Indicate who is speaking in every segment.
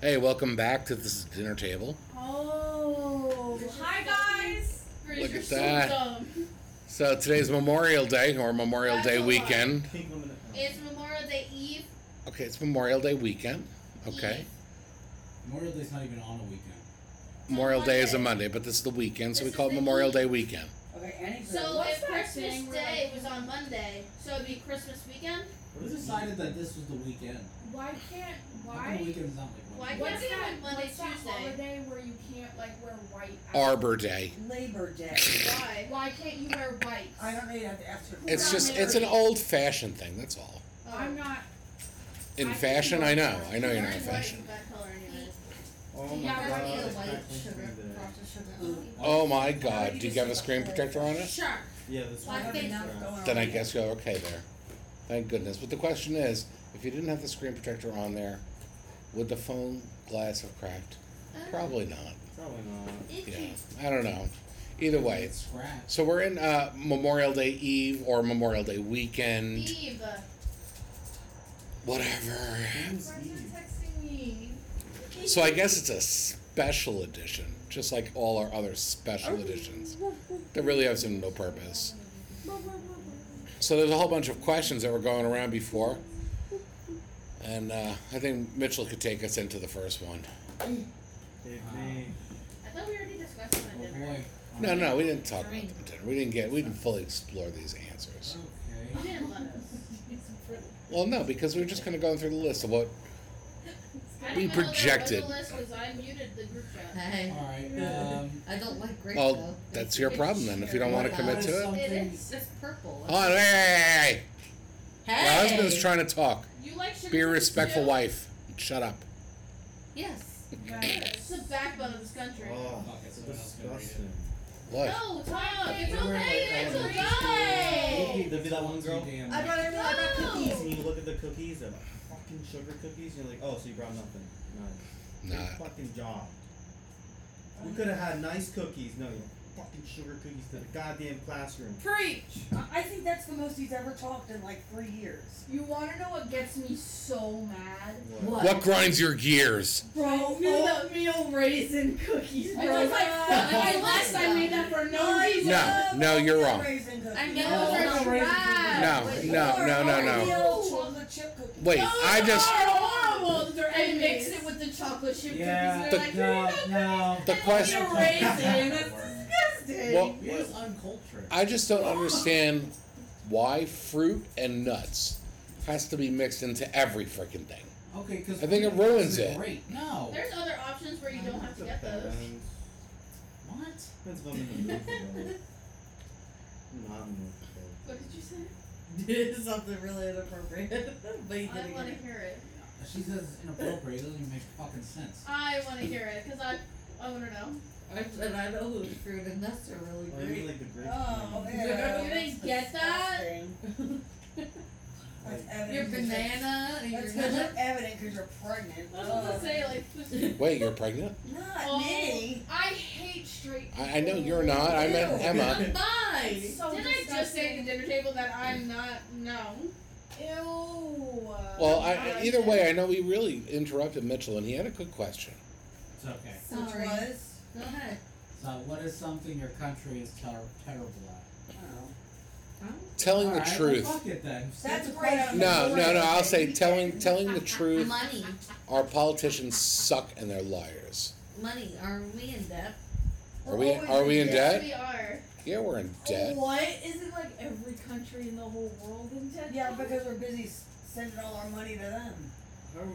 Speaker 1: Hey, welcome back to this dinner table.
Speaker 2: Oh.
Speaker 3: Hi guys.
Speaker 1: Look at that. So today's Memorial Day or Memorial Day weekend.
Speaker 3: It's Memorial Day Eve.
Speaker 1: Okay, it's Memorial Day weekend. Okay.
Speaker 3: Eve.
Speaker 4: Memorial Day's not even on a weekend.
Speaker 1: Memorial Day is a Monday, but this is the weekend, so we call it Memorial Day weekend.
Speaker 2: Okay, Annie.
Speaker 3: So
Speaker 2: what's
Speaker 3: if
Speaker 2: that
Speaker 3: Christmas
Speaker 2: thing where,
Speaker 3: Day was on Monday, so it'd be Christmas weekend.
Speaker 4: Who decided that this was the weekend?
Speaker 5: Why can't
Speaker 4: How come
Speaker 5: why
Speaker 4: weekend's not like
Speaker 3: Why can't
Speaker 4: one?
Speaker 5: what's
Speaker 3: we do
Speaker 5: that
Speaker 3: it Monday,
Speaker 5: what's that
Speaker 3: Tuesday?
Speaker 5: holiday where you can't like wear white? out?
Speaker 1: Arbor Day.
Speaker 2: like, Labor Day.
Speaker 3: Why?
Speaker 5: Why can't you wear white?
Speaker 2: I don't know. You have to ask her.
Speaker 1: It's just it's an old fashioned thing, that's all.
Speaker 5: Oh.
Speaker 3: Oh.
Speaker 5: I'm not.
Speaker 1: In fashion, I know. I know you're not in
Speaker 3: Very white
Speaker 1: fashion.
Speaker 3: with that color anyways.
Speaker 6: Oh
Speaker 5: my Yeah, God,
Speaker 3: Already a
Speaker 5: it's
Speaker 3: white sugar, processed sugar.
Speaker 1: Oh my god, do you have a screen protector on it?
Speaker 3: Sure.
Speaker 6: Yeah, this
Speaker 3: Well, I
Speaker 6: one.
Speaker 3: think-
Speaker 1: Then I guess you're okay there. Thank goodness. But the question is, if you didn't have the screen protector on there, would the phone glass have cracked?
Speaker 3: Uh,
Speaker 1: Probably not.
Speaker 6: Probably not.
Speaker 1: Yeah, I don't know. Either way, it's
Speaker 4: Scratch.
Speaker 1: so we're in uh, Memorial Day Eve or Memorial Day weekend,
Speaker 3: Eve.
Speaker 1: whatever.
Speaker 4: Who's
Speaker 5: Why are you
Speaker 4: Eve?
Speaker 5: texting me?
Speaker 1: So I guess it's a special edition, just like all our other special editions that really have some no purpose. So there's a whole bunch of questions that were going around before, and uh, I think Mitchell could take us into the first one.
Speaker 6: Hit
Speaker 4: Wow.
Speaker 6: me.
Speaker 3: I thought we already discussed that
Speaker 4: Oh
Speaker 3: at dinner.
Speaker 4: boy.
Speaker 1: No, no, we didn't talk about them dinner. We didn't get. We didn't fully explore these answers.
Speaker 3: You
Speaker 4: Okay.
Speaker 3: didn't let us.
Speaker 1: Well, no, because we were just kind of going through the list of what
Speaker 3: I
Speaker 1: We
Speaker 3: didn't even know there was a
Speaker 1: projected.
Speaker 3: list 'cause I muted the group chat.
Speaker 7: Hey,
Speaker 4: Alright,
Speaker 7: Yeah.
Speaker 4: um.
Speaker 7: I don't like grape
Speaker 1: Well,
Speaker 7: though.
Speaker 1: that's your problem then. If you don't want to commit
Speaker 4: what is
Speaker 1: to it.
Speaker 7: It
Speaker 4: something-
Speaker 7: is. It's purple.
Speaker 1: Hold on, oh, hey, hey, hey,
Speaker 7: hey.
Speaker 1: hey. My husband's trying to talk.
Speaker 3: You like sugar?
Speaker 1: Be a
Speaker 3: cookies
Speaker 1: respectful
Speaker 3: too?
Speaker 1: wife. Shut up.
Speaker 7: Yes.
Speaker 3: It's the backbone of this country.
Speaker 6: Oh,
Speaker 4: Fuck it,
Speaker 6: it's
Speaker 4: someone else can read it.
Speaker 6: disgusting.
Speaker 1: What?
Speaker 3: No, Tom, it's
Speaker 5: Don't worry
Speaker 3: okay,
Speaker 6: about
Speaker 3: it's
Speaker 6: that.
Speaker 3: okay.
Speaker 6: There'd be that one girl.
Speaker 4: Damn.
Speaker 2: I brought everyone. I brought
Speaker 3: No.
Speaker 2: cookies.
Speaker 6: And you look at the cookies, they're fucking sugar cookies, and you're like, oh, so you brought nothing. Nice.
Speaker 1: Nah.
Speaker 6: Good fucking job. We could have had nice cookies. No, you fucking sugar cookies to the goddamn classroom.
Speaker 5: Preach.
Speaker 2: I think that's the most he's ever talked in like three years.
Speaker 5: You want to know what gets me so mad?
Speaker 7: What?
Speaker 1: What grinds your gears?
Speaker 2: Bro, oatmeal raisin cookies,
Speaker 5: I just like felt like I last I made that for no reason.
Speaker 1: No, no, you're wrong.
Speaker 2: Raisin cookies.
Speaker 7: I
Speaker 3: No,
Speaker 7: know.
Speaker 3: they're trash.
Speaker 1: No, no, no, no, no.
Speaker 2: Oatmeal chocolate chip cookies.
Speaker 1: Wait, I just.
Speaker 5: They're horrible. They're
Speaker 3: And
Speaker 5: and
Speaker 3: mix
Speaker 5: mix it with the chocolate chip
Speaker 4: Yeah.
Speaker 5: cookies. and They're like, "Oh,
Speaker 4: No, no.
Speaker 1: The question.
Speaker 5: You're raisin. That's
Speaker 2: Disgusting.
Speaker 1: Well,
Speaker 4: You're just uncultured.
Speaker 1: I just don't understand why fruit and nuts has to be mixed into every freaking thing.
Speaker 4: Okay, cause.
Speaker 1: I think it
Speaker 4: fruit
Speaker 1: ruins
Speaker 4: is
Speaker 1: it.
Speaker 4: Great, no.
Speaker 3: There's other options where you don't have to get those.
Speaker 4: What?
Speaker 6: Depends if I'm in the mood for those. I'm Not in the mood for those.
Speaker 3: What did you say?
Speaker 7: Something really inappropriate. but you
Speaker 3: I
Speaker 7: did
Speaker 3: want to
Speaker 7: it.
Speaker 3: hear it.
Speaker 4: She says it's inappropriate, it doesn't even make fucking sense.
Speaker 3: I want to hear it because I, I want to know.
Speaker 7: I- And I know who's fruit and nuts are really
Speaker 6: Or even
Speaker 7: great.
Speaker 6: like the grape.
Speaker 2: Oh,
Speaker 6: one.
Speaker 2: yeah.
Speaker 3: You didn't get that?
Speaker 2: That's
Speaker 7: Your
Speaker 2: evident.
Speaker 7: banana and your
Speaker 2: That's because you're
Speaker 7: nut.
Speaker 2: evident because you're pregnant.
Speaker 3: I was about to say
Speaker 5: Oh.
Speaker 3: like. this-
Speaker 1: Wait, you're pregnant?
Speaker 2: Not
Speaker 3: Oh,
Speaker 2: me.
Speaker 5: I hate straight.
Speaker 1: I, I know you're not. I meant Emma.
Speaker 7: I'm fine.
Speaker 5: It's so
Speaker 3: Did I just say at the dinner table that I'm not? No.
Speaker 5: Ew.
Speaker 1: Well, I, I- either way, I know we really interrupted Mitchell, and he had a good question.
Speaker 4: It's okay.
Speaker 2: Which
Speaker 7: Sorry.
Speaker 2: was?
Speaker 7: Go ahead.
Speaker 4: So what is something your country is ter- terrible at?
Speaker 1: Telling the
Speaker 4: Alright, well,
Speaker 1: truth.
Speaker 4: fuck it then.
Speaker 2: That's
Speaker 4: That's
Speaker 2: great.
Speaker 4: question.
Speaker 1: No, no, no. I'll say telling telling the truth.
Speaker 7: Money.
Speaker 1: Our politicians suck and they're liars.
Speaker 7: Money. Are we in debt?
Speaker 1: Are we are we in
Speaker 3: Yes,
Speaker 1: debt?
Speaker 3: we are.
Speaker 1: Yeah, we're in debt.
Speaker 5: What? Isn't like every country in the whole world in debt?
Speaker 2: Yeah, because we're busy s- sending all our money to them.
Speaker 6: How are we-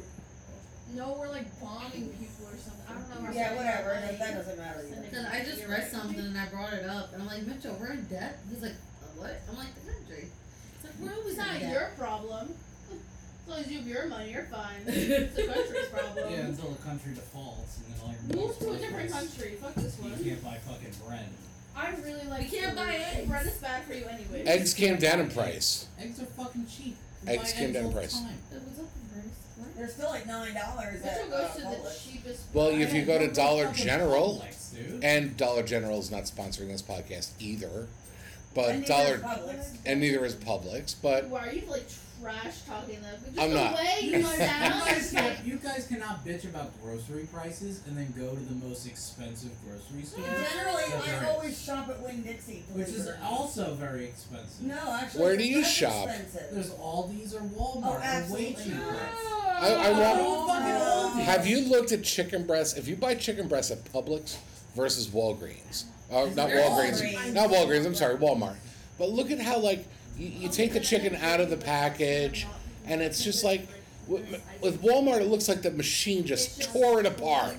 Speaker 5: No, we're like bombing people or something. I don't know. we're
Speaker 2: Yeah,
Speaker 5: sending
Speaker 2: whatever.
Speaker 5: money.
Speaker 2: That, that doesn't matter either.
Speaker 7: Then I just
Speaker 5: You're
Speaker 7: read
Speaker 5: right.
Speaker 7: something and I brought it up and I'm like, Mitchell, we're in debt. He's like, what? I'm like, the country. It's like, we're always
Speaker 3: It's not
Speaker 7: in debt.
Speaker 3: your problem. As long as you have your money, you're fine. It's the country's problem.
Speaker 4: Yeah, until the country defaults and then all your
Speaker 3: Move
Speaker 4: money's
Speaker 3: to a
Speaker 4: worthless.
Speaker 3: different country. Fuck this
Speaker 4: You
Speaker 3: one.
Speaker 4: can't buy fucking bread.
Speaker 5: I really like.
Speaker 7: We can't buy it.
Speaker 3: Bread is bad for you anyway.
Speaker 1: Eggs came down in price.
Speaker 4: Eggs are fucking cheap. You
Speaker 1: Eggs
Speaker 4: buy
Speaker 1: came down
Speaker 4: all the
Speaker 1: price.
Speaker 4: time.
Speaker 7: It was up in Bruce. What?
Speaker 2: They're still like $9
Speaker 3: Mitchell
Speaker 2: at uh,
Speaker 3: goes to the
Speaker 2: Publix.
Speaker 3: cheapest.
Speaker 1: Well, if you go to Dollar
Speaker 4: Fucking
Speaker 1: General,
Speaker 4: Publix, dude.
Speaker 1: and Dollar General is not sponsoring this podcast either, but
Speaker 2: And neither
Speaker 1: Oh, Dollar
Speaker 2: is Publix.
Speaker 1: and neither is Publix, but
Speaker 3: Why are you like trash talking them. Just
Speaker 1: I'm
Speaker 3: the
Speaker 1: not.
Speaker 3: way you are
Speaker 4: You
Speaker 3: now,
Speaker 4: guys,
Speaker 3: it's like,
Speaker 4: can't- you guys cannot bitch about grocery prices and then go to the most expensive grocery store,
Speaker 2: Generally,
Speaker 4: Yeah,
Speaker 2: I
Speaker 4: there
Speaker 2: always shop at Winn Dixie.
Speaker 4: which is also very expensive.
Speaker 2: No, actually.
Speaker 1: Where
Speaker 2: it's
Speaker 1: do you
Speaker 2: less
Speaker 1: shop?
Speaker 2: expensive.
Speaker 4: There's Aldi's or Walmart
Speaker 2: Oh,
Speaker 4: are way
Speaker 2: absolutely.
Speaker 4: cheaper.
Speaker 1: I, I want.
Speaker 4: Oh, fucking Aldi.
Speaker 1: Have you looked at chicken breasts? If you buy chicken breasts at Publix versus Walgreens,
Speaker 2: Oh,
Speaker 1: or not Walgreens,
Speaker 2: Walgreens.
Speaker 1: not Walgreens. I'm sorry, Walmart. But look at how like you, you take the chicken out of the package, and it's just like with, with Walmart, it looks like the machine just tore it apart.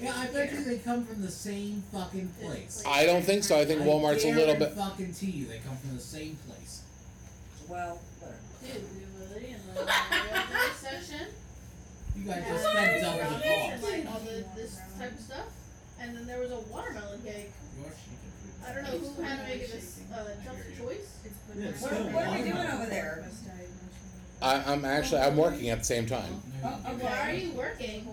Speaker 4: Yeah, I bet you they come from the same fucking place.
Speaker 1: I don't think so. I think Walmart's a
Speaker 4: dare
Speaker 1: little
Speaker 4: and
Speaker 1: bit.
Speaker 4: Fucking tea, you, they come from the same place.
Speaker 2: Well, whatever.
Speaker 3: Dude, we really in the grocery section.
Speaker 4: You guys
Speaker 3: Yeah.
Speaker 4: just spent double the
Speaker 3: Yeah.
Speaker 4: cost.
Speaker 3: Like all the this type of stuff, and then there was a watermelon cake. I don't know who had to make this uh, tough choice.
Speaker 6: Yeah, it's
Speaker 2: What,
Speaker 6: still
Speaker 2: what are we
Speaker 6: watermelon.
Speaker 2: doing over there?
Speaker 1: I, I'm actually I'm working at the same time
Speaker 2: Oh, okay.
Speaker 3: Why are you working?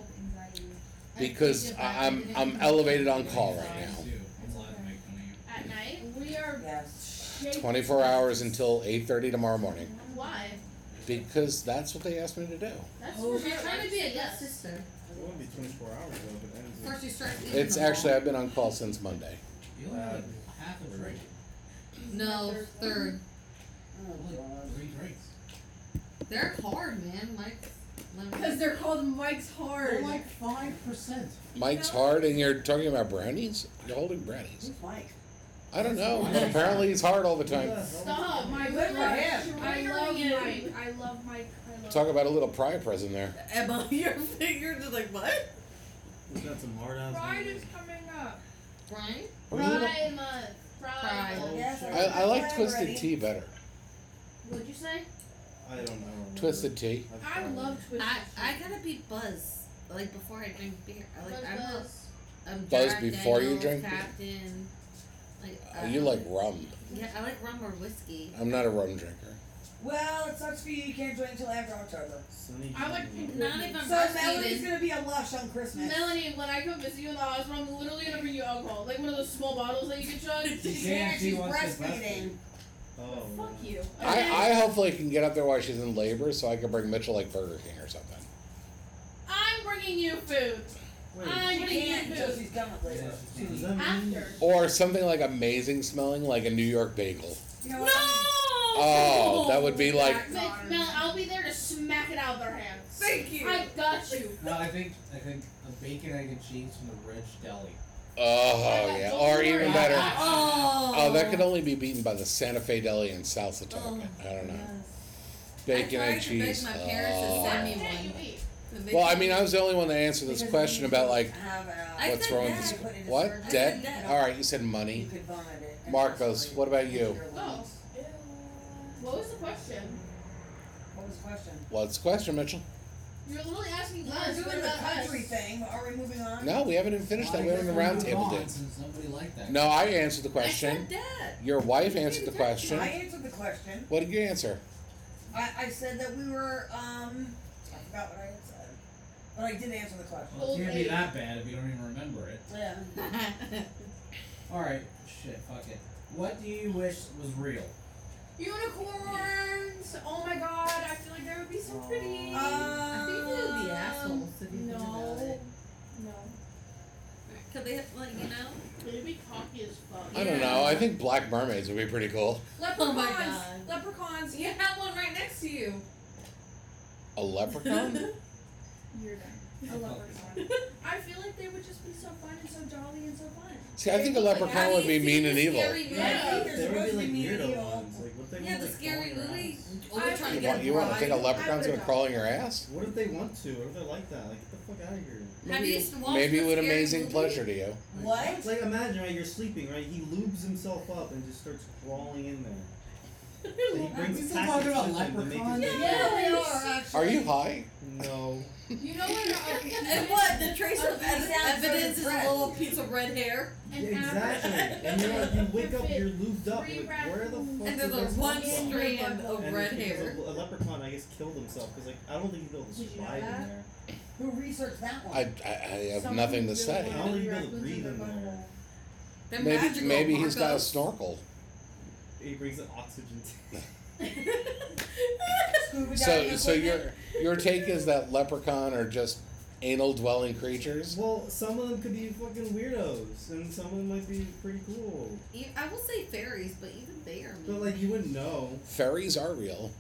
Speaker 1: because I, I'm I'm elevated on call right now.
Speaker 3: At night?
Speaker 5: We are
Speaker 2: Yes.
Speaker 1: 24 hours until 8:30 tomorrow morning
Speaker 3: Why?
Speaker 1: because that's what they asked me to do.
Speaker 3: That's
Speaker 7: Oh,
Speaker 3: what
Speaker 7: she's trying to be a good sister.
Speaker 6: It won't be 24 hours though, but that is-
Speaker 7: First you start eating
Speaker 1: It's
Speaker 7: them all.
Speaker 1: actually I've been on call since Monday.
Speaker 4: You only had half a drink.
Speaker 7: No, third.
Speaker 2: Oh,
Speaker 4: Only
Speaker 2: God.
Speaker 4: three drinks.
Speaker 7: They're hard, man. Like,
Speaker 5: because they're called Mike's
Speaker 4: They're
Speaker 5: Hard.
Speaker 4: like five percent.
Speaker 1: Mike's hard, and you're talking about brownies. You're holding brownies.
Speaker 2: Who's Mike?
Speaker 1: I don't know. Apparently he's hard all the time.
Speaker 3: Stop.
Speaker 5: My
Speaker 3: Mike.
Speaker 2: Good for
Speaker 5: Mike.
Speaker 2: him.
Speaker 5: I love
Speaker 3: Triggering
Speaker 5: Mike.
Speaker 3: it.
Speaker 5: I love Mike. I love
Speaker 1: Talk about a little pride present there.
Speaker 7: Emma, your finger just like what?
Speaker 6: We've got some hard ass.
Speaker 5: Pride is coming up.
Speaker 7: Right?
Speaker 3: Pride month.
Speaker 7: Pride.
Speaker 3: Pride.
Speaker 6: Oh,
Speaker 3: month.
Speaker 2: Yes,
Speaker 6: shit.
Speaker 1: I, I like
Speaker 2: Pride
Speaker 1: twisted
Speaker 2: already.
Speaker 1: tea better.
Speaker 3: What'd you say?
Speaker 6: I don't know. I don't remember.
Speaker 1: Twisted tea.
Speaker 6: I've
Speaker 5: I
Speaker 6: tried.
Speaker 5: love Twisted.
Speaker 7: I
Speaker 5: Tea.
Speaker 7: I gotta be buzzed like before I drink beer. I, Like
Speaker 3: Buzz,
Speaker 7: I'm not-
Speaker 3: buzz.
Speaker 7: I'm
Speaker 1: Buzz
Speaker 7: Jack
Speaker 1: before you
Speaker 7: Daniel's,
Speaker 1: drink beer?
Speaker 7: Captain. Like
Speaker 1: Uh,
Speaker 7: uh,
Speaker 1: You like rum.
Speaker 7: Yeah, I like rum or whiskey.
Speaker 1: I'm not a rum drinker.
Speaker 2: Well, it sucks for you. You can't join until after October.
Speaker 6: Sunny
Speaker 5: I like
Speaker 6: June.
Speaker 5: pink
Speaker 7: Not if I'm
Speaker 2: So
Speaker 7: breastfeeding.
Speaker 2: Melanie's gonna be a lush on Christmas.
Speaker 3: Melanie, when I come visit you in the hospital, I'm literally gonna bring you alcohol, like one of those small bottles that you can chug.
Speaker 2: She's
Speaker 4: Yeah,
Speaker 2: here.
Speaker 4: she
Speaker 2: She's
Speaker 4: wants to
Speaker 2: breastfeeding.
Speaker 6: Oh.
Speaker 5: Fuck you.
Speaker 3: Okay?
Speaker 1: I, I hopefully can get up there while she's in labor so I can bring Mitchell like Burger King or something.
Speaker 3: I'm bringing you food.
Speaker 6: Wait.
Speaker 3: I'm
Speaker 2: She
Speaker 3: bringing you
Speaker 2: can't until
Speaker 3: food.
Speaker 2: she's done with labor.
Speaker 4: Yeah.
Speaker 6: So does that mean-
Speaker 3: After.
Speaker 1: Or something like amazing smelling, like a New York bagel.
Speaker 2: You know
Speaker 5: No!
Speaker 2: what?
Speaker 1: Oh, that would be like-
Speaker 5: Jack
Speaker 3: Mel,
Speaker 5: Daniels.
Speaker 3: Mel, I'll be there to smack it out of their hands.
Speaker 5: Thank you.
Speaker 3: I got you.
Speaker 4: No, I think I think a bacon, egg, and cheese from the Rich Deli.
Speaker 1: Oh, yeah. Or even better.
Speaker 7: Oh.
Speaker 1: Oh, that could only be beaten by the Santa Fe Deli in South Atomic. I don't know. Bacon
Speaker 7: I tried
Speaker 1: and
Speaker 7: to beg
Speaker 1: cheese.
Speaker 7: my parents to
Speaker 1: oh.
Speaker 7: send
Speaker 3: Why
Speaker 7: me
Speaker 3: can't you
Speaker 7: one.
Speaker 3: eat?
Speaker 1: Well, I mean, I was the only one that answered this
Speaker 2: Because
Speaker 1: question
Speaker 2: you
Speaker 1: about like
Speaker 2: Have an hour.
Speaker 7: I
Speaker 1: what's
Speaker 7: said
Speaker 1: wrong
Speaker 7: that.
Speaker 1: with
Speaker 2: I put it
Speaker 1: this.
Speaker 2: in
Speaker 1: What
Speaker 2: surgery.
Speaker 7: I
Speaker 1: debt?
Speaker 7: said that.
Speaker 1: All right, you said
Speaker 2: You
Speaker 1: money.
Speaker 2: could vomit it. and
Speaker 1: Marcos,
Speaker 2: possibly-
Speaker 1: what about you?
Speaker 3: Oh. What was the question?
Speaker 2: What was the question?
Speaker 1: What's the question, Mitchell?
Speaker 3: You're literally asking
Speaker 2: We're
Speaker 3: us. What
Speaker 2: doing the
Speaker 3: about us?
Speaker 2: country thing. Are we moving on?
Speaker 1: No, we haven't even finished that. We haven't even round table did.
Speaker 4: Since nobody liked that.
Speaker 1: No, I answered the
Speaker 7: I said
Speaker 1: question.
Speaker 7: that.
Speaker 1: Your wife answered the question.
Speaker 2: I answered the question.
Speaker 1: What did you answer?
Speaker 2: I, I said that we were, um, I forgot what I had said. But I did answer the question.
Speaker 4: Well, it can't be that bad if you don't even remember it.
Speaker 2: Yeah.
Speaker 4: All right, shit, fuck it. What do you wish was real?
Speaker 5: Unicorns! Oh my god, I feel like they would be so
Speaker 2: Uh,
Speaker 5: pretty.
Speaker 7: I think they would be assholes if you think
Speaker 5: no.
Speaker 7: about it.
Speaker 5: No.
Speaker 7: Cause they have like you know.
Speaker 3: They'd be cocky as
Speaker 1: I
Speaker 3: fuck.
Speaker 1: don't know. I think black mermaids would be pretty cool.
Speaker 5: Leprechauns!
Speaker 7: Oh God.
Speaker 5: Leprechauns! You have one right next to you.
Speaker 1: A leprechaun?
Speaker 5: You're done. A leprechaun. I feel like they would just be so fun and so jolly and so fun.
Speaker 1: See, I think a leprechaun would be mean and evil.
Speaker 3: Yeah.
Speaker 2: I think
Speaker 6: There
Speaker 2: they're
Speaker 6: would
Speaker 2: supposed
Speaker 6: be
Speaker 2: to be
Speaker 6: like weirdo
Speaker 2: medial.
Speaker 6: ones. Like what they
Speaker 7: Yeah,
Speaker 6: want,
Speaker 7: the
Speaker 6: like,
Speaker 7: scary
Speaker 6: crawling
Speaker 7: movie.
Speaker 6: around.
Speaker 7: Oh, they're trying to
Speaker 1: You
Speaker 7: get
Speaker 1: want,
Speaker 7: a
Speaker 1: you want to think a
Speaker 7: bride.
Speaker 1: leprechaun's gonna crawl in your ass?
Speaker 6: What if they want to? What if they like that? Like, get the fuck out of here.
Speaker 7: Have you watched
Speaker 1: Maybe
Speaker 7: the
Speaker 1: with
Speaker 7: scary
Speaker 1: amazing
Speaker 7: movie?
Speaker 1: pleasure to you.
Speaker 2: What?
Speaker 6: It's like, imagine, right? You're sleeping, right? He lubes himself up and just starts crawling in there. And he brings
Speaker 4: We still
Speaker 6: packets
Speaker 4: talking about
Speaker 6: with him to make his-
Speaker 4: leprechauns?
Speaker 2: Yeah, they are
Speaker 1: Are
Speaker 2: actually.
Speaker 1: you high?
Speaker 6: No.
Speaker 5: You know what? Okay.
Speaker 7: And what? The trace of
Speaker 2: Of
Speaker 7: ev-
Speaker 2: sounds of
Speaker 7: evidence is a
Speaker 2: regret.
Speaker 7: little piece of red hair.
Speaker 6: Yeah,
Speaker 5: An
Speaker 6: exactly. And you're like, you wake up, you're lubed up.
Speaker 5: Three
Speaker 6: You're like, where the fuck
Speaker 7: And
Speaker 6: did
Speaker 7: there's a
Speaker 6: this
Speaker 7: one
Speaker 6: come from?
Speaker 7: strand of
Speaker 6: And
Speaker 7: red
Speaker 6: it's because
Speaker 7: hair.
Speaker 6: A, a leprechaun, I guess, killed himself because, like, I don't think he'd be able to
Speaker 5: Did you know
Speaker 6: survive in
Speaker 5: that?
Speaker 6: there.
Speaker 2: Who researched that one?
Speaker 1: I, I, I have nothing to say.
Speaker 6: How do you really breathe in there?
Speaker 7: They're
Speaker 1: Maybe
Speaker 7: magical
Speaker 1: maybe he's got a
Speaker 7: Marcos.
Speaker 1: snorkel.
Speaker 6: He brings the oxygen. to-
Speaker 2: Scuba
Speaker 1: So,
Speaker 2: diving
Speaker 1: so your
Speaker 2: equipment.
Speaker 1: your take is that leprechaun are just anal dwelling creatures?
Speaker 6: Well, some of them could be fucking weirdos, and some of them might be pretty cool.
Speaker 7: E- I will say fairies, but even they are mean.
Speaker 6: But like, you wouldn't know.
Speaker 1: Fairies are real.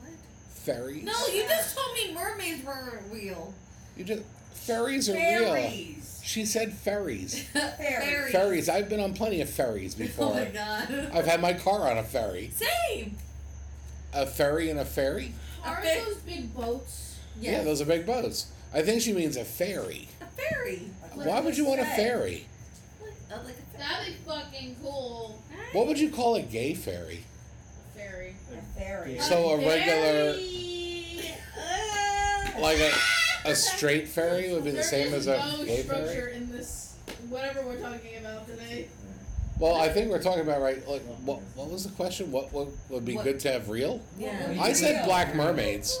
Speaker 7: what?
Speaker 1: Fairies.
Speaker 7: No, you just told me mermaids were real.
Speaker 1: You just fairies are real.
Speaker 2: Fairies.
Speaker 1: She said fairies.
Speaker 7: fairies.
Speaker 1: Ferries. I've been on plenty of ferries
Speaker 7: Oh
Speaker 1: before.
Speaker 7: my god.
Speaker 1: I've had my car on a ferry.
Speaker 7: Same.
Speaker 1: A ferry and a ferry?
Speaker 3: Aren't
Speaker 7: Okay.
Speaker 3: those big boats?
Speaker 1: Yeah,
Speaker 7: Yes.
Speaker 1: those are big boats. I think she means a ferry.
Speaker 7: a fairy.
Speaker 2: Like
Speaker 1: Why would
Speaker 2: I
Speaker 1: you want a
Speaker 2: said.
Speaker 1: ferry?
Speaker 7: Like, uh, like a fairy.
Speaker 3: That'd be fucking cool.
Speaker 1: What would you call a gay ferry?
Speaker 3: Fairy.
Speaker 2: A fairy.
Speaker 1: So
Speaker 3: Um,
Speaker 1: a regular-
Speaker 3: Fairy.
Speaker 1: Like a, a straight ferry would be the
Speaker 3: There
Speaker 1: same as
Speaker 3: is
Speaker 1: a
Speaker 3: no
Speaker 1: gay
Speaker 3: structure
Speaker 1: ferry?
Speaker 3: in this whatever we're talking about today.
Speaker 1: Well, I think we're talking about, right, like, what, what was the question? What, what would be
Speaker 7: What-
Speaker 1: good to have real?
Speaker 7: Yeah.
Speaker 1: I said black mermaids.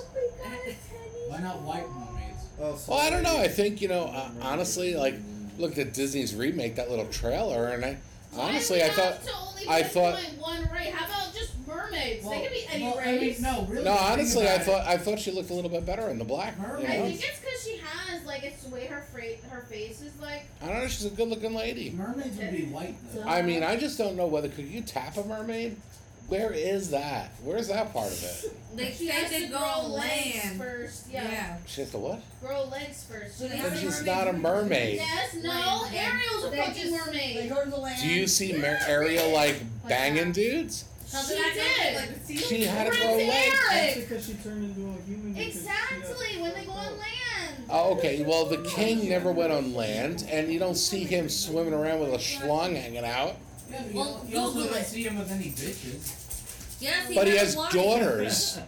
Speaker 4: Why not white mermaids?
Speaker 6: Oh, so
Speaker 1: Well, I don't know. I think, you know, uh, honestly, like, looked at Disney's remake, that little trailer, and I, honestly,
Speaker 3: Why
Speaker 1: I
Speaker 3: do we
Speaker 1: thought.
Speaker 3: have to only
Speaker 1: I
Speaker 3: pick
Speaker 1: thought-
Speaker 3: like one race. How about just mermaids? they could be any
Speaker 4: well, I mean,
Speaker 3: race.
Speaker 4: no, really.
Speaker 1: No,
Speaker 4: think
Speaker 1: honestly, I
Speaker 4: about it.
Speaker 1: thought I thought she looked a little bit better in the black. you
Speaker 4: Mermaid.
Speaker 3: I
Speaker 1: know?
Speaker 3: think it's because she has like it's the way her fra- her face is like.
Speaker 1: I don't know. She's a good-looking lady.
Speaker 4: mermaids would be white though.
Speaker 1: I mean, I just don't know whether could you tap a mermaid? Where is that? Where's that part of it?
Speaker 7: They
Speaker 3: She has to
Speaker 7: say they go
Speaker 3: grow
Speaker 7: on
Speaker 3: legs
Speaker 7: land.
Speaker 3: first. Yeah.
Speaker 1: She has to what?
Speaker 3: grow legs first.
Speaker 7: But
Speaker 3: She's
Speaker 1: Then
Speaker 3: not a
Speaker 1: she's
Speaker 3: mermaid.
Speaker 1: not a mermaid.
Speaker 3: Yes, no,
Speaker 7: Land.
Speaker 3: Ariel's a
Speaker 2: They
Speaker 3: fucking
Speaker 2: just- They
Speaker 3: mermaid.
Speaker 2: go to the land.
Speaker 1: Do you see Mer- Ariel like
Speaker 7: Like
Speaker 1: banging
Speaker 7: that.
Speaker 1: dudes?
Speaker 7: Now,
Speaker 3: She
Speaker 7: that guy
Speaker 3: did.
Speaker 7: look Like, see,
Speaker 1: She had to
Speaker 3: Where's
Speaker 1: grow legs.
Speaker 6: That's
Speaker 3: Eric?
Speaker 6: because she turned into a human. because she uh, got
Speaker 3: Exactly, when they go on
Speaker 6: fucked
Speaker 3: land.
Speaker 6: up.
Speaker 1: Oh, okay. Well, the king never went on land, and you don't see him swimming around with a schlong hanging out.
Speaker 4: Yeah, but you,
Speaker 7: Well,
Speaker 4: you also
Speaker 7: Google
Speaker 4: don't
Speaker 7: it.
Speaker 4: see him with any bitches.
Speaker 7: yes, he
Speaker 1: But he
Speaker 7: had
Speaker 1: has
Speaker 7: a white.
Speaker 1: daughters.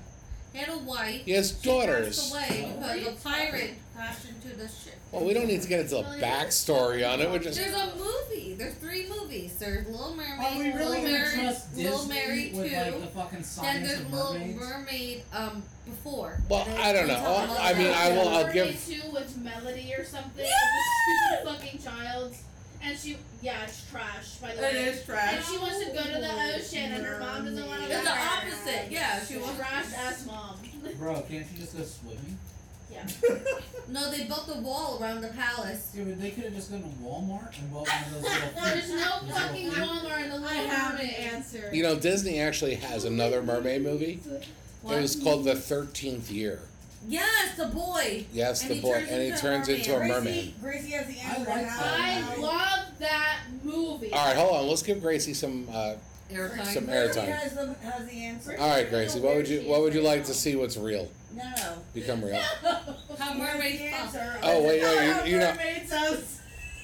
Speaker 7: He had a white.
Speaker 1: He has
Speaker 7: She passed
Speaker 1: daughters.
Speaker 7: away because a pirate crashed into the ship.
Speaker 1: Well, we don't need to get into the backstory on it. We're just
Speaker 7: There's a movie. There's three movies. There's Little Mermaid.
Speaker 4: Are we really
Speaker 7: Little
Speaker 4: gonna
Speaker 7: Mary,
Speaker 4: trust Disney
Speaker 7: Little Mary
Speaker 4: with
Speaker 7: two.
Speaker 4: like the fucking
Speaker 7: then
Speaker 4: science
Speaker 7: there's
Speaker 4: of
Speaker 7: Little
Speaker 4: mermaids?
Speaker 7: Mermaid um before.
Speaker 1: Well,
Speaker 7: They-
Speaker 1: I don't
Speaker 7: they
Speaker 1: know.
Speaker 7: talk about
Speaker 1: I mean,
Speaker 7: that.
Speaker 1: I will- I'll
Speaker 3: Mermaid
Speaker 1: give-
Speaker 3: Two with Melody or something.
Speaker 7: Yeah!
Speaker 3: Yeah! Stupid fucking child. And she, yeah, it's trash. By the way.
Speaker 5: It is
Speaker 3: And
Speaker 5: trash.
Speaker 3: she wants to go to the ocean, and her mom doesn't want to.
Speaker 7: It's the opposite. Yeah, she
Speaker 3: She
Speaker 7: was.
Speaker 3: trash ass mom.
Speaker 4: Bro, can't you just go swimming?
Speaker 7: No, they built a wall around the palace.
Speaker 4: Dude, they could have just gone to Walmart and bought one of those little.
Speaker 3: There's no fucking Walmart in the
Speaker 5: I
Speaker 3: Little
Speaker 5: have an
Speaker 3: Mermaid.
Speaker 5: answer.
Speaker 1: You know, Disney actually has another mermaid movie. It was called The Thirteenth Year.
Speaker 7: Yes, the boy.
Speaker 1: Yes,
Speaker 7: And
Speaker 1: the
Speaker 7: he
Speaker 1: boy,
Speaker 7: turns
Speaker 1: and he
Speaker 7: into a
Speaker 1: turns into a
Speaker 7: mermaid.
Speaker 1: mermaid.
Speaker 2: Gracie, Gracie has the
Speaker 4: I
Speaker 2: answer.
Speaker 4: like
Speaker 2: how-
Speaker 3: I
Speaker 2: how-
Speaker 3: love that movie.
Speaker 1: All right, hold on. Let's give Gracie some. Uh,
Speaker 7: Eric Hines.
Speaker 1: Some air-
Speaker 2: Gracie
Speaker 1: Maritime.
Speaker 2: has the, has the answer.
Speaker 1: all right, Gracie. What would you What would you like to see? What's real?
Speaker 2: No.
Speaker 1: Become real.
Speaker 7: How
Speaker 2: She has
Speaker 7: mermaids
Speaker 2: the
Speaker 7: fuck.
Speaker 2: answer.
Speaker 1: Oh, wait, no, you-
Speaker 2: How
Speaker 1: you know-
Speaker 2: mermaids us.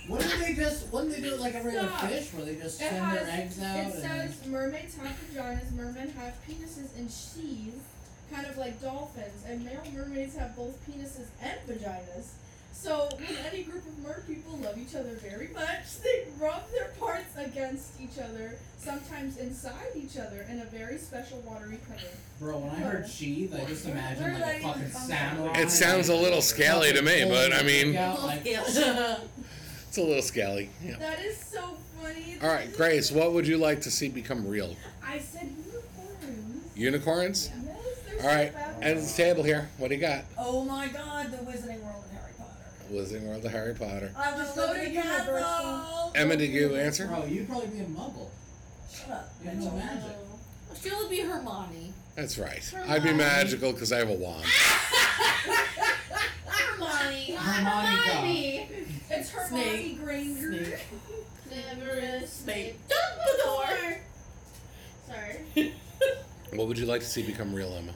Speaker 4: Wouldn't they just? Wouldn't they do it like a regular
Speaker 5: Stop.
Speaker 4: fish, where they just
Speaker 5: It
Speaker 4: send their
Speaker 5: has.
Speaker 4: eggs out?
Speaker 5: It
Speaker 4: and then-
Speaker 5: says mermaids have vaginas, mermen have penises and she's kind of like dolphins, and male mermaids have both penises and vaginas. So when any group of mer people love each other very much, they rub their parts against each other, sometimes inside each other, in a very special watery cover.
Speaker 4: Bro, when I heard sheath, I just
Speaker 5: Where
Speaker 4: imagined
Speaker 5: did
Speaker 4: like
Speaker 5: I
Speaker 4: a
Speaker 5: even
Speaker 4: fucking
Speaker 5: come
Speaker 4: samurai.
Speaker 5: from?
Speaker 1: It sounds a little scally to me, but I mean,
Speaker 4: Out, like,
Speaker 1: it's a little scally. Yeah.
Speaker 5: That is so funny.
Speaker 1: All right, Grace. What would you like to see become real?
Speaker 5: I said unicorns.
Speaker 1: Unicorns.
Speaker 5: Yes, they're
Speaker 1: All right,
Speaker 5: so fabulous.
Speaker 1: End of the table here. What do you got?
Speaker 2: Oh my God, the Wizarding World of Harry Potter.
Speaker 1: Wizarding World of Harry Potter.
Speaker 2: I was
Speaker 5: Just go to
Speaker 2: going to
Speaker 5: Universal.
Speaker 2: Universal.
Speaker 1: Emma, did you answer?
Speaker 4: bro, you'd probably be a muggle.
Speaker 2: Shut up.
Speaker 4: You know,
Speaker 2: Mitchell.
Speaker 4: magic.
Speaker 7: She'll be Hermione.
Speaker 1: That's right. I'd be magical because I have a wand.
Speaker 3: Hermione.
Speaker 4: Hermione
Speaker 5: It's Hermione Granger.
Speaker 3: Never a snake.
Speaker 5: Dumbledore.
Speaker 3: Sorry.
Speaker 1: What would you like to see become real, Emma?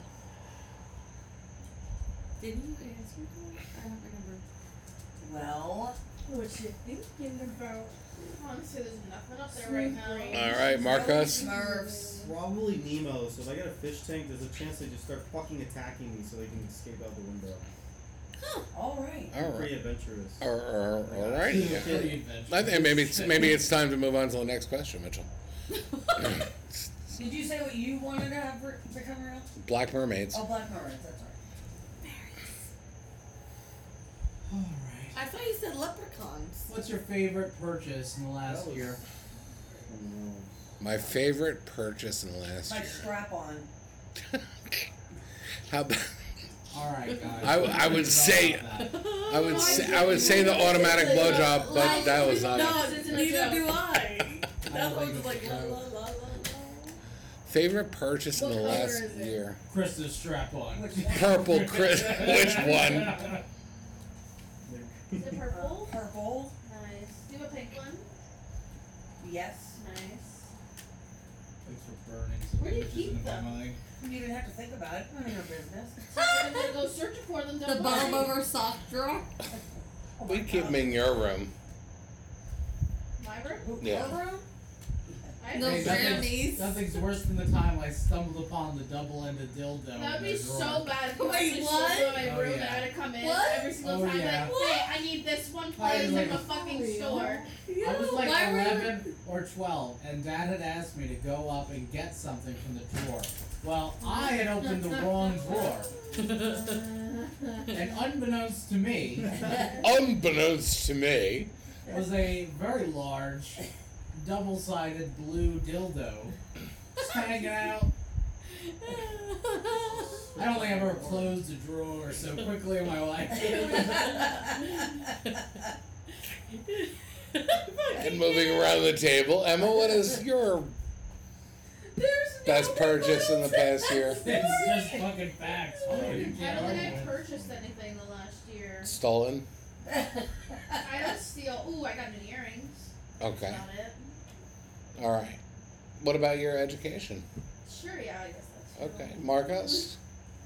Speaker 7: Didn't you answer that? I don't remember.
Speaker 2: Well,
Speaker 5: What you thinking about?
Speaker 3: Honestly, there's nothing up there right now.
Speaker 1: All right, Marcus.
Speaker 7: Smurfs.
Speaker 6: Probably Nemo. So if I got a fish tank, there's a chance they just start fucking attacking me, so they can escape out the window.
Speaker 2: all right.
Speaker 1: All right.
Speaker 6: Pretty adventurous.
Speaker 1: All right. All right.
Speaker 4: She's a
Speaker 1: yeah.
Speaker 4: pretty adventurous.
Speaker 1: I think maybe it's, maybe it's time to move on to the next question, Mitchell.
Speaker 2: Did you say what you wanted to have for, become real?
Speaker 1: Black mermaids.
Speaker 2: Oh, black mermaids. That's right.
Speaker 4: All right.
Speaker 7: I thought you said leprechauns.
Speaker 4: What's your favorite purchase in the last
Speaker 6: That was-
Speaker 4: year?
Speaker 6: I don't know.
Speaker 1: My favorite purchase in the last
Speaker 2: My
Speaker 1: year.
Speaker 2: strap on.
Speaker 1: How about,
Speaker 4: All right, guys.
Speaker 1: I- I would
Speaker 4: We're
Speaker 1: say-
Speaker 4: about that.
Speaker 1: I would say I would say the automatic blowjob, but that was not.
Speaker 8: No,
Speaker 1: it.
Speaker 8: neither do I. That
Speaker 4: don't
Speaker 8: one
Speaker 4: think
Speaker 8: was like
Speaker 4: it's
Speaker 8: la
Speaker 4: a
Speaker 8: la
Speaker 4: joke.
Speaker 8: la la la.
Speaker 1: Favorite purchase in
Speaker 5: What
Speaker 1: the
Speaker 5: color
Speaker 1: last
Speaker 5: is it?
Speaker 1: year?
Speaker 4: Krista, strap on.
Speaker 2: Which one?
Speaker 1: Purple Chris. Which one?
Speaker 3: Is it purple?
Speaker 2: Purple.
Speaker 3: Nice. Do you have a pink one?
Speaker 2: Yes.
Speaker 3: Nice.
Speaker 4: Thanks for burning.
Speaker 3: Where do you
Speaker 4: witches
Speaker 3: keep
Speaker 4: in the
Speaker 3: them?
Speaker 4: family.
Speaker 2: You didn't have to think about it. None of your business.
Speaker 3: I'm gonna go searching for them. Don't
Speaker 7: The bottom of our sock drawer.
Speaker 2: Oh
Speaker 1: We
Speaker 2: my
Speaker 1: keep
Speaker 2: God.
Speaker 1: them in your room.
Speaker 3: My room?
Speaker 2: Who-
Speaker 1: Yeah.
Speaker 2: her room?
Speaker 3: I have
Speaker 7: No
Speaker 3: no
Speaker 4: Hey,
Speaker 3: room.
Speaker 7: Grammys.
Speaker 4: nothing's, nothing's worse than the time I stumbled upon the double-ended dildo.
Speaker 3: That would
Speaker 4: in
Speaker 3: be
Speaker 4: the
Speaker 3: so
Speaker 4: drawer.
Speaker 3: bad. if you
Speaker 7: Wait,
Speaker 3: actually
Speaker 7: what?
Speaker 3: showed up in my
Speaker 4: Oh,
Speaker 3: room and I
Speaker 4: yeah.
Speaker 3: had to come in
Speaker 7: What?
Speaker 3: every single
Speaker 4: Oh,
Speaker 3: time.
Speaker 4: yeah.
Speaker 3: Like, hey, I need this one
Speaker 4: I
Speaker 3: place
Speaker 4: like-
Speaker 3: in a fucking
Speaker 5: For real?
Speaker 3: store.
Speaker 4: I was like
Speaker 7: Why were you-
Speaker 4: 11 or 12, and Dad had asked me to go up and get something from the drawer. Well, I had opened the wrong drawer, and unbeknownst to me,
Speaker 1: Unbeknownst to me,
Speaker 4: was a very large, double-sided blue dildo just hanging out. I don't think I've ever closed a drawer so quickly in my life.
Speaker 1: and moving around the table. Emma, what is your
Speaker 5: There's no
Speaker 1: best purchase in the past year?
Speaker 4: it's just fucking facts. Holy
Speaker 3: I don't think I
Speaker 4: cow.
Speaker 3: purchased anything the last year.
Speaker 1: Stolen.
Speaker 3: I don't steal. Ooh, I got new earrings.
Speaker 1: Okay.
Speaker 3: That's about it.
Speaker 1: All right. What about your education?
Speaker 3: Sure, yeah, I guess that's true.
Speaker 1: Okay, Marcos.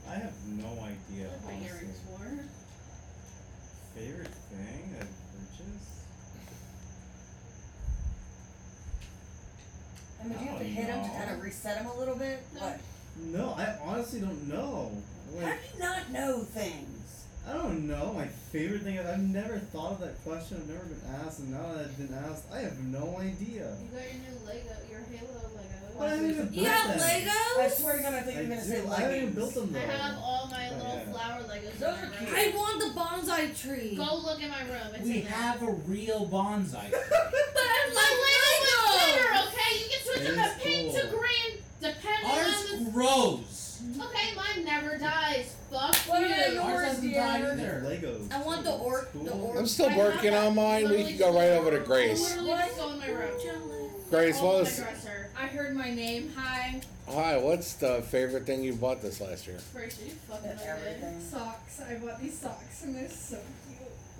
Speaker 6: I have no idea.
Speaker 3: What my
Speaker 6: honestly.
Speaker 3: earrings for.
Speaker 6: Favorite thing I've purchased?
Speaker 2: I mean, do you have to
Speaker 6: Oh,
Speaker 2: hit him to
Speaker 6: no.
Speaker 2: kind of reset him a little bit?
Speaker 3: No.
Speaker 2: What?
Speaker 6: No, I honestly don't know.
Speaker 2: How do
Speaker 6: Like,
Speaker 2: you not know things?
Speaker 6: I don't know. My favorite thing. I've never thought of that question. I've never been asked, and now that I've been asked, I have no idea.
Speaker 3: You got your new Lego, your Halo Lego.
Speaker 6: Well, I haven't even
Speaker 7: You
Speaker 6: built
Speaker 7: have
Speaker 6: them.
Speaker 7: Legos?
Speaker 2: I swear to God, I
Speaker 6: I,
Speaker 2: think you're gonna
Speaker 6: do-
Speaker 2: say
Speaker 6: I haven't even
Speaker 2: leggings.
Speaker 6: built them
Speaker 3: I
Speaker 6: though.
Speaker 3: have all my
Speaker 6: Oh,
Speaker 3: little
Speaker 6: yeah.
Speaker 3: flower Legos.
Speaker 2: Those
Speaker 3: in
Speaker 2: are
Speaker 3: my
Speaker 2: cute.
Speaker 3: room.
Speaker 7: I want the bonsai tree.
Speaker 3: Go look in my room. It's
Speaker 4: We
Speaker 3: in there.
Speaker 4: have a real bonsai.
Speaker 7: But I
Speaker 3: My Lego glitter,
Speaker 7: like Legos.
Speaker 3: okay? You can switch
Speaker 6: It
Speaker 3: them
Speaker 6: is
Speaker 3: to pink to
Speaker 6: cool.
Speaker 3: green, depending on
Speaker 4: Ours grows.
Speaker 3: the. Okay, mine never dies. Fuck
Speaker 5: What
Speaker 3: you.
Speaker 5: about yours?
Speaker 4: Ours doesn't die
Speaker 6: I have
Speaker 4: either.
Speaker 6: Legos.
Speaker 7: I want the
Speaker 6: too.
Speaker 7: orc-
Speaker 6: It's cool.
Speaker 7: the orc-
Speaker 1: I'm still working on mine. We can go right over to Grace.
Speaker 3: Literally just go in my room.
Speaker 1: Grace,
Speaker 3: All
Speaker 1: what
Speaker 3: in
Speaker 1: was?
Speaker 3: my dresser.
Speaker 5: I heard my name. Hi.
Speaker 1: Hi. What's the favorite thing you bought this last year?
Speaker 3: Grace, you fucking
Speaker 2: That's
Speaker 3: ugly.
Speaker 2: everything.
Speaker 5: Socks. I bought these socks and they're so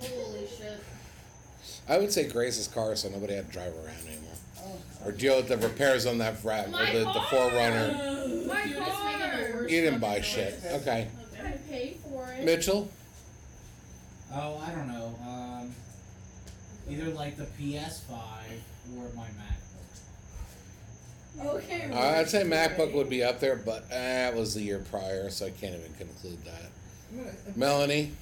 Speaker 5: cute.
Speaker 3: Holy shit.
Speaker 1: I would say Grace's car, so nobody had to drive around anymore
Speaker 2: Oh,
Speaker 1: or deal with the repairs on that Rav or
Speaker 3: My
Speaker 1: the, the
Speaker 3: car!
Speaker 1: Forerunner.
Speaker 5: My
Speaker 3: Dude, it's making the
Speaker 5: car.
Speaker 3: worst
Speaker 1: You didn't buy
Speaker 3: fucking
Speaker 1: shit.
Speaker 3: noise.
Speaker 1: Okay,
Speaker 5: I
Speaker 3: Okay.
Speaker 5: paid for it.
Speaker 1: Mitchell.
Speaker 4: Oh, I don't know. Um, either like the PS5 or my MacBook.
Speaker 5: Okay.
Speaker 1: Uh, I'd say MacBook would be up there, but that was the year prior, so I can't even conclude that.
Speaker 6: I'm gonna- I'm
Speaker 1: Melanie,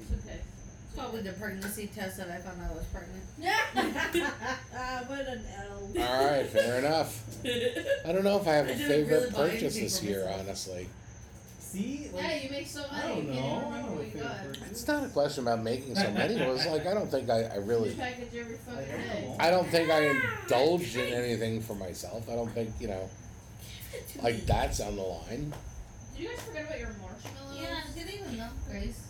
Speaker 3: It's okay.
Speaker 7: It's Probably the pregnancy test that I found I was pregnant.
Speaker 5: Ah, what an L.
Speaker 1: all right, fair enough. I don't know if I have
Speaker 7: I
Speaker 1: a
Speaker 7: didn't
Speaker 1: favorite
Speaker 7: really buy
Speaker 1: purchase
Speaker 7: anything
Speaker 1: this
Speaker 7: for
Speaker 1: year,
Speaker 7: myself.
Speaker 1: honestly.
Speaker 6: See, like,
Speaker 3: Yeah, you make so
Speaker 6: I
Speaker 3: many.
Speaker 6: don't
Speaker 3: You
Speaker 6: know.
Speaker 3: can't even
Speaker 6: I
Speaker 3: remember
Speaker 6: don't
Speaker 3: what you
Speaker 6: know
Speaker 3: got.
Speaker 6: favorite
Speaker 1: It's not a question about making so many. It was like I don't think I, I
Speaker 3: You
Speaker 1: really,
Speaker 3: package every fucking
Speaker 6: don't
Speaker 3: day.
Speaker 6: know.
Speaker 1: I don't think I indulged in anything for myself. I don't think you know, like that's on the line.
Speaker 3: Did you guys forget about your marshmallows?
Speaker 7: Yeah, I didn't even know, Grace.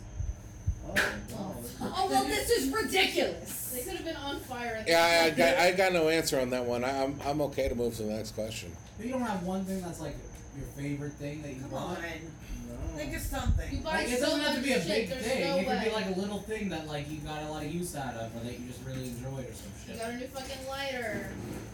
Speaker 6: Oh, wow.
Speaker 7: Oh, well, this is ridiculous.
Speaker 3: They could have been on fire. At the
Speaker 1: Yeah, I, I got I got no answer on that one. I, I'm I'm okay to move to the next question.
Speaker 4: But you don't have one thing that's like your favorite thing that you
Speaker 2: Come on.
Speaker 4: bought.
Speaker 6: No.
Speaker 2: Think of
Speaker 3: You
Speaker 2: something.
Speaker 3: buy
Speaker 4: Like, it
Speaker 3: so
Speaker 4: doesn't have to
Speaker 3: much
Speaker 4: be a
Speaker 3: shit,
Speaker 4: big
Speaker 3: there's
Speaker 4: thing.
Speaker 3: No
Speaker 4: it could
Speaker 3: way.
Speaker 4: be like a little thing that like you got a lot of use out of, or that you just really enjoyed, or some
Speaker 3: you
Speaker 4: shit.
Speaker 3: got a new fucking lighter.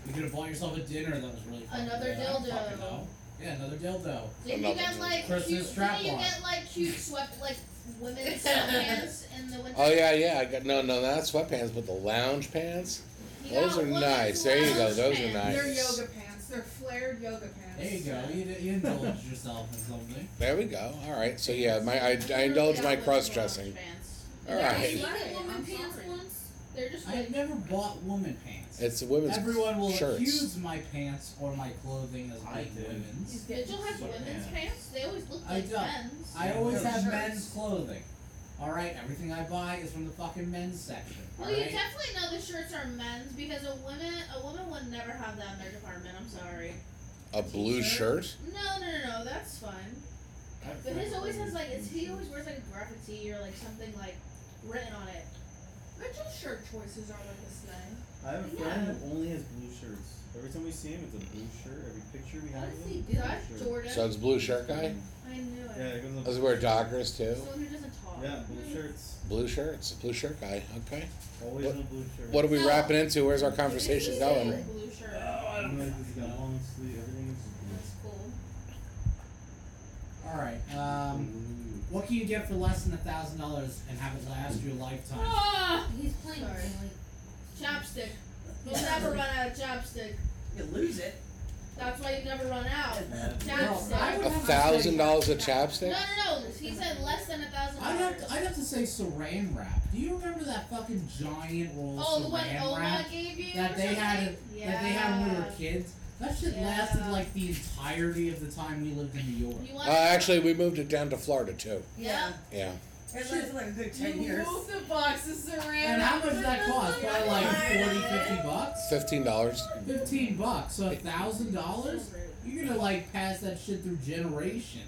Speaker 4: You could have bought yourself a dinner that was really. fucking
Speaker 3: Another
Speaker 4: good. I don't
Speaker 3: dildo.
Speaker 4: fucking know. Yeah, another dildo.
Speaker 3: Did you
Speaker 1: Another
Speaker 3: get like
Speaker 4: Christmas
Speaker 3: cute? Did you
Speaker 4: strap-on.
Speaker 3: get like cute swept like women's sweatpants in the winter?
Speaker 1: Oh yeah, yeah. I got no, no, not sweatpants, but the lounge pants.
Speaker 3: You
Speaker 1: Those
Speaker 3: got
Speaker 1: are
Speaker 3: women's
Speaker 1: nice. There you go.
Speaker 3: lounge
Speaker 1: Those are
Speaker 3: pants.
Speaker 1: nice.
Speaker 5: They're yoga pants. They're flared yoga pants.
Speaker 4: There you go. You, you indulged yourself in something.
Speaker 1: There we go. All right. So yeah, my I, I indulge
Speaker 3: Yeah,
Speaker 1: my
Speaker 3: women's
Speaker 1: cross dressing.
Speaker 3: lounge pants.
Speaker 1: All
Speaker 7: Did I
Speaker 1: right.
Speaker 7: see that
Speaker 5: Right,
Speaker 7: woman
Speaker 5: I'm
Speaker 7: pants
Speaker 5: sorry.
Speaker 7: once?
Speaker 3: They're just
Speaker 4: I have
Speaker 3: like
Speaker 4: never bought woman pants.
Speaker 1: It's the women's
Speaker 4: Everyone will
Speaker 1: shirts.
Speaker 4: accuse my pants or my clothing as
Speaker 6: I
Speaker 4: being
Speaker 6: do.
Speaker 4: women's.
Speaker 3: Mitchell has
Speaker 6: Sweatpants.
Speaker 3: women's pants. They always look
Speaker 4: I
Speaker 3: like
Speaker 4: don't.
Speaker 3: men's.
Speaker 4: I always
Speaker 6: Yeah.
Speaker 4: have
Speaker 6: Shirts.
Speaker 4: men's clothing. All right, everything I buy is from the fucking men's section. All
Speaker 3: Well, you
Speaker 4: right.
Speaker 3: definitely know the shirts are men's because a woman a woman would never have that in their department. I'm sorry.
Speaker 1: A blue shirt?
Speaker 3: No, no, no, no, that's fine. But his always has like, it's, he always wears like a graffiti or like something like written on it.
Speaker 5: Mitchell's shirt choices aren't on this thing.
Speaker 6: I have a friend who only has blue shirts. Every time we see him, it's a blue shirt. Every picture we have of
Speaker 7: What does
Speaker 6: him, it's
Speaker 7: he
Speaker 6: a blue
Speaker 7: do?
Speaker 3: That's
Speaker 6: shirt.
Speaker 3: Jordan.
Speaker 1: Suggs blue shirt guy?
Speaker 3: I knew it.
Speaker 6: Yeah, he goes on-
Speaker 1: Does he wear Dockers too?
Speaker 3: So he doesn't talk.
Speaker 6: Yeah,
Speaker 3: Mm-hmm.
Speaker 6: blue shirts.
Speaker 1: Blue shirts, blue shirt guy. Okay.
Speaker 6: Always
Speaker 1: What-
Speaker 6: in a blue shirt.
Speaker 1: What are we
Speaker 3: No.
Speaker 1: wrapping into? Where's our conversation
Speaker 3: He said
Speaker 1: going?
Speaker 3: Blue shirt.
Speaker 6: Oh, I don't know. He's got long sleeve. Everything
Speaker 3: That's cool.
Speaker 4: All right. Um,
Speaker 6: is
Speaker 4: what can you get for less than a thousand dollars and have it last your lifetime?
Speaker 3: Ah,
Speaker 7: He's playing
Speaker 3: Sorry.
Speaker 7: like
Speaker 3: chapstick. You'll never run out of chapstick.
Speaker 2: You lose it.
Speaker 3: That's why you never run out.
Speaker 6: blue.
Speaker 4: Girl, I
Speaker 3: Chapstick.
Speaker 4: would
Speaker 1: A
Speaker 4: have to
Speaker 1: thousand
Speaker 4: say-
Speaker 1: dollars a
Speaker 3: No,
Speaker 1: chapstick?
Speaker 3: no, no. He said less than a thousand
Speaker 4: I'd have to,
Speaker 3: dollars.
Speaker 4: I'd have to say saran wrap. Do you remember that fucking giant roll of
Speaker 3: Oh, the one
Speaker 4: saran
Speaker 3: Oma
Speaker 4: wrap
Speaker 3: gave you.
Speaker 4: that
Speaker 3: or
Speaker 4: they had
Speaker 3: something?
Speaker 4: that they had when we were
Speaker 3: Yeah.
Speaker 4: kids? That shit
Speaker 3: Yeah.
Speaker 4: lasted like the entirety of the time we lived in New York.
Speaker 3: You
Speaker 1: Uh,
Speaker 3: want
Speaker 1: actually, we moved it down to Florida too.
Speaker 3: Yeah.
Speaker 1: Yeah.
Speaker 2: It lasted like a good
Speaker 5: You
Speaker 2: ten years.
Speaker 5: move the boxes around.
Speaker 4: And how much did that cost? Probably like 40, 50 bucks?
Speaker 1: Fifteen dollars.
Speaker 4: 15 bucks, so a thousand dollars? You're gonna like pass that shit through generations.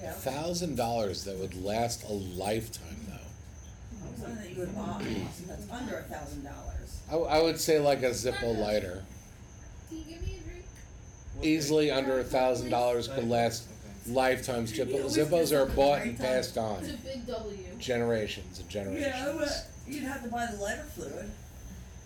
Speaker 1: A
Speaker 2: Yeah.
Speaker 1: thousand dollars that would last a lifetime though.
Speaker 2: Something that you would buy. That's under a thousand dollars.
Speaker 1: I, w- I would say like a Zippo lighter.
Speaker 7: Can you give me a drink?
Speaker 1: Easily under a thousand dollars could last lifetimes. Zippo- Zippos are bought and passed on.
Speaker 3: It's a big W.
Speaker 1: Generations and
Speaker 2: Yeah,
Speaker 1: generations.
Speaker 2: but you'd have to buy the lighter fluid.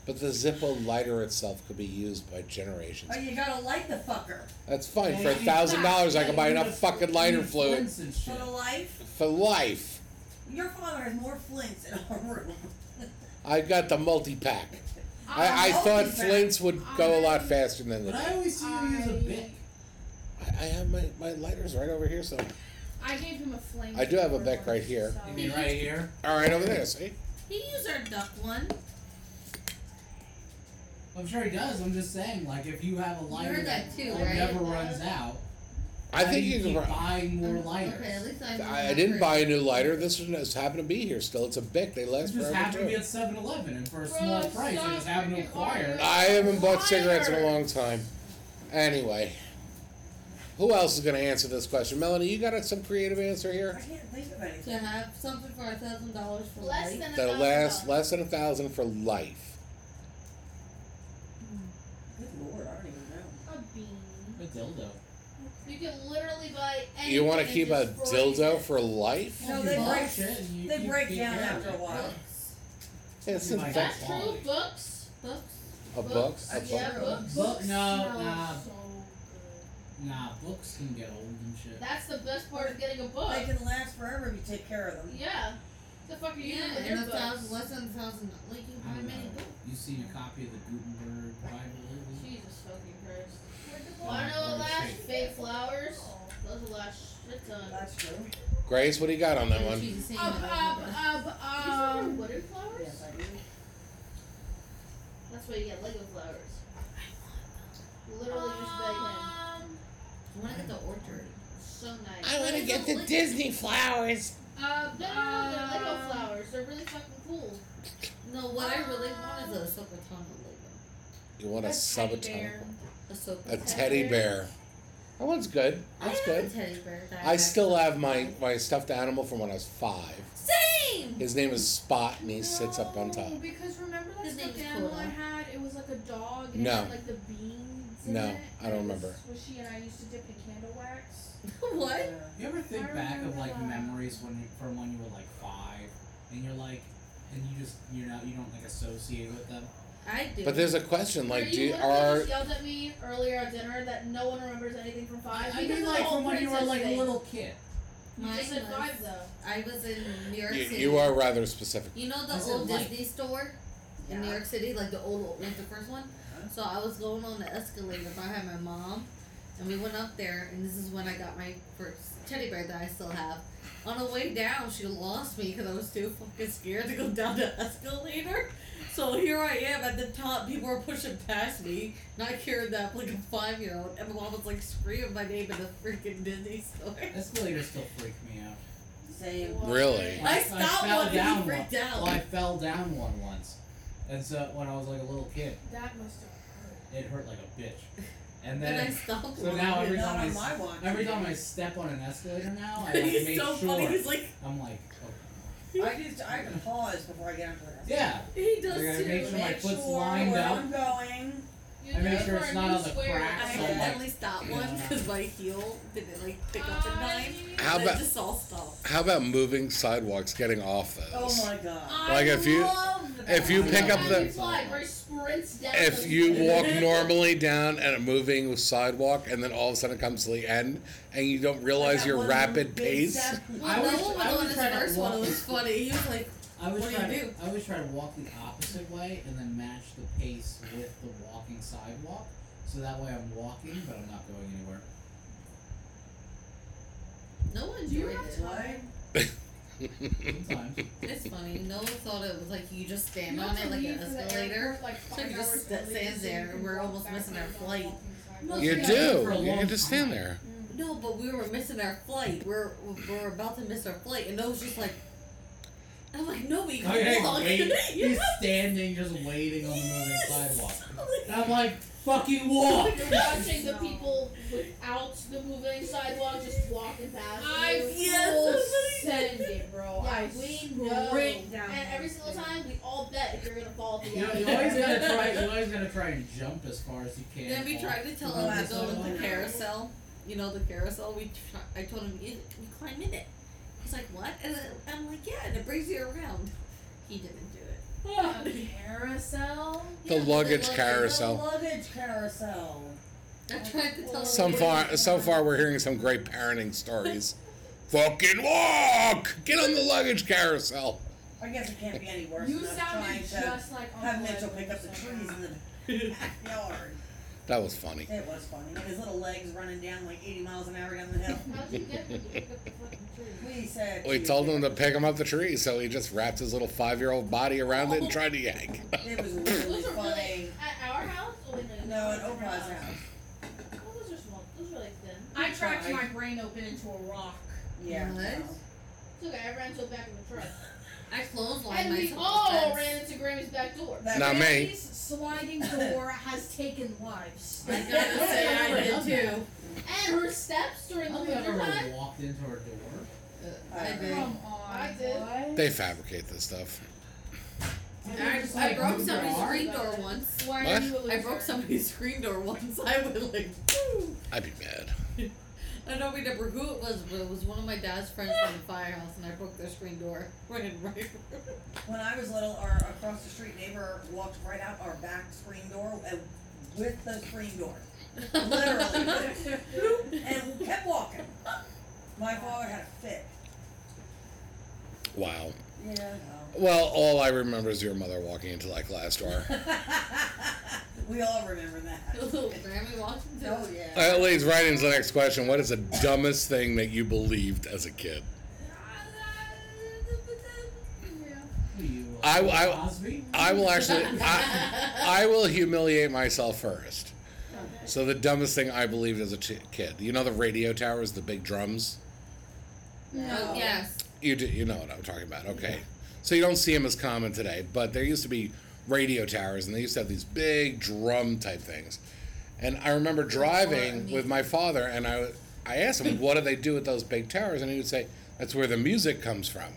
Speaker 1: But the Zippo lighter itself could be used by generations.
Speaker 2: Oh, you gotta light the fucker.
Speaker 1: That's fine. For a thousand dollars, I could buy enough fucking lighter fluid
Speaker 4: Flints and
Speaker 2: For
Speaker 4: shit.
Speaker 2: the life,
Speaker 1: for life.
Speaker 2: your father has more flints in our room.
Speaker 1: I got the multi pack. I, I thought flints would go a lot faster than the.
Speaker 4: But
Speaker 1: I,
Speaker 4: I always see you use a Bic.
Speaker 1: I have my, my lighters right over here, so.
Speaker 5: I gave him a flame.
Speaker 1: I do have a Bic right here.
Speaker 4: You mean right here?
Speaker 1: All right, over there, see?
Speaker 7: He used our duck one.
Speaker 4: I'm sure he does. I'm just saying, like, if you have a
Speaker 7: You
Speaker 4: lighter
Speaker 7: heard that too, right?
Speaker 4: never runs out,
Speaker 1: I
Speaker 4: how
Speaker 1: think
Speaker 4: do you
Speaker 1: you can.
Speaker 4: keep
Speaker 1: run-
Speaker 4: buying more lighters.
Speaker 7: Okay, at least I. know
Speaker 1: I, I
Speaker 7: that
Speaker 1: didn't
Speaker 7: for-
Speaker 1: buy a new lighter. This one just happened to be here still. It's a Bic. They
Speaker 4: It
Speaker 1: last
Speaker 4: just
Speaker 1: forever.
Speaker 4: happened to be
Speaker 1: Too.
Speaker 4: at 7-Eleven, and for a
Speaker 5: Bro,
Speaker 4: small price, I just
Speaker 5: stop
Speaker 4: happened to
Speaker 5: freaking
Speaker 4: acquire.
Speaker 5: ordering.
Speaker 1: I haven't bought cigarettes in a long time. Anyway, who else is going to answer this question? Melanie, you got some creative answer
Speaker 2: I
Speaker 1: here?
Speaker 2: can't think of
Speaker 7: To
Speaker 2: anything.
Speaker 7: have something for a thousand dollars for
Speaker 3: Less
Speaker 7: life.
Speaker 3: than a
Speaker 1: That'll
Speaker 3: thousand
Speaker 1: last
Speaker 3: dollars.
Speaker 1: less than a thousand for life.
Speaker 2: Good lord, I don't even know.
Speaker 3: A bean.
Speaker 4: A dildo.
Speaker 3: You can literally buy anything.
Speaker 1: You want to
Speaker 3: and
Speaker 1: keep a
Speaker 3: just freeze
Speaker 1: dildo
Speaker 3: it.
Speaker 1: for life?
Speaker 2: No,
Speaker 4: You
Speaker 2: they
Speaker 4: buy
Speaker 2: break-
Speaker 4: shit and you-
Speaker 2: They
Speaker 4: you
Speaker 2: break
Speaker 4: take
Speaker 2: down
Speaker 4: care of
Speaker 2: after a
Speaker 4: it.
Speaker 2: while.
Speaker 1: It's a,
Speaker 4: Like uh,
Speaker 1: book.
Speaker 3: That's true.
Speaker 4: quality.
Speaker 3: Books.
Speaker 7: Books.
Speaker 1: a book. A
Speaker 7: Books.
Speaker 1: book.
Speaker 3: Yeah, books.
Speaker 4: Book- no,
Speaker 3: smell
Speaker 4: nah.
Speaker 3: so good.
Speaker 4: Nah, books can get old and shit.
Speaker 3: That's the best part of getting a book.
Speaker 2: They can last forever if you take care of them.
Speaker 3: Yeah. The fuck are you doing
Speaker 7: Yeah,
Speaker 3: with
Speaker 7: and
Speaker 3: your
Speaker 7: a
Speaker 3: books?
Speaker 7: thousand, less than a thousand. Like you
Speaker 4: I
Speaker 7: buy
Speaker 4: don't
Speaker 7: many
Speaker 4: know.
Speaker 7: books.
Speaker 4: You seen a copy of the Gutenberg Bible? lately?
Speaker 3: Jesus fucking Christ.
Speaker 1: Oh,
Speaker 4: Why
Speaker 3: Why
Speaker 4: not?
Speaker 3: no last
Speaker 4: Shit.
Speaker 3: fake flowers? Those are last shit ton.
Speaker 2: That's true.
Speaker 1: Grace, what do you got on that
Speaker 7: And
Speaker 1: one?
Speaker 7: she's the same
Speaker 5: Up,
Speaker 7: amount
Speaker 5: up,
Speaker 7: of books.
Speaker 5: up,
Speaker 3: Um,
Speaker 5: um.
Speaker 3: wooden flowers?
Speaker 2: Yes, I do.
Speaker 3: That's why you get Lego flowers. Literally just beg him.
Speaker 5: Um,
Speaker 7: I want to get the orchard.
Speaker 3: So nice. Uh,
Speaker 1: I want to get the Disney flowers.
Speaker 5: up,
Speaker 3: No, no, no, they're Lego
Speaker 5: um,
Speaker 3: flowers. They're really fucking cool.
Speaker 7: No, what I really want is a Sokotana Lego.
Speaker 1: You want
Speaker 5: A
Speaker 1: a
Speaker 5: teddy
Speaker 1: subatomic?
Speaker 5: bear.
Speaker 7: A Sokotana.
Speaker 1: A teddy bear. That one's good. That's
Speaker 7: I have a
Speaker 1: good.
Speaker 7: teddy bear. that
Speaker 1: I still
Speaker 7: actually
Speaker 1: have my,
Speaker 7: like.
Speaker 1: my stuffed animal from when I was five.
Speaker 7: Same.
Speaker 1: His name is Spot, and he sits up on top.
Speaker 5: No, because remember that
Speaker 7: His
Speaker 5: stuffed
Speaker 7: name's
Speaker 5: animal
Speaker 7: Cola.
Speaker 5: I had? It was like a dog. And
Speaker 1: No.
Speaker 5: It had like the beans. in
Speaker 1: No,
Speaker 5: it,
Speaker 1: I don't
Speaker 5: and it was
Speaker 1: remember.
Speaker 5: Swishy and I used to dip in candle wax.
Speaker 7: what?
Speaker 2: Yeah.
Speaker 4: You ever think
Speaker 5: I
Speaker 4: back of
Speaker 5: remember
Speaker 4: like
Speaker 5: that.
Speaker 4: memories when you, from when you were like five, and you're like, and you just you're not you don't like associate with them.
Speaker 7: I do.
Speaker 1: But there's a question
Speaker 3: Were
Speaker 1: like, do
Speaker 3: you
Speaker 1: you,
Speaker 3: literally
Speaker 1: are
Speaker 3: just yelled at me earlier at dinner that no one remembers anything from five?
Speaker 4: I
Speaker 3: because
Speaker 4: mean,
Speaker 3: of the
Speaker 4: like
Speaker 3: whole
Speaker 4: from when you were
Speaker 3: princess
Speaker 4: like a
Speaker 3: thing.
Speaker 4: little kid.
Speaker 3: You
Speaker 7: Mine
Speaker 3: just said
Speaker 7: was-
Speaker 3: five though.
Speaker 7: I was in New York
Speaker 1: you,
Speaker 7: City.
Speaker 1: you are rather specific?
Speaker 7: You know
Speaker 4: I
Speaker 7: the
Speaker 4: said
Speaker 7: old
Speaker 4: light.
Speaker 7: Disney store in New
Speaker 2: Yeah.
Speaker 7: York City, like the old, old- like the first one. So I was going on the escalator behind my mom, and we went up there, and this is when I got my first teddy bear that I still have. On the way down, she lost me because I was too fucking scared to go down the escalator. So here I am at the top. People are pushing past me, not caring that I'm like a five year old. And my mom was like screaming my name in the freaking Disney store.
Speaker 4: Escalators still freak me out.
Speaker 2: Same.
Speaker 1: Really?
Speaker 7: I stopped
Speaker 4: fell
Speaker 7: one and he
Speaker 4: down
Speaker 7: freaked
Speaker 4: one.
Speaker 7: out.
Speaker 4: Well, I fell down one once, and so when I was like a little kid,
Speaker 5: That must have.
Speaker 4: it hurt like a bitch. And
Speaker 7: Then I
Speaker 4: then
Speaker 7: stopped.
Speaker 4: so now every
Speaker 2: Not
Speaker 4: time I
Speaker 2: on
Speaker 4: s-
Speaker 2: my watch.
Speaker 4: every time I step on an escalator now, I like,
Speaker 8: He's
Speaker 4: make
Speaker 8: so
Speaker 4: sure
Speaker 8: funny. He's like,
Speaker 4: I'm like, oh,
Speaker 2: I just I can pause before I get onto the
Speaker 4: yeah.
Speaker 8: he does
Speaker 4: I gotta
Speaker 8: too.
Speaker 4: make sure my
Speaker 2: Make
Speaker 4: foot's
Speaker 2: sure
Speaker 4: lined
Speaker 2: where
Speaker 4: up.
Speaker 2: I'm going.
Speaker 3: You
Speaker 4: I make
Speaker 3: go
Speaker 4: sure
Speaker 3: for
Speaker 4: it's
Speaker 3: a
Speaker 4: not
Speaker 3: new
Speaker 4: on the
Speaker 3: square.
Speaker 4: crack,
Speaker 8: I
Speaker 4: so I'm like-
Speaker 8: accidentally stopped one because my heel didn't like pick up
Speaker 5: Um, Uh,
Speaker 8: in time.
Speaker 3: I-
Speaker 1: How
Speaker 8: and I
Speaker 1: about
Speaker 8: just all stopped.
Speaker 1: how about moving sidewalks, getting off those?
Speaker 2: Oh my god.
Speaker 3: I
Speaker 1: Like, if you-
Speaker 3: love that.
Speaker 1: if you pick up
Speaker 3: As
Speaker 1: the-
Speaker 3: you fly, Bryce sprints down.
Speaker 1: If
Speaker 3: those
Speaker 1: you
Speaker 3: stairs.
Speaker 1: walk normally down at a moving sidewalk and then all of a sudden it comes to the end and you don't realize
Speaker 2: That
Speaker 1: your
Speaker 2: one
Speaker 1: rapid
Speaker 2: big
Speaker 1: pace.
Speaker 2: step.
Speaker 4: I
Speaker 7: Well,
Speaker 4: was-
Speaker 7: Noah was
Speaker 4: I was
Speaker 7: on his
Speaker 4: trying to
Speaker 7: first one. It
Speaker 4: walk-
Speaker 7: was funny. He was like,
Speaker 4: I was
Speaker 7: What do you
Speaker 4: trying to,
Speaker 7: do?
Speaker 4: I was trying to walk the opposite way and then match the pace with the walking sidewalk, so that way I'm walking but I'm not going anywhere.
Speaker 7: "No one
Speaker 3: Do you
Speaker 7: enjoyed
Speaker 3: have
Speaker 7: it."
Speaker 3: time?
Speaker 4: Sometimes.
Speaker 7: It's funny. No one thought it was like you just stand
Speaker 5: You
Speaker 7: on
Speaker 5: have
Speaker 7: it
Speaker 5: to
Speaker 7: like an
Speaker 5: leave for the
Speaker 7: escalator.
Speaker 5: airport, like,
Speaker 7: So
Speaker 5: five
Speaker 7: you just
Speaker 5: hours
Speaker 7: sta-
Speaker 5: early
Speaker 7: stand
Speaker 5: so you
Speaker 7: there.
Speaker 5: can
Speaker 7: We're
Speaker 5: walk
Speaker 7: almost
Speaker 5: back
Speaker 7: missing
Speaker 5: on
Speaker 7: our
Speaker 5: the
Speaker 7: flight.
Speaker 5: walking sidewalk.
Speaker 4: No,
Speaker 1: You
Speaker 4: Yeah, for a
Speaker 1: do. You
Speaker 4: long
Speaker 1: can just stand
Speaker 4: time.
Speaker 1: there.
Speaker 7: No, but we were missing our flight. We're we're about to miss our flight, and Noah was just like, "I'm like, no, we
Speaker 4: Okay,
Speaker 7: can walk."
Speaker 4: Oh, wait.
Speaker 7: Yeah.
Speaker 4: He's standing just waiting on the moving
Speaker 7: Yes.
Speaker 4: sidewalk.
Speaker 7: I'm like,
Speaker 4: And I'm like, fucking walk!
Speaker 3: You're watching the people without the moving sidewalk just walking past.
Speaker 5: I
Speaker 3: you.
Speaker 5: will
Speaker 7: Yes.
Speaker 5: send it, bro.
Speaker 3: Yeah,
Speaker 5: I
Speaker 3: we
Speaker 5: sprint down.
Speaker 3: And every single time, we all bet if you're gonna fall at the
Speaker 4: You, know,
Speaker 3: end.
Speaker 4: you always gotta try. You always gotta try and jump as far as you can.
Speaker 7: Then we
Speaker 4: off
Speaker 7: tried to tell
Speaker 4: the
Speaker 7: him
Speaker 4: moving
Speaker 7: to go to the
Speaker 4: sidewalk.
Speaker 7: carousel. You know the carousel. We try, I told him you, you climb in it. He's like, "What?" And then I'm like, "Yeah," and it brings you around. He didn't do it.
Speaker 5: A carousel.
Speaker 1: The
Speaker 7: Yeah,
Speaker 1: luggage
Speaker 2: The
Speaker 1: carousel.
Speaker 2: luggage carousel.
Speaker 7: I tried to tell him.
Speaker 1: Some
Speaker 7: to-
Speaker 1: far so far we're hearing some great parenting stories. Fucking walk! Get on the luggage carousel.
Speaker 2: I guess it can't be any worse
Speaker 5: You
Speaker 2: than us
Speaker 5: sounded
Speaker 2: trying to
Speaker 5: just like
Speaker 2: have
Speaker 5: Uncle
Speaker 2: Mitchell
Speaker 5: Ed
Speaker 2: pick up the
Speaker 5: Wilson.
Speaker 2: trees in the backyard.
Speaker 1: That was funny.
Speaker 2: It was funny. And his little legs running down like 80 miles an hour down the hill.
Speaker 3: How'd you get them to pick up the fucking tree?
Speaker 2: We said.
Speaker 1: We
Speaker 2: to-
Speaker 1: told him to pick him up the tree, so he just wrapped his little five year old body around it and tried to yank.
Speaker 2: It was
Speaker 3: Those
Speaker 2: really
Speaker 3: are
Speaker 2: funny.
Speaker 3: really at our house. Oh, wait, no,
Speaker 2: No,
Speaker 3: those
Speaker 2: at
Speaker 3: are our
Speaker 2: Oprah's house.
Speaker 3: Oh, those are small. Those are like thin.
Speaker 5: I cracked my brain open into a rock.
Speaker 2: Yeah.
Speaker 7: What?
Speaker 2: no.
Speaker 3: It's okay. I ran to the back of the truck,
Speaker 7: I clotheslined
Speaker 3: and we
Speaker 7: myself.
Speaker 3: all
Speaker 7: That's-
Speaker 3: ran into Grammy's back door.
Speaker 2: That-
Speaker 1: Not me.
Speaker 5: Grammy's sliding door has taken lives.
Speaker 7: I gotta say, I did too.
Speaker 3: And her steps during the
Speaker 4: I've never
Speaker 3: winter time.
Speaker 4: walked into her door.
Speaker 7: I
Speaker 2: I
Speaker 7: did.
Speaker 5: Come on.
Speaker 3: I did.
Speaker 5: What?
Speaker 1: They fabricate this stuff.
Speaker 7: I,
Speaker 4: Just
Speaker 7: I
Speaker 4: like
Speaker 7: broke
Speaker 4: moving
Speaker 7: somebody's
Speaker 4: around.
Speaker 7: screen door once.
Speaker 5: Why
Speaker 1: What?
Speaker 5: are you a
Speaker 7: I
Speaker 5: loser?
Speaker 7: broke somebody's screen door once. I went like, "Woo."
Speaker 1: I'd be mad.
Speaker 7: I don't remember who it was, but it was one of my dad's friends from the firehouse, and I broke their screen door. Ran right.
Speaker 2: When I was little, our across the street neighbor walked right out our back screen door and with the screen door. Literally. and kept walking. My father had a fit.
Speaker 1: Wow.
Speaker 2: Yeah.
Speaker 1: Well, all I remember is your mother walking into that glass door.
Speaker 2: we all remember that.
Speaker 7: Grammy Washington.
Speaker 2: Oh, yeah.
Speaker 1: That leads right into the next question. What is the dumbest thing that you believed as a kid?
Speaker 4: Who are you?
Speaker 1: I-
Speaker 4: uh,
Speaker 1: I-
Speaker 4: Cosby?
Speaker 1: I will actually, I, I will humiliate myself first. So the dumbest thing I believed as a ch- kid, you know the radio towers, the big drums.
Speaker 7: Oh, yes.
Speaker 1: You do, you know what I'm talking about? Okay. So you don't see them as common today, but there used to be radio towers, and they used to have these big drum type things. And I remember driving with my father, and I I asked him, "What do they do with those big towers?" And he would say, "That's where the music comes from."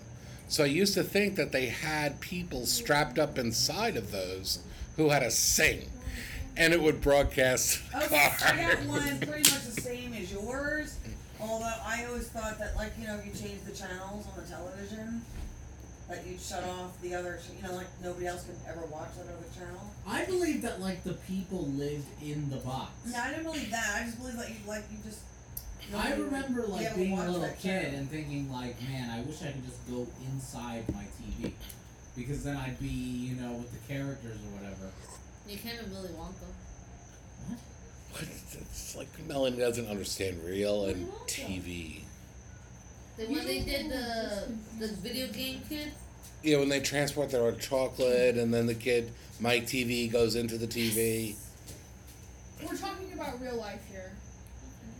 Speaker 1: So I used to think that they had people strapped up inside of those who had to sing, and it would broadcast.
Speaker 2: Okay, I got
Speaker 1: cars.
Speaker 2: Oh, one pretty much the same as yours. Although I always thought that, like, you know, if you change the channels on the television, that you'd shut off the other, ch- you know, like nobody else could ever watch that other channel.
Speaker 4: I believe that like the people lived in the box.
Speaker 2: No, I didn't believe that. I just believe that you, like, you just.
Speaker 4: I
Speaker 2: nobody would
Speaker 4: remember
Speaker 2: be
Speaker 4: like
Speaker 2: able to
Speaker 4: being
Speaker 2: watch
Speaker 4: a little
Speaker 2: that
Speaker 4: kid
Speaker 2: channel.
Speaker 4: and thinking like, man, I wish I could just go inside my TV, because then I'd be, you know, with the characters or
Speaker 7: Oh,
Speaker 4: whatever.
Speaker 7: You kind of really want them.
Speaker 1: What? It's like Melanie doesn't understand real and TV.
Speaker 7: Then when they did the the video game kid,
Speaker 1: you know, when they transport their chocolate and then the kid, Mike TV, goes into the TV.
Speaker 5: We're talking about real life here.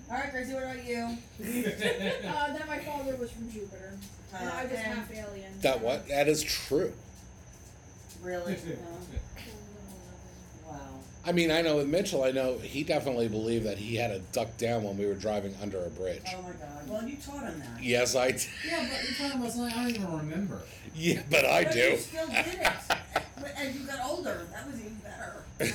Speaker 2: All right, Gracie, what about you?
Speaker 5: Uh, that my father was from Jupiter. Uh, and I was
Speaker 2: and-
Speaker 5: half alien.
Speaker 1: That what? That is true.
Speaker 2: Really? No. uh, Wow.
Speaker 1: I mean, I know with Mitchell, I know he definitely believed that he had to duck down when we were driving under a bridge.
Speaker 2: Oh my god. Well, you taught him that.
Speaker 1: Yes, I. d-
Speaker 4: Yeah, but you're talking about something I don't even remember.
Speaker 1: Yeah, but I
Speaker 2: but
Speaker 1: do.
Speaker 2: You still did it. But as you got older, that was even better.
Speaker 7: I don't know.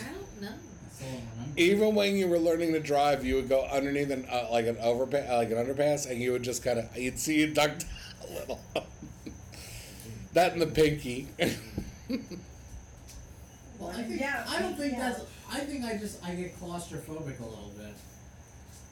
Speaker 4: I still don't remember.
Speaker 1: Even when you were learning to drive, you would go underneath an uh, like an overpass, like an underpass, and you would just kind of you'd see it duck down a little. that and the pinky.
Speaker 4: Well, I think
Speaker 2: Yeah,
Speaker 4: I don't think
Speaker 2: yeah.
Speaker 4: that's. I think I just I get claustrophobic a little bit,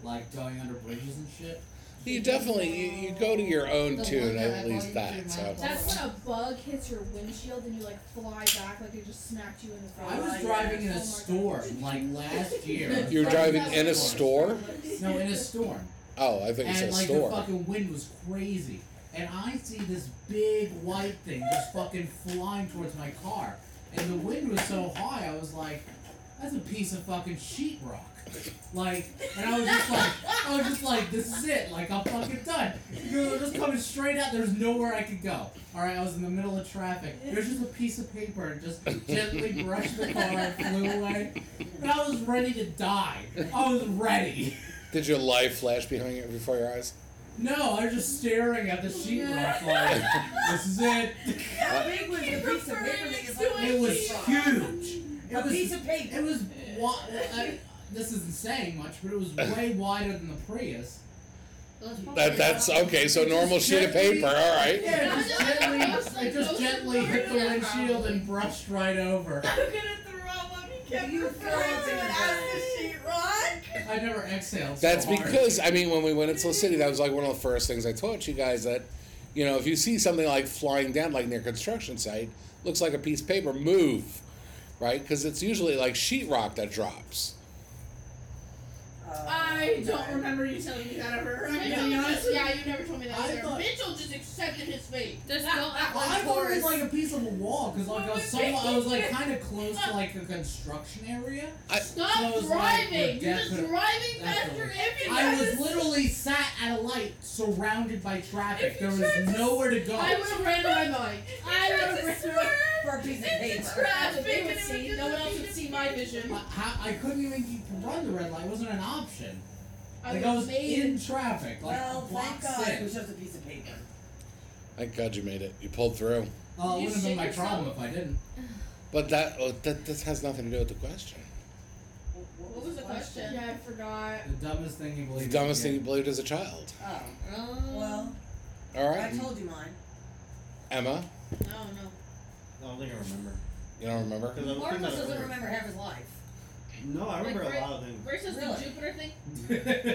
Speaker 4: like going under bridges and shit.
Speaker 1: you definitely you, you go to your own
Speaker 7: The one
Speaker 1: tune
Speaker 7: that
Speaker 1: at
Speaker 7: I
Speaker 1: least
Speaker 7: bought you
Speaker 1: that.
Speaker 7: through
Speaker 1: So
Speaker 7: my
Speaker 5: That's when a bug hits your windshield and you like fly back like it just smacked you in the face.
Speaker 4: Oh,
Speaker 5: Oh
Speaker 4: I was driving in a storm like last year.
Speaker 1: you were driving in a store.
Speaker 4: No, in a storm.
Speaker 1: Oh, I think it's
Speaker 4: and
Speaker 1: a
Speaker 4: like
Speaker 1: store.
Speaker 4: the fucking wind was crazy. And I see this big white thing just fucking flying towards my car. And the wind was so high, I was like, that's a piece of fucking sheetrock. Like, and I was just like, I was just like, this is it. Like, I'm fucking done. You know, just coming straight out. There's nowhere I could go. All right, I was in the middle of traffic. There's just a piece of paper and just gently brushed the car and flew away. And I was ready to die. I was ready.
Speaker 1: Did your life flash behind you before your eyes?
Speaker 4: No, I was just staring at the sheetrock like, this is it.
Speaker 2: How big was the piece of
Speaker 5: referring
Speaker 2: paper that you
Speaker 5: to
Speaker 2: left
Speaker 5: a
Speaker 2: in
Speaker 4: It
Speaker 2: the
Speaker 4: was
Speaker 2: truck?
Speaker 4: huge.
Speaker 2: A
Speaker 4: It was,
Speaker 2: piece of paper.
Speaker 4: it was, wa- I, this isn't saying much, but it was way wider than the Prius.
Speaker 7: It was probably
Speaker 1: That that's
Speaker 7: about-
Speaker 1: okay. So normal sheet of paper. All right.
Speaker 4: Yeah, it just gently, it just gently hit the windshield and brushed right over.
Speaker 5: I'm gonna throw up. You kept
Speaker 2: You
Speaker 5: referring
Speaker 2: throw
Speaker 5: to it
Speaker 2: up
Speaker 5: as the sheetrock.
Speaker 4: I never exhaled. so
Speaker 1: That's
Speaker 4: hard.
Speaker 1: because I mean, when we went into the city, that was like one of the first things I taught you guys that, you know, if you see something like flying down, like near a construction site, looks like a piece of paper, move, right? Because it's usually like sheetrock that drops.
Speaker 2: Uh,
Speaker 5: I don't remember you telling me that ever. I'm
Speaker 3: Mitchell
Speaker 5: gonna be honest
Speaker 3: just,
Speaker 5: with you.
Speaker 3: yeah, you never told me that
Speaker 4: I
Speaker 3: either.
Speaker 4: thought-
Speaker 3: Mitchell just accepted his fate.
Speaker 7: Just don't act
Speaker 4: Well, I thought
Speaker 7: like
Speaker 4: it was
Speaker 7: tourists.
Speaker 4: like a piece of a wall, because like I was, somewhat- I was like kind of close to like a construction area.
Speaker 3: Stop
Speaker 4: So it's like
Speaker 3: driving!
Speaker 4: we're
Speaker 3: You're just
Speaker 4: definite-
Speaker 3: driving past your
Speaker 4: definitely-
Speaker 3: image.
Speaker 4: I was literally sat at a light, surrounded by traffic. There was nowhere to go.
Speaker 3: I would have ran my mind. I would have ran my mind.
Speaker 2: For a piece of
Speaker 3: It's
Speaker 2: paper.
Speaker 3: trash. They would
Speaker 5: They would
Speaker 3: see.
Speaker 5: just
Speaker 3: No one
Speaker 5: look
Speaker 3: else
Speaker 5: at
Speaker 3: would
Speaker 5: it.
Speaker 3: see my vision.
Speaker 4: I, how- I couldn't even keep run the red light. It wasn't an option.
Speaker 3: I
Speaker 4: like
Speaker 3: would
Speaker 4: I
Speaker 3: have
Speaker 4: was
Speaker 3: made.
Speaker 4: in traffic, like
Speaker 2: Well,
Speaker 4: block
Speaker 2: thank God it was
Speaker 4: six.
Speaker 2: just a piece of paper.
Speaker 1: Thank God you made it. You pulled through.
Speaker 4: Oh, it
Speaker 3: You
Speaker 4: wouldn't have been
Speaker 3: shit
Speaker 4: my
Speaker 3: yourself.
Speaker 4: problem if I didn't.
Speaker 1: But that oh, that this has nothing to do with the question.
Speaker 3: What was the question?
Speaker 5: Yeah, I forgot.
Speaker 4: The dumbest thing you
Speaker 1: The
Speaker 4: believe.
Speaker 1: dumbest
Speaker 4: you
Speaker 1: thing you
Speaker 4: did.
Speaker 1: believed as a child.
Speaker 2: Oh,
Speaker 7: Um,
Speaker 2: well,
Speaker 1: All
Speaker 2: I
Speaker 1: right,
Speaker 2: told you mine.
Speaker 1: Emma.
Speaker 7: I don't know.
Speaker 6: I don't think I remember.
Speaker 1: You don't remember?
Speaker 6: 'Cause I was
Speaker 2: Marcus
Speaker 6: thinking about it
Speaker 2: doesn't
Speaker 6: earlier.
Speaker 2: remember half his life.
Speaker 6: No, I remember
Speaker 3: Like,
Speaker 6: a lot of things.
Speaker 3: Grace says
Speaker 2: Really?
Speaker 3: the Jupiter thing. I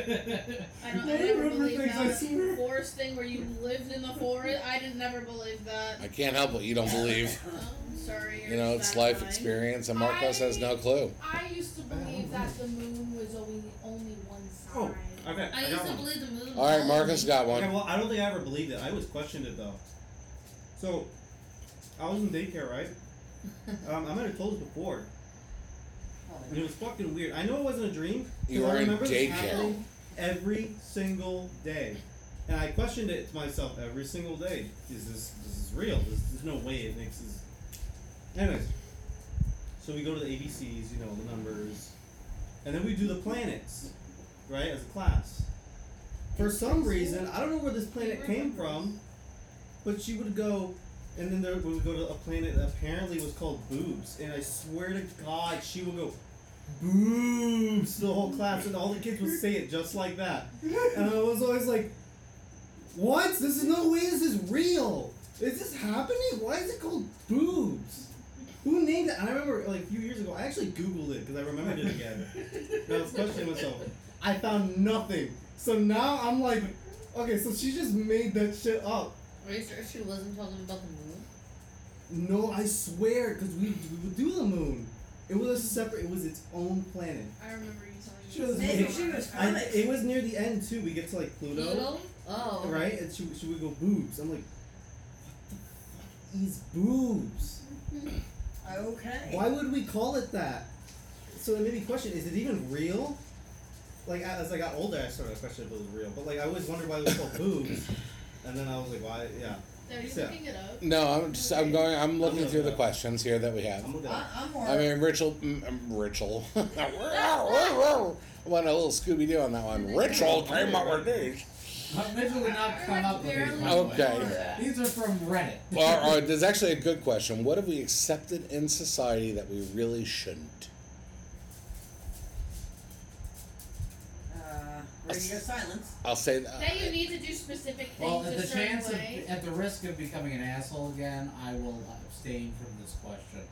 Speaker 4: I
Speaker 3: don't. I never believed
Speaker 4: things I
Speaker 3: that.
Speaker 4: swear.
Speaker 3: Forest thing where you lived in the forest. I did never believe that.
Speaker 1: I can't help what you don't believe.
Speaker 3: Oh, I'm sorry.
Speaker 1: You know, it's life experience, and Marcos has no clue.
Speaker 5: I used to believe that the moon was only only one side.
Speaker 6: Oh, okay.
Speaker 7: I,
Speaker 6: I,
Speaker 7: used
Speaker 6: got
Speaker 7: to
Speaker 6: one.
Speaker 7: believe the moon.
Speaker 1: All right, Marcus got
Speaker 6: Okay,
Speaker 1: one.
Speaker 6: well, I don't think I ever believed it. I always questioned it though. So, I was in daycare, right? Um, I might have told this before, and it was fucking weird. I know it wasn't a dream. 'cause
Speaker 1: You
Speaker 6: I
Speaker 1: were in
Speaker 6: remember this
Speaker 1: daycare.
Speaker 6: happening every single day, and I questioned it to myself every single day. Is this this is real? This, there's no way it makes this. Anyways, so we go to the ABCs, you know, the numbers, and then we do the planets, right, as a class. For some reason, I don't know where this planet came from, but she would go, and then there we would go to a planet that apparently was called boobs, and I swear to God, she would go boobs to the whole class, and all the kids would say it just like that, and I was always like, "What? This is no way. This is real. Is this happening? Why is it called boobs?" Who named it? And I remember like a few years ago, I actually Googled it because I remembered it again. and I was questioning myself. I found nothing. So now I'm like, okay, so she just made that shit up.
Speaker 7: Are you sure she wasn't talking about the moon?
Speaker 6: No, I swear, because we, we would do the moon. It was a separate, it was its own planet.
Speaker 5: I remember you telling me.
Speaker 6: She was
Speaker 5: this.
Speaker 2: Maybe she was
Speaker 6: I,
Speaker 2: from it.
Speaker 6: it was near the end too. We get to like Pluto,
Speaker 7: Pluto? Oh.
Speaker 6: right? And she, she would go boobs. I'm like, what the fuck is boobs?
Speaker 2: Okay.
Speaker 6: Why would we call it that? So it made me question: Is it even real? Like I- as I got older, I started to question if it was real. But like I always wondered why it was called boobs, and then I was like, why? Yeah.
Speaker 3: Are you
Speaker 6: So-
Speaker 3: looking it up?
Speaker 1: No, I'm just I'm going. I'm looking
Speaker 6: gonna
Speaker 1: through the
Speaker 6: go.
Speaker 1: questions here that we have.
Speaker 6: I'm looking
Speaker 2: I,
Speaker 6: at
Speaker 2: I'm more.
Speaker 1: I mean, ritual. mm, um, Ritual. Want a little Scooby Doo on that one? Ritual came up with these.
Speaker 4: Uh, Mitchell did not come up with these. by the way.
Speaker 1: Okay.
Speaker 4: These are from Reddit.
Speaker 1: Or, or there's actually a good question. What have we accepted in society that we really shouldn't?
Speaker 2: Uh, radio silence.
Speaker 1: I'll say that.
Speaker 3: That you need to do specific things
Speaker 4: Well,
Speaker 3: a
Speaker 4: at the
Speaker 3: certain
Speaker 4: chance of,
Speaker 3: way.
Speaker 4: at the risk of becoming an asshole again, I will abstain from this question.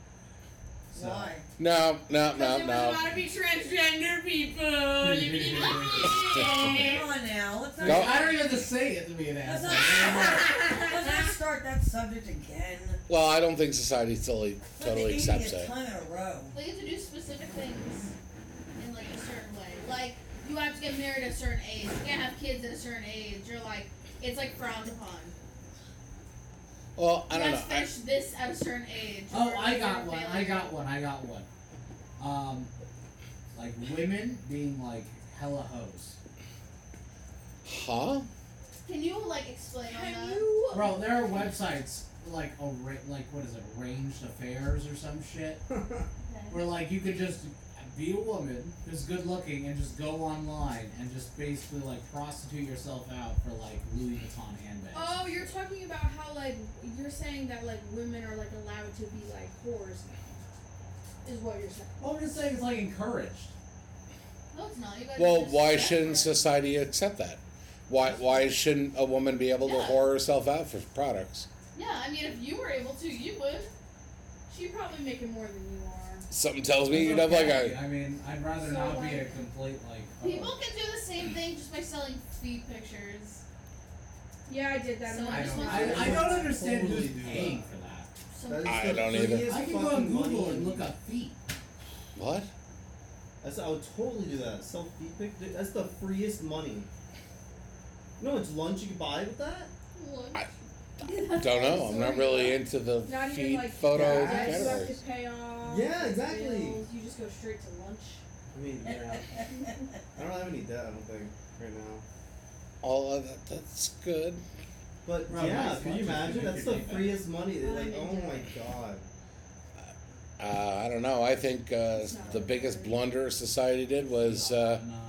Speaker 4: So,
Speaker 2: Why?
Speaker 1: No, no, no,
Speaker 3: Because there was
Speaker 1: no.
Speaker 3: a lot of be transgender people.
Speaker 2: Come
Speaker 3: You
Speaker 2: on now. Let's not,
Speaker 1: Go.
Speaker 4: I don't even have to say it to be an
Speaker 2: let's
Speaker 4: asshole.
Speaker 2: not, let's not start that subject again.
Speaker 1: Well, I don't think society totally
Speaker 2: It's like the
Speaker 1: totally
Speaker 2: 80th
Speaker 1: accepts it.
Speaker 2: time in a row.
Speaker 3: They have to do specific things in like a certain way. Like you have to get married at a certain age. You can't have kids at a certain age. You're like it's like frowned upon.
Speaker 1: Well, I
Speaker 3: you
Speaker 1: don't know.
Speaker 3: have to
Speaker 1: I,
Speaker 3: finish this at a certain age.
Speaker 4: Oh,
Speaker 3: or
Speaker 4: I
Speaker 3: your
Speaker 4: got one. I
Speaker 3: family-
Speaker 4: got one. I got one. Um, like women being like hella hoes.
Speaker 1: huh?
Speaker 3: Can you like explain on
Speaker 5: Can
Speaker 3: that?
Speaker 5: you?
Speaker 4: Bro, there are websites like a like what is it, arranged affairs or some shit, where like you could just be a woman who's good looking and just go online and just basically like prostitute yourself out for like Louis Vuitton handbags.
Speaker 5: Oh, you're talking about how like you're saying that like women are like allowed to be like whores now, is what you're saying.
Speaker 4: Well, I'm just saying it's like encouraged.
Speaker 3: No, it's not. You gotta
Speaker 1: Well,
Speaker 3: finish
Speaker 1: why
Speaker 3: that
Speaker 1: shouldn't
Speaker 3: first.
Speaker 1: society accept that? Why why shouldn't a woman be able to
Speaker 3: Yeah.
Speaker 1: whore herself out for products?
Speaker 3: Yeah, I mean, if you were able to, you would.
Speaker 1: Uh-huh.
Speaker 5: She probably making more than you are.
Speaker 1: Something tells me you'd
Speaker 4: It's
Speaker 1: have like
Speaker 4: okay.
Speaker 1: a
Speaker 4: I mean, I'd rather
Speaker 5: So,
Speaker 4: not be a
Speaker 5: like,
Speaker 4: complete like. oh.
Speaker 3: People can do the same thing just by selling feet pictures.
Speaker 5: Yeah, I did that.
Speaker 3: So
Speaker 5: in
Speaker 4: I
Speaker 5: my
Speaker 4: don't.
Speaker 5: first
Speaker 4: I,
Speaker 5: one.
Speaker 4: I don't understand
Speaker 6: Totally do
Speaker 4: who's
Speaker 6: that.
Speaker 4: paying for that.
Speaker 3: Some
Speaker 6: That is
Speaker 1: I
Speaker 6: the
Speaker 1: don't either.
Speaker 6: freakiest
Speaker 4: I can go on
Speaker 6: fucking
Speaker 4: Google
Speaker 6: money.
Speaker 4: and look up feet.
Speaker 1: what?
Speaker 6: That's, I would totally do that. Self feed pic. dude, That's the freest money. You know how much lunch you can buy with that?
Speaker 1: I- Don't know. I'm not really into the
Speaker 5: Not even,
Speaker 1: feet
Speaker 5: like,
Speaker 1: photo
Speaker 5: Yeah,
Speaker 6: yeah,
Speaker 5: you have to
Speaker 1: categories.
Speaker 5: pay off.
Speaker 6: Yeah, exactly.
Speaker 5: bills, You just go straight to lunch.
Speaker 6: I mean, yeah. I don't have any debt. I don't think right now.
Speaker 1: All of that that's good.
Speaker 6: But
Speaker 4: Well,
Speaker 6: yeah,
Speaker 4: nice
Speaker 6: could you
Speaker 4: lunches,
Speaker 6: imagine?
Speaker 4: you
Speaker 6: That's
Speaker 4: could
Speaker 6: the
Speaker 4: make that.
Speaker 6: freest money.
Speaker 5: Oh,
Speaker 6: Like,
Speaker 5: my
Speaker 6: oh my god.
Speaker 1: Uh, I don't know. I think uh,
Speaker 5: It's not
Speaker 1: the
Speaker 5: really
Speaker 1: biggest
Speaker 5: fair.
Speaker 1: blunder society did was uh,
Speaker 4: And, um,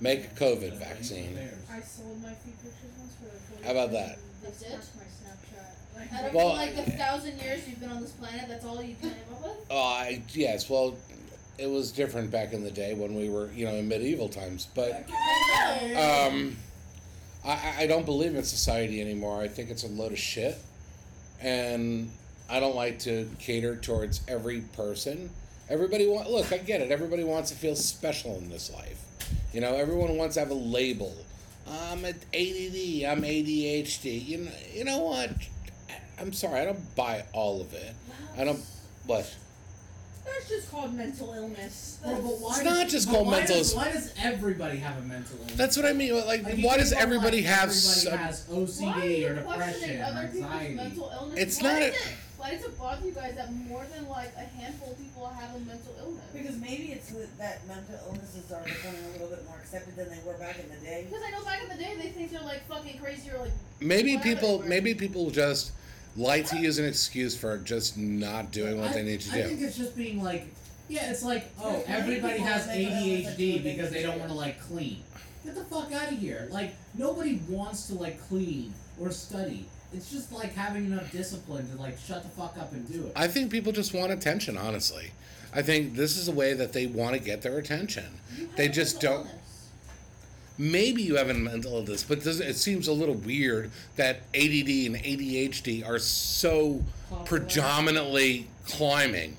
Speaker 1: make a
Speaker 4: the
Speaker 1: COVID
Speaker 4: arranged
Speaker 1: vaccine.
Speaker 4: affairs.
Speaker 5: I sold my feet pictures once for like.
Speaker 1: How about that?
Speaker 5: That's
Speaker 3: That's it?
Speaker 5: my Snapchat.
Speaker 3: Out
Speaker 5: Like,
Speaker 3: of
Speaker 1: Well,
Speaker 3: like the thousand years you've been on this planet, that's all you can come up with.
Speaker 1: Oh, I, yes. Well, it was different back in the day when we were, you know, in medieval times. But um, I- I, I don't believe in society anymore. I think it's a load of shit, and I don't like to cater towards every person. Everybody want look. I get it. Everybody wants to feel special in this life. You know, everyone wants to have a label. I'm an ADD. I'm ADHD. You know, you know what? I- I'm sorry. I don't buy all of it. I don't. What?
Speaker 5: that's just called mental illness.
Speaker 4: Well, but why
Speaker 1: It's
Speaker 4: does-
Speaker 1: not just
Speaker 4: but
Speaker 1: called
Speaker 4: why
Speaker 1: mental
Speaker 4: Does,
Speaker 1: is-
Speaker 4: why does everybody have a mental illness?
Speaker 1: That's what I mean. Like,
Speaker 4: Like, you
Speaker 1: why
Speaker 4: think
Speaker 1: does
Speaker 4: about, like,
Speaker 1: everybody have uh,
Speaker 4: everybody
Speaker 1: some?
Speaker 4: has
Speaker 3: why are
Speaker 4: OCD
Speaker 3: you questioning
Speaker 4: or depression or
Speaker 3: other people's
Speaker 4: anxiety?
Speaker 3: mental illness?
Speaker 1: It's
Speaker 3: why
Speaker 1: not
Speaker 3: Does
Speaker 1: a-
Speaker 3: it, why does it bother you guys that more than like a handful of people have a mental illness?
Speaker 2: Because maybe it's that- that mental illnesses are becoming a little bit more accepted than they were back in the day.
Speaker 3: Because I know back in the day they think they're like fucking crazy or like
Speaker 1: Maybe
Speaker 3: whatever.
Speaker 1: people, maybe people just like to use an excuse for just not doing what
Speaker 4: I,
Speaker 1: they need to
Speaker 4: I think
Speaker 1: do.
Speaker 4: it's just being like, yeah, it's like, oh,
Speaker 2: There's many
Speaker 4: everybody
Speaker 2: people
Speaker 4: has
Speaker 2: with mental illness that do
Speaker 4: ADHD
Speaker 2: what they
Speaker 4: because
Speaker 2: need
Speaker 4: they
Speaker 2: to
Speaker 4: don't
Speaker 2: do.
Speaker 4: want to like clean. Get the fuck out of here! Like nobody wants to like clean or study. It's just like having enough discipline to like shut the fuck up and do it.
Speaker 1: I think people just want attention. Honestly, I think this is a way that they want to get their attention.
Speaker 3: you have
Speaker 1: They
Speaker 3: a
Speaker 1: just
Speaker 3: mental
Speaker 1: don't-
Speaker 3: illness.
Speaker 1: Maybe you have a mental illness, but does it seems a little weird that ADD and ADHD are so predominantly climbing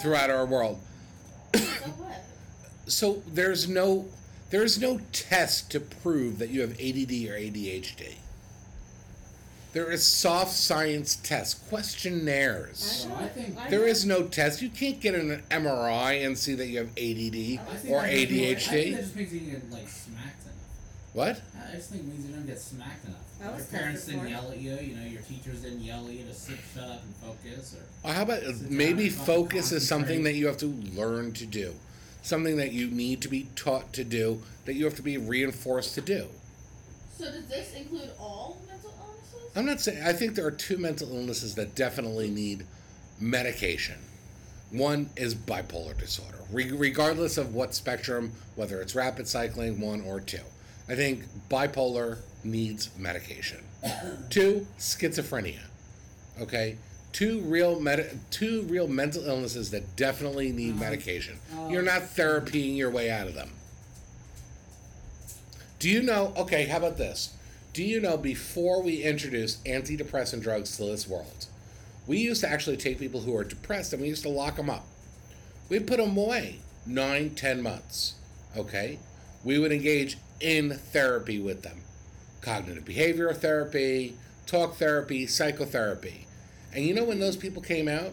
Speaker 1: throughout our world.
Speaker 3: So what?
Speaker 1: so there's no there's no test to prove that you have ADD or ADHD. There is soft science tests, questionnaires.
Speaker 4: So I think
Speaker 1: There is no test. You can't get an MRI and see that you have ADD
Speaker 4: Oh, I think
Speaker 1: or
Speaker 4: that just means- I think that
Speaker 1: ADHD.
Speaker 4: just means you get like smacked enough.
Speaker 1: What?
Speaker 4: I just think it means you don't get smacked enough.
Speaker 8: That was
Speaker 4: your parents
Speaker 8: tested
Speaker 4: didn't
Speaker 8: for.
Speaker 4: yell at you. You know, your teachers didn't yell at you to sit, shut up and focus. Or
Speaker 1: Well, how about uh,
Speaker 4: Sit down
Speaker 1: maybe
Speaker 4: and fucking
Speaker 1: focus is something
Speaker 4: concentrate.
Speaker 1: that you have to learn to do, something that you need to be taught to do, that you have to be reinforced to do.
Speaker 3: So does this include all mental illnesses?
Speaker 1: I'm not saying I think there are two mental illnesses that definitely need medication. One is bipolar disorder, re- regardless of what spectrum, whether it's rapid cycling one or two. I think bipolar needs medication. two, schizophrenia. Okay, two real med- two real mental illnesses that definitely need medication. You're not therapying your way out of them. Do you know? Okay, how about this? Do you know before we introduced antidepressant drugs to this world, we used to actually take people who are depressed and we used to lock them up. We'd put them away nine, ten months. Okay, we would engage in therapy with them, cognitive behavioral therapy, talk therapy, psychotherapy, and you know when those people came out,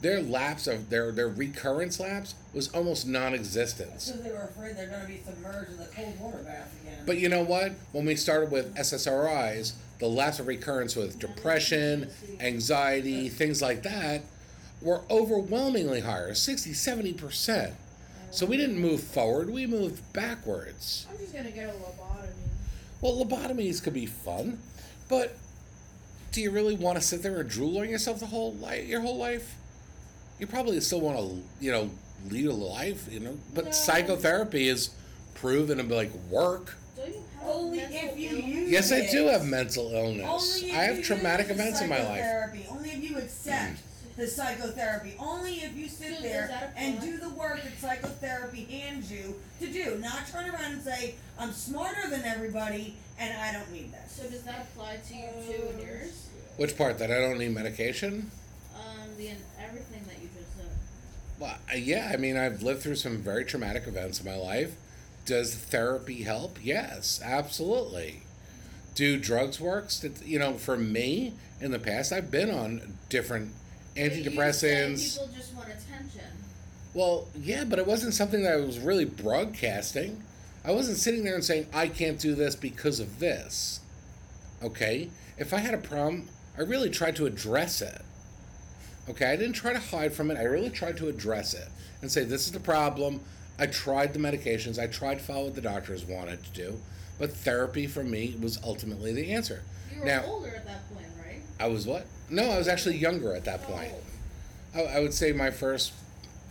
Speaker 1: their lapse of their their recurrence lapse was almost non-existence.
Speaker 2: Because they were afraid they're going to be submerged in the cold water bath again.
Speaker 1: But you know what? When we started with SSRIs, the lapse of recurrence with depression, anxiety, things like that were overwhelmingly higher 60, 70%. So we didn't move forward, we moved backwards.
Speaker 5: I'm just gonna get a lobotomy.
Speaker 1: Well, lobotomies could be fun, but do you really want to sit there and drool on yourself the whole life, your whole life? You probably still want to, you know, lead a life, you know, but
Speaker 5: No.
Speaker 1: psychotherapy is proven and like work.
Speaker 3: Don't you have
Speaker 2: Only
Speaker 3: mental
Speaker 2: if you
Speaker 3: illness?
Speaker 2: use
Speaker 1: Yes, I do
Speaker 2: it.
Speaker 1: have mental illness.
Speaker 2: Only if
Speaker 1: I
Speaker 2: you
Speaker 1: have traumatic
Speaker 2: use the
Speaker 1: events in my life. Hmm.
Speaker 2: psychotherapy. Only if you accept the psychotherapy. Only if you sit
Speaker 3: So does
Speaker 2: there
Speaker 3: that
Speaker 2: and
Speaker 3: apply?
Speaker 2: do the work that psychotherapy hands you to do. Not turn around and say, I'm smarter than everybody and I don't need that.
Speaker 3: So does that apply to you too
Speaker 2: Um,
Speaker 3: and yours?
Speaker 1: Which part that I don't need medication?
Speaker 3: Um, the everything that you just said.
Speaker 1: Well, I- yeah, I mean, I've lived through some very traumatic events in my life. Does therapy help? Yes, absolutely. Do drugs works? That you know, for me in the past, I've been on different
Speaker 3: But You
Speaker 1: antidepressants.
Speaker 3: said people just want attention.
Speaker 1: Well, yeah, but it wasn't something that I was really broadcasting. I wasn't sitting there and saying, I can't do this because of this. Okay? If I had a problem, I really tried to address it. Okay? I didn't try to hide from it. I really tried to address it and say, this is the problem. I tried the medications. I tried to follow what the doctors wanted to do. But therapy for me was ultimately the answer.
Speaker 3: You were
Speaker 1: Now-
Speaker 3: older at that point, right?
Speaker 1: I was what? No, I was actually younger at that
Speaker 3: How
Speaker 1: point.
Speaker 3: old?
Speaker 1: I, I would say my first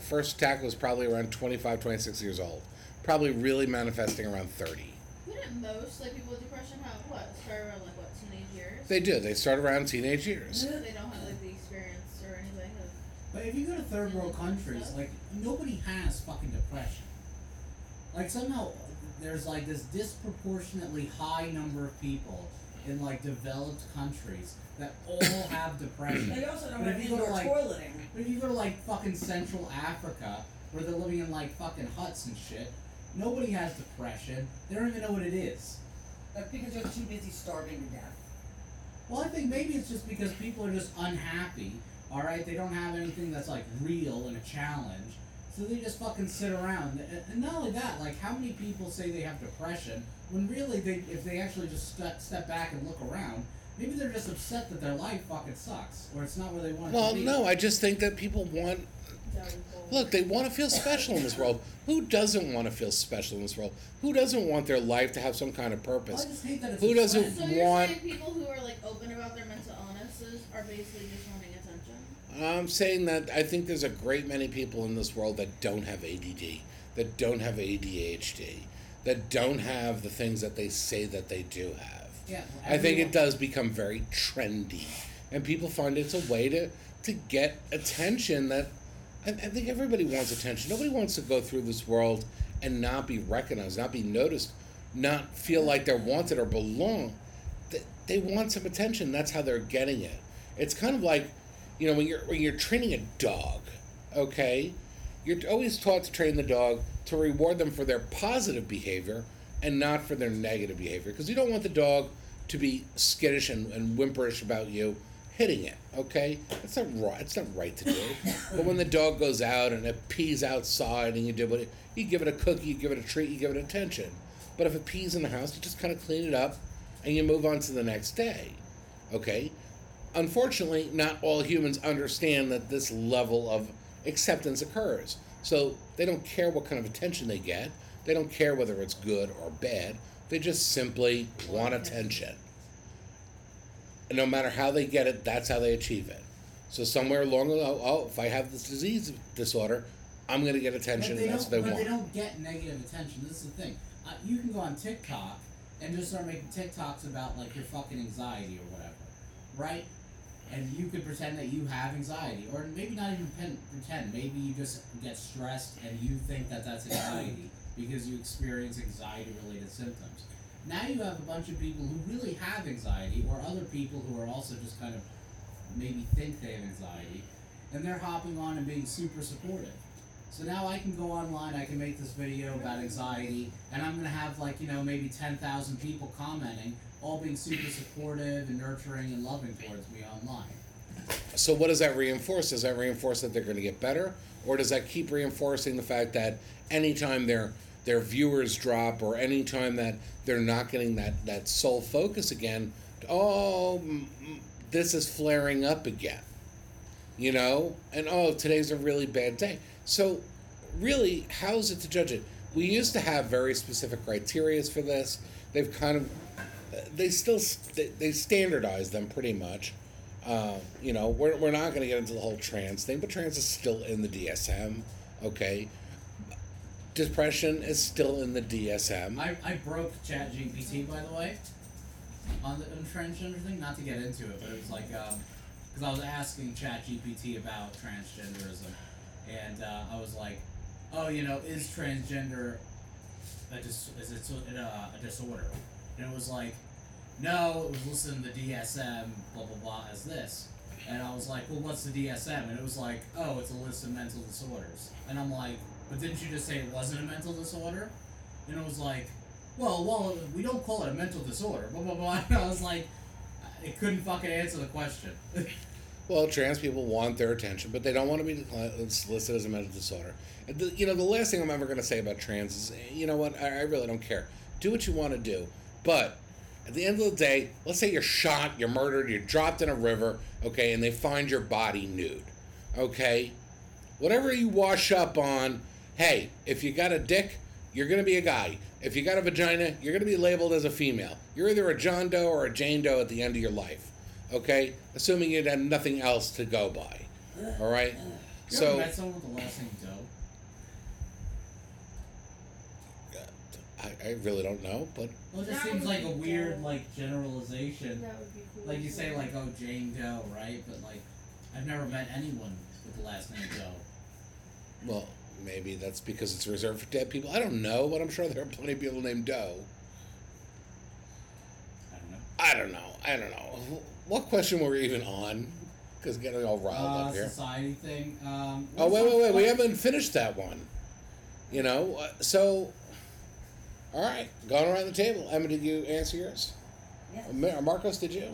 Speaker 1: first attack was probably around 25, 26 years old. Probably really manifesting around 30.
Speaker 3: Wouldn't most like people with depression have what start around like what teenage years?
Speaker 1: They do. They start around teenage years.
Speaker 3: So they don't have like the experience or anything. Of,
Speaker 4: But if you go to third world countries, like nobody has fucking depression. Like somehow there's like this disproportionately high number of people in like developed countries that all have
Speaker 1: Hmm.
Speaker 4: depression.
Speaker 2: They also don't
Speaker 4: But
Speaker 2: have
Speaker 4: if you go
Speaker 2: indoor
Speaker 4: to, like-
Speaker 2: toileting.
Speaker 4: But if you go to like fucking Central Africa, where they're living in like fucking huts and shit, nobody has depression. They don't even know what it is.
Speaker 2: That's because you're too busy starving to death.
Speaker 4: Well, I think maybe it's just because people are just unhappy. All right, they don't have anything that's like real and a challenge, so they just fucking sit around. And- And not only that, like how many people say they have depression when really they, if they actually just step step back and look around, maybe they're just upset that their life fucking sucks or it's not where they want it
Speaker 1: Well,
Speaker 4: to be.
Speaker 1: no, I just think that people want
Speaker 5: That would go.
Speaker 1: look, they want to feel special in this world. Who doesn't want to feel special in this world? Who doesn't want their life to have some kind of
Speaker 4: Well, I
Speaker 1: purpose?
Speaker 4: just hate that it's
Speaker 1: Who
Speaker 4: a
Speaker 1: doesn't-
Speaker 4: trend.
Speaker 3: so you're
Speaker 1: want-
Speaker 3: saying people who are like open about their mental illnesses are basically just wanting attention.
Speaker 1: I'm saying that I think there's a great many people in this world that don't have ADD, that don't have ADHD, that don't have the things that they say that they do have.
Speaker 4: Yeah,
Speaker 1: I think
Speaker 4: everyone-
Speaker 1: it does become very trendy, and people find it's a way to to get attention. That I, I think everybody wants attention. Nobody wants to go through this world and not be recognized, not be noticed, not feel like they're wanted or belong. They, they want some attention. That's how they're getting it. It's kind of like, you know, when you're when you're training a dog, okay. You're always taught to train the dog to reward them for their positive behavior and not for their negative behavior because you don't want the dog to be skittish and, and whimperish about you hitting it. Okay, that's not right. It's not right to do. but when the dog goes out and it pees outside and you do what it, you give it a cookie, you give it a treat, you give it attention. But if it pees in the house, you just kind of clean it up and you move on to the next day. Okay? Unfortunately, not all humans understand that this level of acceptance occurs. So they don't care what kind of attention they get, they don't care whether it's good or bad, they just simply want attention. no matter how they get it, that's how they achieve it. So somewhere along the oh, if I have this disease disorder, I'm going to get attention.
Speaker 4: But they
Speaker 1: that's what
Speaker 4: don't,
Speaker 1: they
Speaker 4: but
Speaker 1: want.
Speaker 4: they don't get negative attention. This is the thing. Uh, you can go on TikTok and just start making TikToks about like your fucking anxiety or whatever, right? And you could pretend that you have anxiety, or maybe not even pen- pretend. Maybe you just get stressed and you think that that's anxiety because you experience anxiety-related symptoms. Now you have a bunch of people who really have anxiety, or other people who are also just kind of maybe think they have anxiety, and they're hopping on and being super supportive. So now I can go online, I can make this video about anxiety, and I'm gonna have like, you know, maybe 10,000 people commenting, all being super supportive and nurturing and loving towards me online.
Speaker 1: So what does that reinforce? Does that reinforce that they're going to get better, or does that keep reinforcing the fact that anytime their their viewers drop, or anytime that they're not getting that that sole focus again, oh, mm, mm, this is flaring up again, you know, and oh, today's a really bad day. So really, how is it to judge it? We used to have very specific criterias for this. They've kind of they still they, they standardize them pretty much. Uh, you know, we're, we're not going to get into the whole trans thing, but trans is still in the DSM, okay? Depression is still in the DSM.
Speaker 4: I, I broke ChatGPT, by the way, on the on transgender thing, not to get into it, but it was like, because I was asking ChatGPT about transgenderism, and uh, I was like, oh, you know, is transgender a dis- is it so- uh, a disorder? And it was like, no, it was listening to DSM, blah, blah, blah, as this. And I was like, well, what's the DSM? And it was like, oh, it's a list of mental disorders. And I'm like, but didn't you just say it wasn't a mental disorder? And it was like, well, well, we don't call it a mental disorder, blah, blah, blah. And I was like, it couldn't fucking answer the question.
Speaker 1: Well, trans people want their attention, but they don't want to be decla- listed as a mental disorder. And the- you know, the last thing I'm ever going to say about trans is, eh, you know what, I, I really don't care. Do what you want to do. But at the end of the day, let's say you're shot, you're murdered, you're dropped in a river, okay, and they find your body nude, okay? Whatever you wash up on, hey, if you got a dick, you're going to be a guy. If you got a vagina, you're going to be labeled as a female. You're either a John Doe or a Jane Doe at the end of your life okay? Assuming you'd have nothing else to go by, all right?
Speaker 4: You ever
Speaker 1: So,
Speaker 4: met someone with the last name Doe?
Speaker 1: I, I really don't know, but
Speaker 4: Well, it just
Speaker 5: That
Speaker 4: seems
Speaker 5: would
Speaker 4: like a
Speaker 5: be
Speaker 4: weird,
Speaker 5: Doe.
Speaker 4: like, generalization.
Speaker 5: That would be cool.
Speaker 4: Like you say, like, oh, Jane Doe, right? But, like, I've never met anyone with the last name Doe.
Speaker 1: well, maybe that's because it's reserved for dead people. I don't know, but I'm sure there are plenty of people named Doe.
Speaker 4: I don't know.
Speaker 1: I don't know. I don't know. What question were we even on? Because getting all riled
Speaker 4: Uh,
Speaker 1: up here.
Speaker 4: society thing. Um,
Speaker 1: Oh wait,
Speaker 4: what's
Speaker 1: wait,
Speaker 4: on
Speaker 1: wait! We
Speaker 4: fire?
Speaker 1: haven't finished that one. You know, uh, so all right, going around the table. Emma, did you answer yours?
Speaker 2: Yes.
Speaker 1: Mar- Marcos, did you?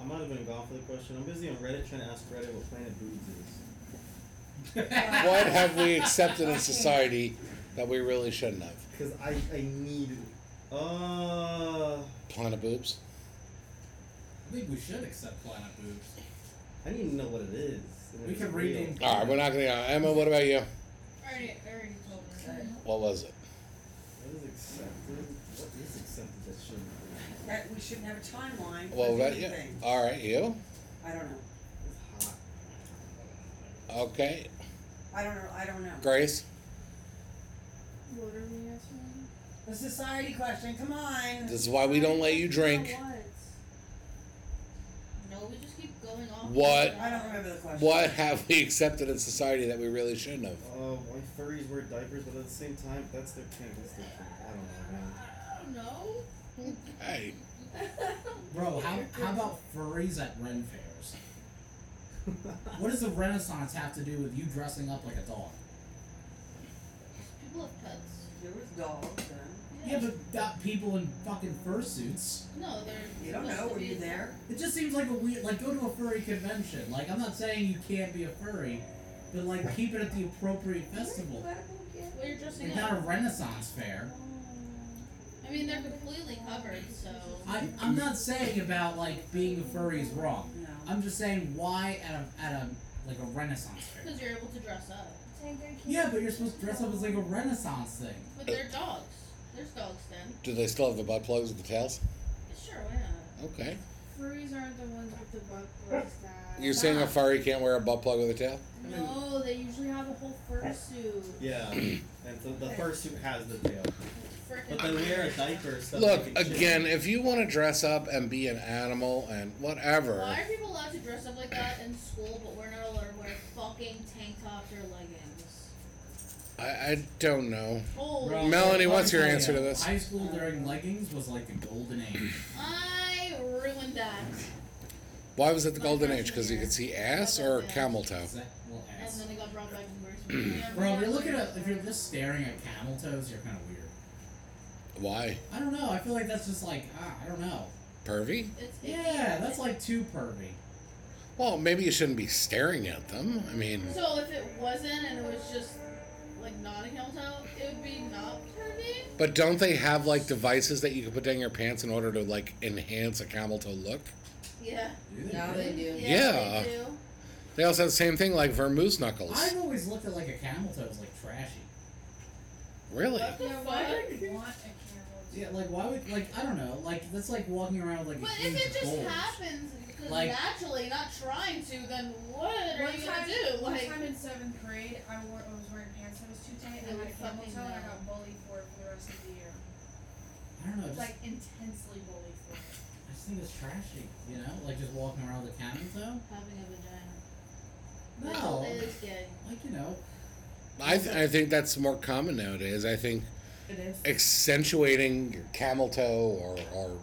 Speaker 6: I might have been gone for the question. I'm busy on Reddit trying to ask Reddit what Planet Boobs is.
Speaker 1: What have we accepted in society that we really shouldn't have?
Speaker 6: Because I, I need. Uh.
Speaker 1: Planet boobs.
Speaker 4: I think we should accept Planet Boobs.
Speaker 6: I need to know what it is. and if
Speaker 4: We
Speaker 6: it's
Speaker 4: can read
Speaker 6: real.
Speaker 4: it.
Speaker 1: All right, we're not gonna. uh, Emma, what about you?
Speaker 3: I already, I already told you.
Speaker 2: Okay.
Speaker 1: What was it?
Speaker 6: What is accepted? What is accepted that shouldn't be?
Speaker 2: That we shouldn't have a timeline. for
Speaker 1: Well, about
Speaker 2: doing
Speaker 1: you.
Speaker 2: things.
Speaker 1: All right, you.
Speaker 2: I don't know.
Speaker 6: It's hot.
Speaker 1: Okay,
Speaker 2: I don't know. I don't know.
Speaker 1: Grace.
Speaker 5: What are we answering?
Speaker 2: The society question. Come on.
Speaker 1: This is why we don't let you drink.
Speaker 3: No, we just keep going off.
Speaker 1: What?
Speaker 2: I don't remember the question.
Speaker 1: What have we accepted in society that we really shouldn't have?
Speaker 6: Uh, why furries wear diapers, but at the same time, that's their thing. That's their thing. I don't know, man.
Speaker 3: I don't know.
Speaker 1: Hey,
Speaker 4: Bro, how, how about furries at Ren fairs? What does the Renaissance have to do with you dressing up like a dog?
Speaker 3: People have pets.
Speaker 2: There was dogs. Then.
Speaker 4: Yeah, but got people in fucking fursuits.
Speaker 3: No, they're.
Speaker 2: You don't
Speaker 3: supposed
Speaker 2: know.
Speaker 3: to
Speaker 2: Were
Speaker 3: be
Speaker 2: you there?
Speaker 4: It just seems like a weird, like go to a furry convention. Like I'm not saying you can't be a furry, but like keep it at the appropriate festival.
Speaker 3: Well, you're dressing
Speaker 4: Like
Speaker 3: up.
Speaker 4: not a Renaissance fair.
Speaker 3: I mean, they're completely covered, so.
Speaker 4: I, I'm not saying about like being a furry is wrong.
Speaker 2: No.
Speaker 4: I'm just saying why at a at a like a Renaissance fair.
Speaker 3: Because you're able to dress up.
Speaker 4: Yeah, but you're supposed to dress up as like a Renaissance thing.
Speaker 3: But they're dogs. There's dogs then.
Speaker 1: do they still have the butt plugs with the tails?
Speaker 3: Sure, why not?
Speaker 1: Okay.
Speaker 5: furries aren't the ones with the butt plugs, Dad.
Speaker 1: You're saying a furry can't wear a butt plug with a tail?
Speaker 5: No, they usually have a whole fursuit.
Speaker 6: Yeah, and so the fursuit has the tail. But they wear a diaper, so
Speaker 1: Look,
Speaker 6: they can change.
Speaker 1: again, if you want to dress up and be an animal and whatever.
Speaker 3: Why are people allowed to dress up like that in school, but we're not allowed to wear fucking tank tops or leggings?
Speaker 1: I, I don't know.
Speaker 3: Holy
Speaker 4: Bro,
Speaker 1: Melanie,
Speaker 4: let me
Speaker 1: what's your
Speaker 4: tell ya,
Speaker 1: answer to this?
Speaker 4: High school wearing leggings was like the golden age.
Speaker 3: I ruined that.
Speaker 1: Why was it the golden age? Because you could see ass or camel toe.
Speaker 4: Is that- well,
Speaker 3: And
Speaker 4: ass.
Speaker 3: then it got brought back to worse. Yeah,
Speaker 4: Bro, if
Speaker 3: yeah.
Speaker 4: you're looking at if you're just staring at camel toes, you're kind of weird.
Speaker 1: Why?
Speaker 4: I don't know. I feel like that's just like ah, I don't know.
Speaker 1: Pervy?
Speaker 3: It's icky.
Speaker 4: Yeah, that's like too pervy.
Speaker 1: Well, maybe you shouldn't be staring at them. I mean,
Speaker 3: So if it wasn't and it was just like not a camel toe, it would be not pervy.
Speaker 1: but don't they have like devices that you can put down your pants in order to like enhance a camel toe look?
Speaker 3: Yeah.
Speaker 4: Do they
Speaker 7: Now
Speaker 4: really?
Speaker 7: they do.
Speaker 1: Yeah.
Speaker 3: They do.
Speaker 1: They also have the same thing like vermouth knuckles.
Speaker 4: I've always looked at like a camel toe as like trashy.
Speaker 1: Really?
Speaker 3: What the
Speaker 5: Yeah, why
Speaker 3: fuck?
Speaker 5: would you want a
Speaker 4: Yeah, like why would like I don't know like that's like walking around with like
Speaker 3: But
Speaker 4: a
Speaker 3: if
Speaker 4: huge
Speaker 3: it just
Speaker 4: bulge.
Speaker 3: happens just
Speaker 4: Like-
Speaker 3: naturally, not trying to, then what are
Speaker 5: One
Speaker 3: you
Speaker 5: time-
Speaker 3: gonna do?
Speaker 5: One
Speaker 3: Like,
Speaker 5: time in seventh grade, I, wore, I was wearing pants that was too tight, and I had a camel toe, and I got bullied for it for the rest of the year.
Speaker 4: I don't know. Just,
Speaker 5: Like intensely bullied for it.
Speaker 4: I just think it's trashy. You know, like just walking around with a camel toe.
Speaker 3: having a vagina.
Speaker 4: No,
Speaker 3: It is gay.
Speaker 4: like you know,
Speaker 1: I, th- I think that's more common nowadays. I think
Speaker 8: It is.
Speaker 1: accentuating your camel toe or, or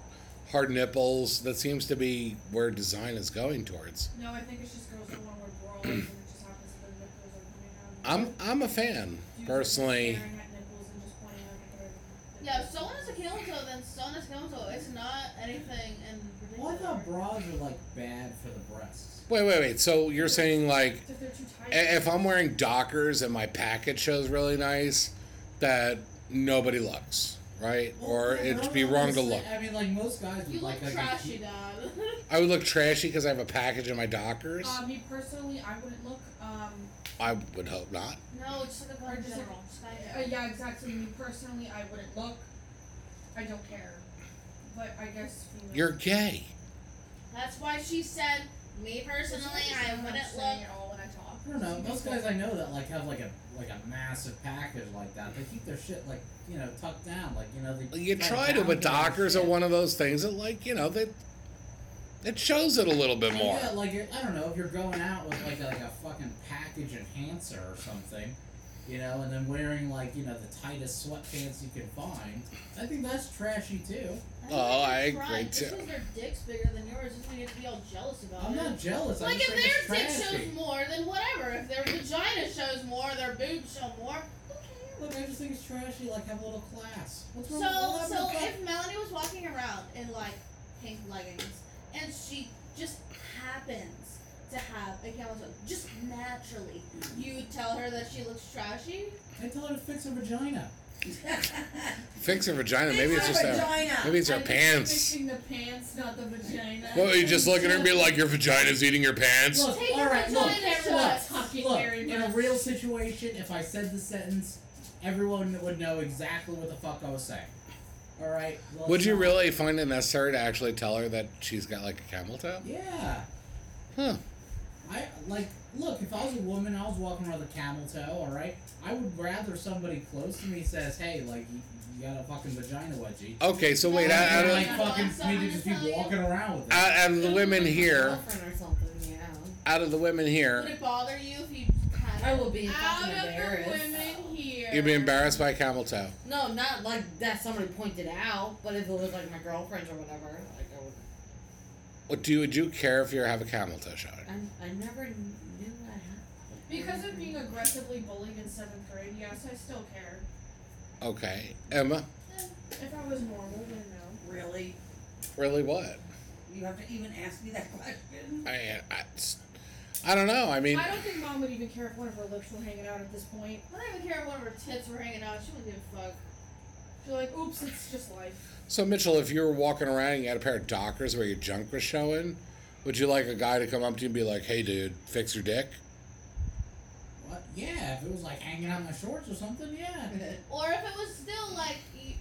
Speaker 1: hard nipples, that seems to be where design is going towards.
Speaker 5: No, I think it's just girls don't want to wear bras, and it just happens that their nipples are coming out.
Speaker 1: I'm, I'm a fan, personally.
Speaker 5: Staring at nipples and just pointing out at their nipples.
Speaker 3: Yeah, if someone has a camel toe, then someone has a camel toe. It's not anything in
Speaker 4: well,
Speaker 3: particular.
Speaker 4: I thought bras are like bad for the breasts.
Speaker 1: Wait, wait, wait. So you're saying, like,
Speaker 5: If they're too tight.
Speaker 1: i- if I'm wearing Dockers and my package shows really nice, that nobody looks, right? Or
Speaker 4: Well, yeah, but
Speaker 1: it'd
Speaker 4: I'm
Speaker 1: be
Speaker 4: not
Speaker 1: wrong to
Speaker 4: gonna
Speaker 1: look.
Speaker 4: say- I mean, like most guys would
Speaker 3: You
Speaker 4: like
Speaker 3: look
Speaker 4: like a
Speaker 3: trashy,
Speaker 4: huge-
Speaker 3: Dad.
Speaker 1: I would look trashy because I have a package in my Dockers.
Speaker 5: Uh, me personally, I wouldn't look. Um,
Speaker 1: I would hope not.
Speaker 3: no, it's just like a
Speaker 5: Or
Speaker 3: gun
Speaker 5: just like-
Speaker 3: general. Just
Speaker 5: uh,
Speaker 3: like-
Speaker 5: yeah, exactly. Me personally, I wouldn't look. I don't care. But I guess. you know,
Speaker 1: You're gay.
Speaker 3: That's why she said, me personally, I
Speaker 5: I'm not
Speaker 3: wouldn't
Speaker 5: saying
Speaker 3: look.
Speaker 5: it all when I talk.
Speaker 4: I don't know. Most guys I know that like have like a like a massive package like that. They keep their shit like you know tucked down. Like you know they.
Speaker 1: You try to, but Dockers are
Speaker 4: one.
Speaker 1: one of those things that, like, you know, that it shows it a little bit more.
Speaker 4: Yeah, like you're- I don't know if you're going out with like a, like a fucking package enhancer or something, you know, and then wearing like you know the tightest sweatpants you can find. I think that's trashy too.
Speaker 1: Oh, I
Speaker 3: think they're
Speaker 1: agree,
Speaker 3: trying. Just
Speaker 1: too.
Speaker 3: 'cause their dick's bigger than yours, doesn't mean you have to be all jealous about
Speaker 4: I'm
Speaker 3: it.
Speaker 4: not jealous.
Speaker 3: Like
Speaker 4: I'm just
Speaker 3: if their
Speaker 4: saying
Speaker 3: dick
Speaker 4: it's trashy.
Speaker 3: shows more, then whatever. If their vagina shows more, their boobs show more. Who cares?
Speaker 4: Look, I just think it's trashy. Like have a little class. What's
Speaker 3: So
Speaker 4: wrong with
Speaker 3: so
Speaker 4: what happened
Speaker 3: if Melanie was walking around in like pink leggings and she just happens to have a camel toe, just naturally, you tell her that she looks trashy.
Speaker 4: to- I tell her to fix her vagina.
Speaker 1: Fix her vagina. Maybe it's
Speaker 2: Her
Speaker 1: just her.
Speaker 2: vagina.
Speaker 1: Maybe it's her
Speaker 5: I'm
Speaker 1: pants.
Speaker 5: Fixing the pants, not the vagina.
Speaker 1: Well, you just look at her and be like, your vagina's eating your pants.
Speaker 4: Look,
Speaker 3: Take
Speaker 4: all
Speaker 3: your
Speaker 4: right, look,
Speaker 3: vagina
Speaker 4: look,
Speaker 3: shots.
Speaker 4: look,
Speaker 5: Fucking very
Speaker 4: In a
Speaker 5: much.
Speaker 4: real situation, if I said the sentence, everyone would know exactly what the fuck I was saying. All right. well,
Speaker 1: Would
Speaker 4: it's
Speaker 1: you
Speaker 4: not-
Speaker 1: really find it necessary to actually tell her that she's got like a camel toe?
Speaker 4: Yeah.
Speaker 1: Huh.
Speaker 4: I like look, if I was a woman, I was walking around with a camel toe, alright? I would rather somebody close to me says, Hey, like you, you got a fucking vagina wedgie.
Speaker 1: Okay, so wait,
Speaker 3: No,
Speaker 1: out, out,
Speaker 4: And,
Speaker 3: no,
Speaker 1: of,
Speaker 4: like
Speaker 3: no.
Speaker 4: fucking me to just be walking around with it.
Speaker 1: out, out of the women here,
Speaker 7: Girlfriend or something, yeah.
Speaker 1: out of the women
Speaker 3: Would
Speaker 1: here,
Speaker 3: it bother you if you had?
Speaker 7: I will be
Speaker 5: Out
Speaker 7: fucking
Speaker 5: of the
Speaker 7: embarrassed.
Speaker 5: women here.
Speaker 1: you'd be embarrassed by a camel toe.
Speaker 7: No, not like that somebody pointed out, but if it was like my girlfriend or whatever, like I would.
Speaker 1: Would you, would you care if you have a camel toe showing?
Speaker 7: I, I never knew I had.
Speaker 5: Because of being aggressively bullied in seventh grade, yes, I still care.
Speaker 1: Okay, Emma,
Speaker 5: If I was normal, then no.
Speaker 2: Really?
Speaker 1: really what?
Speaker 2: You have to even ask me that question?
Speaker 1: I, I, I don't know. I mean,
Speaker 5: I don't think mom would even care if one of her lips were hanging out at this point.
Speaker 3: I don't even care if one of her tits were hanging out. She wouldn't give a fuck.
Speaker 5: She's like, oops, it's just life.
Speaker 1: so Mitchell, if you were walking around and you had a pair of Dockers where your junk was showing, would you like a guy to come up to you and be like, "Hey, dude, fix your dick"?
Speaker 4: What? Yeah, if it was like hanging out my shorts or something, yeah.
Speaker 3: Or if it was still like. y-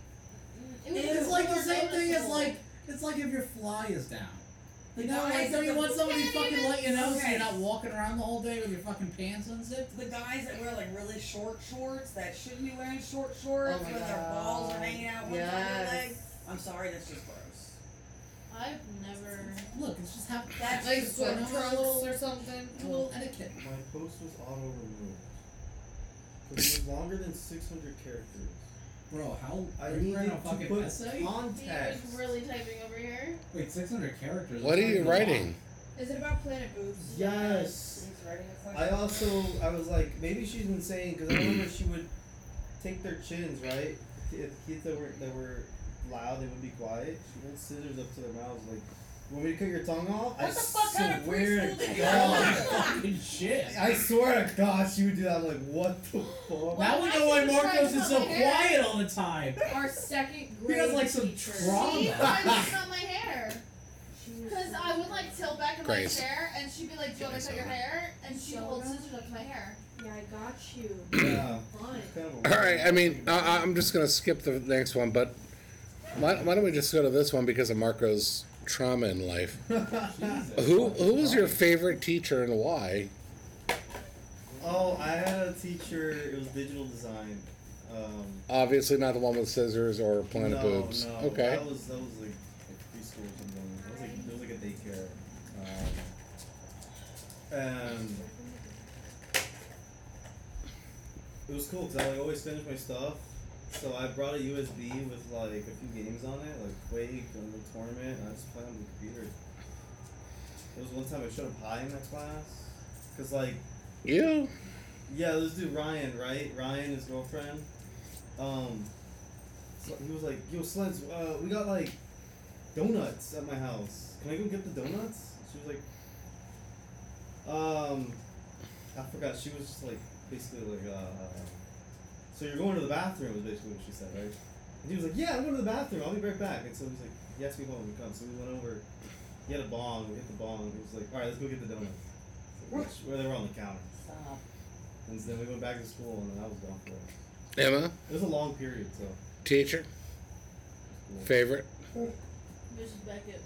Speaker 3: It was
Speaker 4: It's like the
Speaker 3: more
Speaker 4: same thing as
Speaker 3: noticeable.
Speaker 4: like it's like if your fly is down. You know, like, don't you want somebody to fucking let you know so
Speaker 2: Okay.
Speaker 4: you're not walking around the whole day with your fucking pants unzipped?
Speaker 2: The guys that wear like really short shorts that shouldn't be wearing short shorts
Speaker 7: Oh my
Speaker 2: when their balls are hanging out one side of their
Speaker 7: Yes.
Speaker 2: leg. I'm sorry, that's just gross.
Speaker 3: I've never.
Speaker 4: Look, it's just half.
Speaker 2: That's
Speaker 7: Like
Speaker 2: just
Speaker 7: swim
Speaker 2: gross.
Speaker 7: trunks or something.
Speaker 4: A little etiquette.
Speaker 6: My post was auto removed. Because it was longer than 600 characters.
Speaker 4: Bro, how?
Speaker 6: I
Speaker 4: are you
Speaker 6: needed
Speaker 4: writing a
Speaker 6: to
Speaker 4: fucking
Speaker 6: put
Speaker 4: essay?
Speaker 6: context.
Speaker 3: You're really typing over here.
Speaker 4: Wait, 600 characters.
Speaker 1: What are
Speaker 4: that's not
Speaker 1: you
Speaker 4: even a lot.
Speaker 1: writing?
Speaker 5: Is it about Planet Boobs?
Speaker 6: Yes.
Speaker 2: He's writing a question.
Speaker 6: I also I was like maybe she's insane because I remember she would take their chins right. If kids that were that were loud, they would be quiet. She would scissors up to their mouths like, "You "Want me to cut your tongue off?" I
Speaker 2: What the fuck kind of
Speaker 6: swear
Speaker 2: preschool
Speaker 6: to
Speaker 2: did you
Speaker 6: God.
Speaker 2: have?
Speaker 4: Fucking shit.
Speaker 6: I swear to God, she would do that. I'm like, what the fuck?
Speaker 4: Now we know why Marcos is so
Speaker 3: my hair.
Speaker 4: quiet all the time.
Speaker 5: Our second
Speaker 4: He
Speaker 5: grade.
Speaker 4: has like some
Speaker 5: teacher.
Speaker 3: See, why
Speaker 4: trauma.
Speaker 3: was it on my hair?
Speaker 5: She was-
Speaker 3: Because I would like tilt back in
Speaker 1: Grace.
Speaker 3: my chair, and she'd be like, "Do you want me to cut your hair?" And she would hold scissors up to my hair.
Speaker 5: Yeah, I got you.
Speaker 6: yeah.
Speaker 5: Fine.
Speaker 6: It's kind of a
Speaker 1: All right, I mean, uh, I, I- I'm just going to skip the next one, but why, why don't we just go to this one because of Marco's trauma in life?
Speaker 6: Jesus.
Speaker 1: Who who was your favorite teacher and why?
Speaker 6: Oh, I had a teacher. It was digital design. Um,
Speaker 1: Obviously, not the one with scissors or planet
Speaker 6: no,
Speaker 1: boobs.
Speaker 6: No,
Speaker 1: okay.
Speaker 6: That was that was like, like preschool or something. That was like that was like a daycare. Um, and it was cool because I like always finished my stuff. So I brought a USB with like a few games on it, like Quake and the tournament, and I just played on the computer. There was one time I showed up high in that class, cause like
Speaker 1: you?
Speaker 6: yeah, this dude Ryan, right? Ryan, his girlfriend. Um, so he was like, "Yo, Sleds, uh, we got like donuts at my house. Can I go get the donuts?" She was like, "Um, I forgot." She was just like, basically like, uh, "So you're going to the bathroom?" Was basically what she said, right? And he was like, "Yeah, I'm going to the bathroom. I'll be right back." And so he was like, "He asked me home to come." So we went over. He had a bong. We hit the bong. and He was like, "All right, let's go get the donuts." Which, where they were on the counter.
Speaker 2: Stop.
Speaker 6: And then we went back to school, and then I was gone for it.
Speaker 1: Emma?
Speaker 6: It was a long period, so.
Speaker 1: Teacher? Favorite?
Speaker 3: Mrs. Beckett.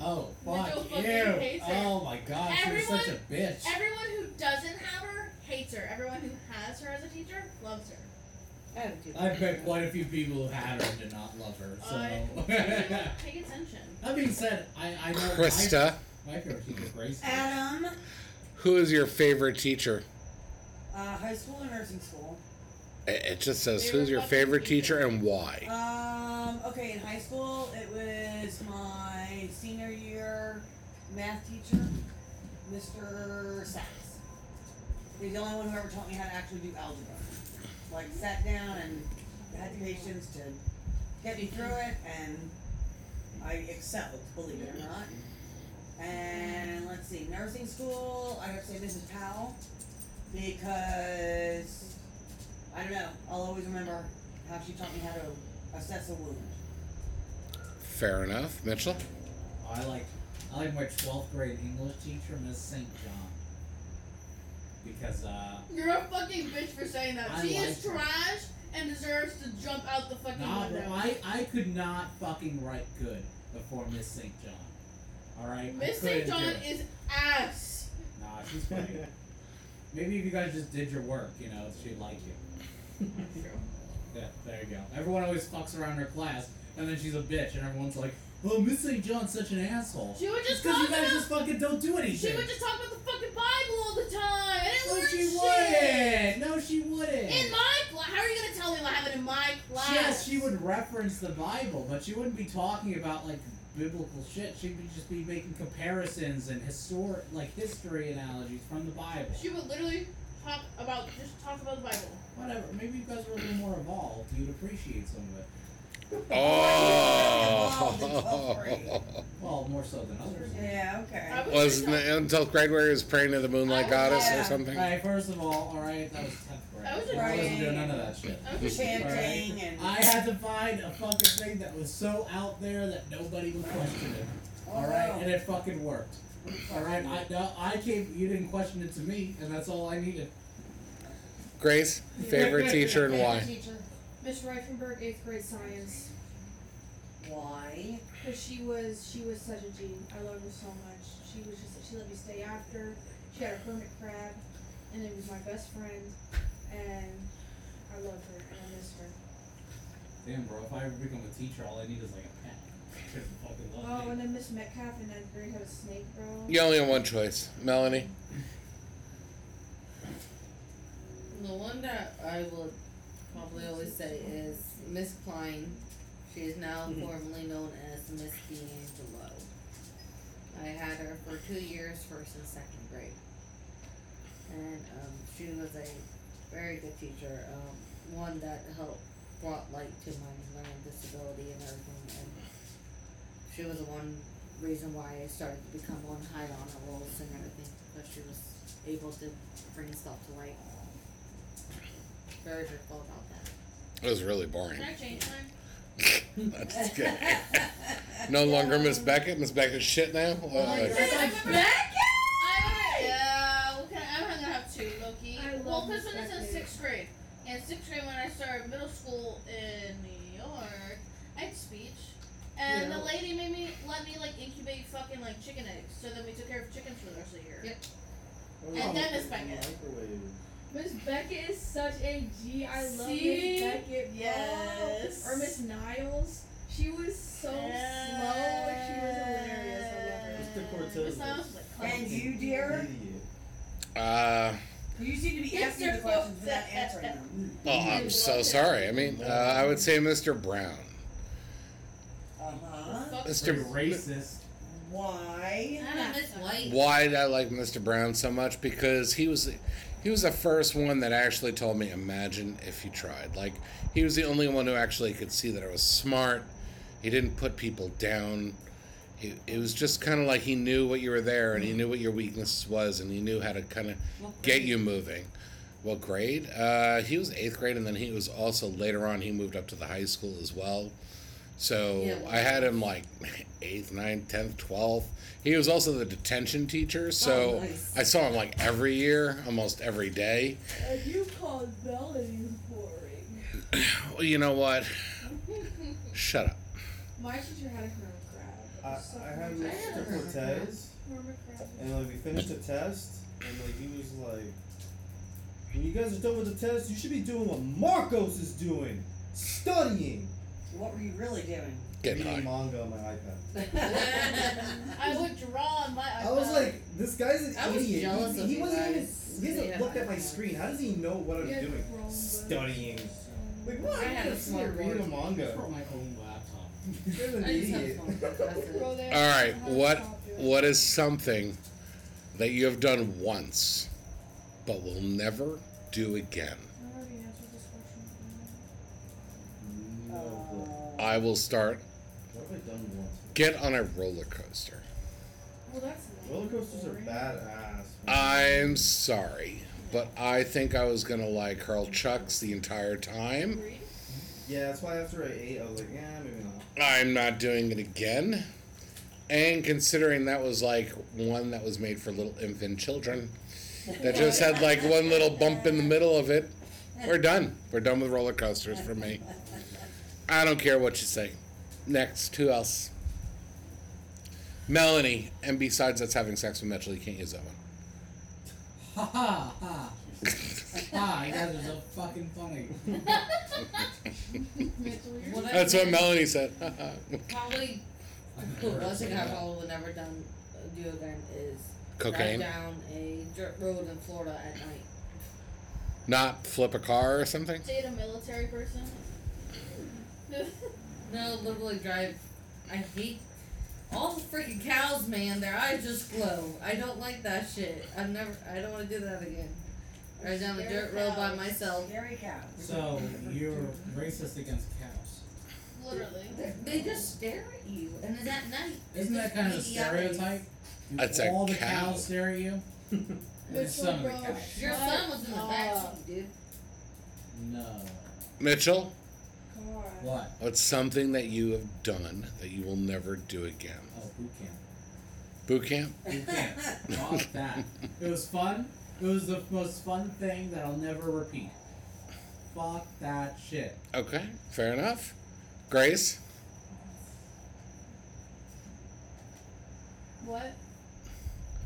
Speaker 4: Oh, fuck
Speaker 3: Mitchell
Speaker 4: you.
Speaker 3: fucking hates her.
Speaker 4: Oh my god, she's
Speaker 3: Everyone-
Speaker 4: such a bitch.
Speaker 3: Everyone who doesn't have her hates her. Everyone who has her as a teacher loves her.
Speaker 4: I bet quite a few people who had her and did not love her. So
Speaker 3: I pay attention.
Speaker 4: that being said, I, I know
Speaker 1: Krista?
Speaker 4: My, my favorite teacher, Grace.
Speaker 3: Ah.
Speaker 2: Adam,
Speaker 1: Who is your favorite teacher?
Speaker 2: uh, high school or nursing school?
Speaker 1: It, it just says who's
Speaker 3: Favorite
Speaker 1: your
Speaker 3: fucking
Speaker 1: favorite
Speaker 3: teacher.
Speaker 1: teacher and why.
Speaker 2: Um, okay, in high school, it was my senior year math teacher, Mr. Sachs. He's the only one who ever taught me how to actually do algebra. Like, sat down and had the patience to get me through it, and I excelled, believe it or not. And let's see, nursing school, I have to say Mrs. Powell, because I don't know, I'll always remember how she taught me how to assess a wound.
Speaker 1: Fair enough. Mitchell?
Speaker 4: I like I like my 12th grade English teacher, Miss St. John. Because, uh,
Speaker 3: You're a fucking bitch for saying that.
Speaker 4: I
Speaker 3: she
Speaker 4: like
Speaker 3: is
Speaker 4: her.
Speaker 3: trash and deserves to jump out the fucking
Speaker 4: nah, bro,
Speaker 3: window.
Speaker 4: I, I could not fucking write good before Miss St. John. Alright? I
Speaker 3: Miss St.
Speaker 4: couldn't do
Speaker 3: John
Speaker 4: it.
Speaker 3: is ass.
Speaker 4: Nah, she's funny. Maybe if you guys just did your work, you know, she'd like you. yeah, there you go. Everyone always fucks around her class, and then she's a bitch, and everyone's like, "Oh, Miss St. John's such an asshole."
Speaker 3: She would just
Speaker 4: Because
Speaker 3: talk
Speaker 4: you guys
Speaker 3: about
Speaker 4: just fucking don't do anything.
Speaker 3: she would just talk about the fucking Bible all the time. I didn't
Speaker 4: no,
Speaker 3: learn
Speaker 4: she
Speaker 3: shit.
Speaker 4: wouldn't. No, she wouldn't.
Speaker 3: In my class, how are you gonna tell me what happened in my class?
Speaker 4: yes, she would reference the Bible, but she wouldn't be talking about like biblical shit. She'd be just be making comparisons and historic, like history analogies from the Bible.
Speaker 3: She would literally talk about just talk about the Bible.
Speaker 4: Whatever. Maybe you guys were a little more evolved. You'd appreciate some of it.
Speaker 1: Oh!
Speaker 4: Well, more so than others.
Speaker 2: Yeah, okay.
Speaker 3: I would
Speaker 1: Wasn't
Speaker 3: just
Speaker 1: it until grade where he was praying to the moonlight goddess or
Speaker 2: Yeah.
Speaker 1: something?
Speaker 4: Alright, first of all, alright, that was tenth grade.
Speaker 3: That was
Speaker 4: I wasn't
Speaker 2: annoying.
Speaker 4: doing none of that shit.
Speaker 3: I would just
Speaker 2: Chanting and
Speaker 4: I had to find a fucking thing that was so out there that nobody would question it.
Speaker 2: Oh,
Speaker 4: Alright,
Speaker 2: no.
Speaker 4: and it fucking worked. Alright, I no, I came you didn't question it to me, and that's all I needed.
Speaker 1: Grace? Favorite teacher and why?
Speaker 5: Miss Reifenberg, eighth grade science.
Speaker 2: Why?
Speaker 5: Because she was she was such a G. I loved her so much. She was just she let me stay after. She had a hermit crab, and it was my best friend, and I love her and I miss her.
Speaker 4: Damn, bro, if I ever become a teacher, all I need is like a pet. Because fucking love
Speaker 5: Oh,
Speaker 4: me.
Speaker 5: and then Miss Metcalf in ninth grade had a snake, bro.
Speaker 1: You only have one choice, Melanie.
Speaker 7: The one that I would probably always say is Miss Klein. She is now formerly known as Miss D'Angelo. I had her for two years, first and second grade. And um, she was a very good teacher, um, one that helped brought light to my learning disability and everything. And she was the one reason why I started to become on high honor rolls and everything, because she was able to bring stuff to light very hurtful about that.
Speaker 1: It was really boring.
Speaker 3: Can I change mine?
Speaker 1: That's good. No longer Miss Beckett. Miss Beckett's shit now. Uh,
Speaker 3: I yeah, okay, I'm gonna have two, Loki.
Speaker 5: I love
Speaker 3: Well, because
Speaker 5: Miss
Speaker 3: when it's in
Speaker 5: Beckett.
Speaker 3: sixth grade, and sixth grade when I started middle school in New York, I had speech, and
Speaker 7: Yeah.
Speaker 3: the lady made me let me like incubate fucking like chicken eggs, so then we took care of chickens for the rest of the year.
Speaker 7: Yep.
Speaker 3: And then Miss Beckett.
Speaker 5: Miss Beckett is such a G. I love
Speaker 3: See?
Speaker 5: Miss Beckett. bro.
Speaker 3: Yes.
Speaker 2: Oh,
Speaker 5: Or Miss Niles. She was so slow, but she was hilarious. I love her.
Speaker 6: Just the Cortez.
Speaker 3: Miss Niles was like, "Come."
Speaker 2: And you, dear?
Speaker 1: uh,
Speaker 2: You seem to be asking the
Speaker 3: Mr.
Speaker 2: questions without
Speaker 3: Cortez.
Speaker 2: answering them.
Speaker 1: oh, I'm so sorry. I mean, uh, I would say Mr. Brown.
Speaker 2: Uh-huh.
Speaker 3: Fuck.
Speaker 1: Mr.
Speaker 4: Pretty racist.
Speaker 2: Why?
Speaker 7: I don't miss White.
Speaker 1: Why did I like Mr. Brown so much? Because he was he was the first one that actually told me imagine if you tried. Like he was the only one who actually could see that I was smart. He didn't put people down. He, it was just kind of like he knew what you were there and he knew what your weakness was and he knew how to kind of get you moving. What grade? Uh, he was eighth grade, and then he was also later on. He moved up to the high school as well. So
Speaker 7: Yeah, well-
Speaker 1: I had him like eighth, ninth, tenth, twelfth. He was also the detention teacher, so
Speaker 7: Oh, nice.
Speaker 1: I saw him like every year, almost every day.
Speaker 5: And you called Melanie boring.
Speaker 1: Well, Oh, you know what? Shut up.
Speaker 5: My teacher had a hermit crab.
Speaker 6: I, I had
Speaker 5: Hermit
Speaker 6: Mr. Cortez,
Speaker 5: crab.
Speaker 6: and like we finished the test, and like he was like, "When you guys are done with the test, you should be doing what Marcos is doing, studying."
Speaker 2: What were you really doing? Oh.
Speaker 1: Getting
Speaker 6: Reading
Speaker 1: high.
Speaker 6: manga on my iPad.
Speaker 3: I would draw on my.
Speaker 6: I was like, this guy's an
Speaker 7: I was
Speaker 6: idiot.
Speaker 7: jealous
Speaker 6: he,
Speaker 7: of
Speaker 6: he
Speaker 7: you
Speaker 6: wasn't
Speaker 7: guys.
Speaker 6: even. He hasn't
Speaker 7: Yeah,
Speaker 6: looked at my
Speaker 7: I know.
Speaker 6: screen. How does he know what I'm
Speaker 5: We had
Speaker 6: doing?
Speaker 5: Chromebooks.
Speaker 6: Studying. Like,
Speaker 7: I
Speaker 6: what?
Speaker 7: had
Speaker 6: gonna
Speaker 7: a
Speaker 6: sit here and
Speaker 7: smartboard.
Speaker 6: read a manga.
Speaker 4: from my own laptop.
Speaker 6: You're an
Speaker 7: I just have
Speaker 6: idiot.
Speaker 7: fun. That's it.
Speaker 5: Bro, they
Speaker 1: All right,
Speaker 5: had a
Speaker 1: what
Speaker 5: copy of it.
Speaker 1: what is something that you have done once, but will never do again?
Speaker 5: I already answered this question.
Speaker 2: Uh,
Speaker 6: No,
Speaker 1: I will start.
Speaker 6: what have I done once?
Speaker 1: Get on a roller coaster.
Speaker 5: Well, that's not
Speaker 6: Roller coasters are
Speaker 5: boring.
Speaker 6: badass.
Speaker 1: I'm sorry, but I think I was gonna like hurl chucks the entire time.
Speaker 5: Green?
Speaker 6: Yeah, that's why after I ate, I was like, yeah, maybe not.
Speaker 1: I'm not doing it again. And considering that was like one that was made for little infant children, that just had like one little bump in the middle of it, we're done. We're done with roller coasters for me. I don't care what you say. Next, who else? Melanie, and besides that's having sex with Mitchell, you can't use that one.
Speaker 4: Ha ha ha. ha, you guys are so fucking funny.
Speaker 5: Mitchell, you're
Speaker 7: What I
Speaker 1: That's what
Speaker 7: did-
Speaker 1: Melanie said.
Speaker 7: Probably the worst thing I probably would never done uh, do again is drive
Speaker 1: Cocaine.
Speaker 7: down a dirt road in Florida at night.
Speaker 1: Not flip a car or something?
Speaker 3: date a military person.
Speaker 7: No, literally drive. I hate all the freaking cows, man. Their eyes just glow. I don't like that shit. I've never. I don't want to do that again. Drive down a dirt road by myself.
Speaker 2: Scary cows.
Speaker 4: So you're racist against cows.
Speaker 3: Literally.
Speaker 7: They- They just stare at you, and it's at night.
Speaker 4: Isn't that kind of a stereotype? Do
Speaker 1: That's a
Speaker 4: all the
Speaker 1: cow.
Speaker 4: cows stare at you? There's
Speaker 5: Mitchell,
Speaker 4: some of the
Speaker 5: bro.
Speaker 4: cows.
Speaker 7: Your son was in the back
Speaker 5: Shut
Speaker 7: seat, dude.
Speaker 4: No.
Speaker 1: Mitchell,
Speaker 5: God.
Speaker 4: What?
Speaker 1: what's something that you have done that you will never do again?
Speaker 4: Oh, boot camp.
Speaker 1: Boot camp?
Speaker 4: Boot camp. Fuck that. It was fun. It was the most fun thing that I'll never repeat. Fuck that shit.
Speaker 1: Okay, fair enough. Grace?
Speaker 3: What?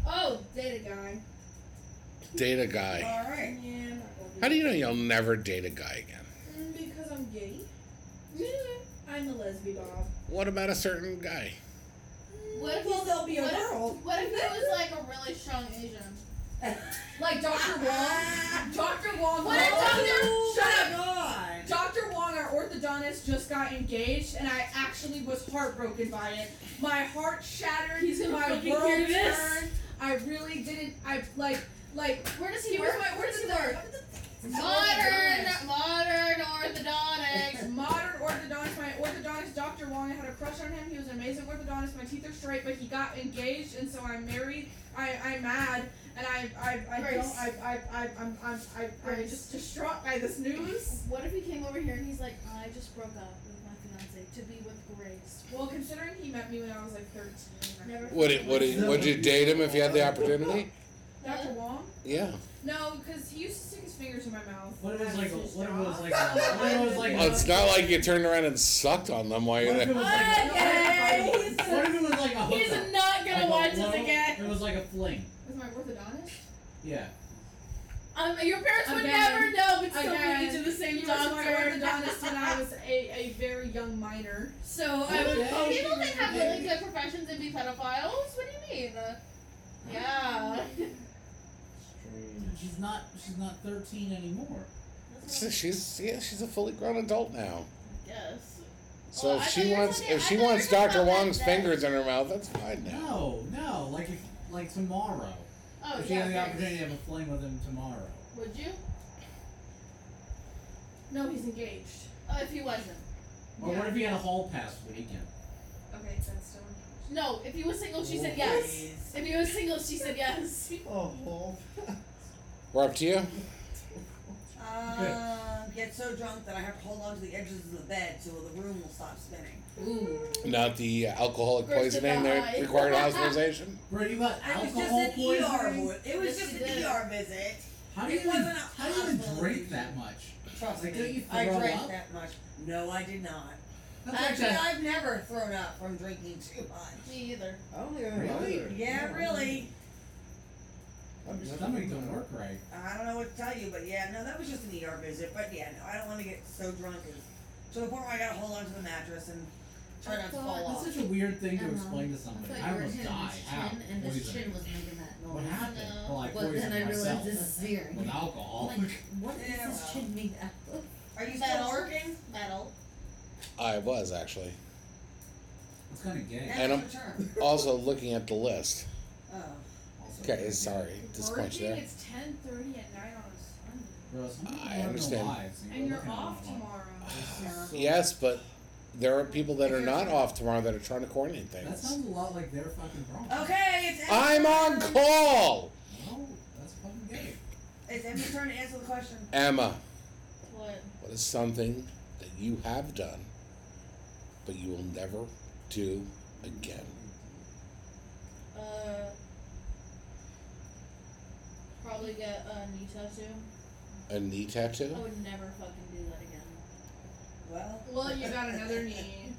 Speaker 3: Oh, data guy.
Speaker 1: Date a guy.
Speaker 2: All right.
Speaker 5: Yeah, I'm not gonna
Speaker 1: How do you know you'll never date a guy again?
Speaker 5: Mm, because I'm gay. I'm a lesbian.
Speaker 1: What about a certain guy?
Speaker 3: What if
Speaker 2: Well,
Speaker 3: he's-
Speaker 2: there'll be a
Speaker 3: what
Speaker 2: girl.
Speaker 3: If, what if he was like a really strong Asian?
Speaker 5: Like Dr. Wong. Dr. Wong.
Speaker 3: What if
Speaker 5: Oh,
Speaker 3: Dr.
Speaker 5: Shut up.
Speaker 2: God.
Speaker 5: Dr. Wong, our orthodontist, just got engaged, and I actually was heartbroken by it. My heart shattered.
Speaker 8: He's gonna
Speaker 5: my
Speaker 8: fucking
Speaker 5: world
Speaker 8: hear this.
Speaker 5: turned. I really didn't. I like, like.
Speaker 3: Where does he
Speaker 5: He was
Speaker 3: work?
Speaker 5: my. Where does he work?
Speaker 3: Modern, modern orthodontics.
Speaker 5: Modern orthodontist. My orthodontist, Dr. Wong, I had a crush on him. He was an amazing orthodontist. My teeth are straight, but he got engaged, and so I'm married. I, I'm mad, and I, I, I
Speaker 3: Grace.
Speaker 5: don't. I, I, I, I'm, I'm, I, I'm
Speaker 3: Grace.
Speaker 5: just distraught by this news.
Speaker 3: What if he came over here and he's like, I just broke up with my fiance to be with Grace.
Speaker 5: Well, considering he met me when I was like 13. I-
Speaker 3: Never-
Speaker 1: Would it? Would it? Would you date him if you had the opportunity?
Speaker 5: Dr. Wong?
Speaker 1: Yeah.
Speaker 5: No, because he used to stick his fingers in my mouth.
Speaker 4: What if it was like a,
Speaker 5: That's his
Speaker 4: what if it
Speaker 5: job.
Speaker 4: was like a, what if it was like
Speaker 1: Well, it's
Speaker 4: a,
Speaker 1: not like you turned around and sucked on them while you're
Speaker 4: what if it
Speaker 1: there.
Speaker 4: was like,
Speaker 5: Yay!
Speaker 4: what if it was like a
Speaker 3: Ah, He's
Speaker 4: hookup?
Speaker 3: not
Speaker 4: Like
Speaker 3: gonna
Speaker 4: a
Speaker 3: watch this
Speaker 4: little-
Speaker 3: again.
Speaker 4: It was like a fling.
Speaker 5: With my orthodontist?
Speaker 4: Yeah.
Speaker 3: Um, your parents would
Speaker 5: Again.
Speaker 3: never know, but still
Speaker 5: Again.
Speaker 3: we get to the same
Speaker 5: He was my
Speaker 3: doctor.
Speaker 5: orthodontist when I was a, a very young minor.
Speaker 3: So I would.
Speaker 4: Okay.
Speaker 3: People can have really good professions and be pedophiles. What do you mean? Yeah.
Speaker 4: She's not. She's not 13 anymore.
Speaker 1: So she's yeah, she's a fully grown adult now.
Speaker 3: Yes.
Speaker 1: So
Speaker 3: Well, I
Speaker 1: if
Speaker 3: thought
Speaker 1: she
Speaker 3: you were
Speaker 1: wants,
Speaker 3: talking-
Speaker 1: if
Speaker 3: I
Speaker 1: she
Speaker 3: thought you
Speaker 1: wants
Speaker 3: were talking
Speaker 1: Dr.
Speaker 3: about
Speaker 1: Wong's
Speaker 3: that-
Speaker 1: fingers in her mouth, that's fine now.
Speaker 4: No, no. Like if, like tomorrow.
Speaker 3: Oh
Speaker 4: if she
Speaker 3: yeah.
Speaker 4: had the
Speaker 3: thanks.
Speaker 4: opportunity to have a fling with him tomorrow.
Speaker 3: Would you?
Speaker 5: No, he's engaged.
Speaker 3: Uh, if he wasn't.
Speaker 4: Or what
Speaker 5: Yeah.
Speaker 4: if he had a hall pass weekend?
Speaker 5: Okay, that's still.
Speaker 3: No. If he was single, she said yes. If he was single, she said yes.
Speaker 6: Oh,
Speaker 1: We're up to you.
Speaker 2: Uh, get so drunk that I have to hold on to the edges of the bed so the room will stop spinning.
Speaker 7: Ooh.
Speaker 1: Not the alcoholic
Speaker 3: First of
Speaker 1: poisoning
Speaker 3: the
Speaker 1: that
Speaker 3: eye.
Speaker 1: required hospitalization.
Speaker 4: Bro, you got
Speaker 2: I was just
Speaker 4: alcohol
Speaker 2: an
Speaker 7: E
Speaker 2: ER.
Speaker 4: poisoning.
Speaker 2: vo- It was
Speaker 3: Yes,
Speaker 2: just
Speaker 3: you
Speaker 2: an
Speaker 3: did.
Speaker 2: ER visit.
Speaker 4: How do
Speaker 2: It
Speaker 4: you even,
Speaker 2: wasn't a
Speaker 4: how do you even
Speaker 2: hospital
Speaker 4: drink
Speaker 2: issue.
Speaker 4: that much?
Speaker 2: Trust
Speaker 4: Like,
Speaker 2: me.
Speaker 4: don't you
Speaker 2: I
Speaker 4: throw
Speaker 2: drank
Speaker 4: up?
Speaker 2: that much. No, I did not.
Speaker 4: That's like
Speaker 2: Actually,
Speaker 4: that.
Speaker 2: I've never thrown up from drinking too much.
Speaker 3: Me either.
Speaker 6: I don't think I
Speaker 4: Really?
Speaker 6: either.
Speaker 2: Yeah, really.
Speaker 6: I've
Speaker 4: Your
Speaker 6: never
Speaker 4: stomach
Speaker 6: done
Speaker 4: don't
Speaker 6: that.
Speaker 4: work right.
Speaker 2: I don't know what to tell you, but yeah, no, that was just an ER visit. But yeah, no, I don't want to get so drunk as, to the point where I got to hold on to the mattress and try not to fall
Speaker 4: That's
Speaker 2: off.
Speaker 4: such a weird thing to
Speaker 7: Uh-huh.
Speaker 4: explain to
Speaker 7: I
Speaker 4: somebody.
Speaker 7: thought
Speaker 4: I
Speaker 7: you were
Speaker 4: almost
Speaker 7: hitting
Speaker 4: died.
Speaker 7: his
Speaker 4: How?
Speaker 7: chin, and his
Speaker 4: Poison.
Speaker 7: chin was making that noise.
Speaker 4: What happened?
Speaker 3: No.
Speaker 4: Well, I
Speaker 7: But then
Speaker 4: poisoned
Speaker 7: I
Speaker 4: myself
Speaker 7: realized this is weird.
Speaker 4: with
Speaker 7: I'm
Speaker 4: alcohol.
Speaker 7: like, what is
Speaker 2: Yeah,
Speaker 7: this
Speaker 2: well.
Speaker 7: chin made out of?
Speaker 2: Are you
Speaker 3: Metal.
Speaker 2: still working?
Speaker 3: Metal.
Speaker 1: I was actually.
Speaker 4: it's kind of gay.
Speaker 1: And I'm-
Speaker 2: That's your term.
Speaker 1: Also looking at the list.
Speaker 2: Oh.
Speaker 4: Also
Speaker 1: Okay,
Speaker 4: kinda
Speaker 1: sorry,
Speaker 4: gay.
Speaker 1: disappointed there.
Speaker 5: It's 10:30 at night on a
Speaker 4: Bro, some people
Speaker 1: I
Speaker 4: have no
Speaker 1: understand.
Speaker 4: lives,
Speaker 5: Sunday, and you're
Speaker 4: you're looking at
Speaker 5: off
Speaker 4: them
Speaker 5: tomorrow.
Speaker 4: all.
Speaker 1: Yes, but there are people that are not off tomorrow that are trying to coordinate
Speaker 4: That
Speaker 1: things.
Speaker 4: sounds a lot like their fucking problem.
Speaker 2: Okay, it's
Speaker 1: I'm on
Speaker 2: Emma's turn.
Speaker 1: call.
Speaker 4: No, that's fucking gay.
Speaker 2: It's Emma's turn to answer the question.
Speaker 1: Emma,
Speaker 3: What?
Speaker 1: what is something that you have done, but you will never do again?
Speaker 3: Uh. Probably get a knee tattoo.
Speaker 1: A knee tattoo?
Speaker 3: I would never fucking do that again.
Speaker 2: Well.
Speaker 5: Well, you got another knee.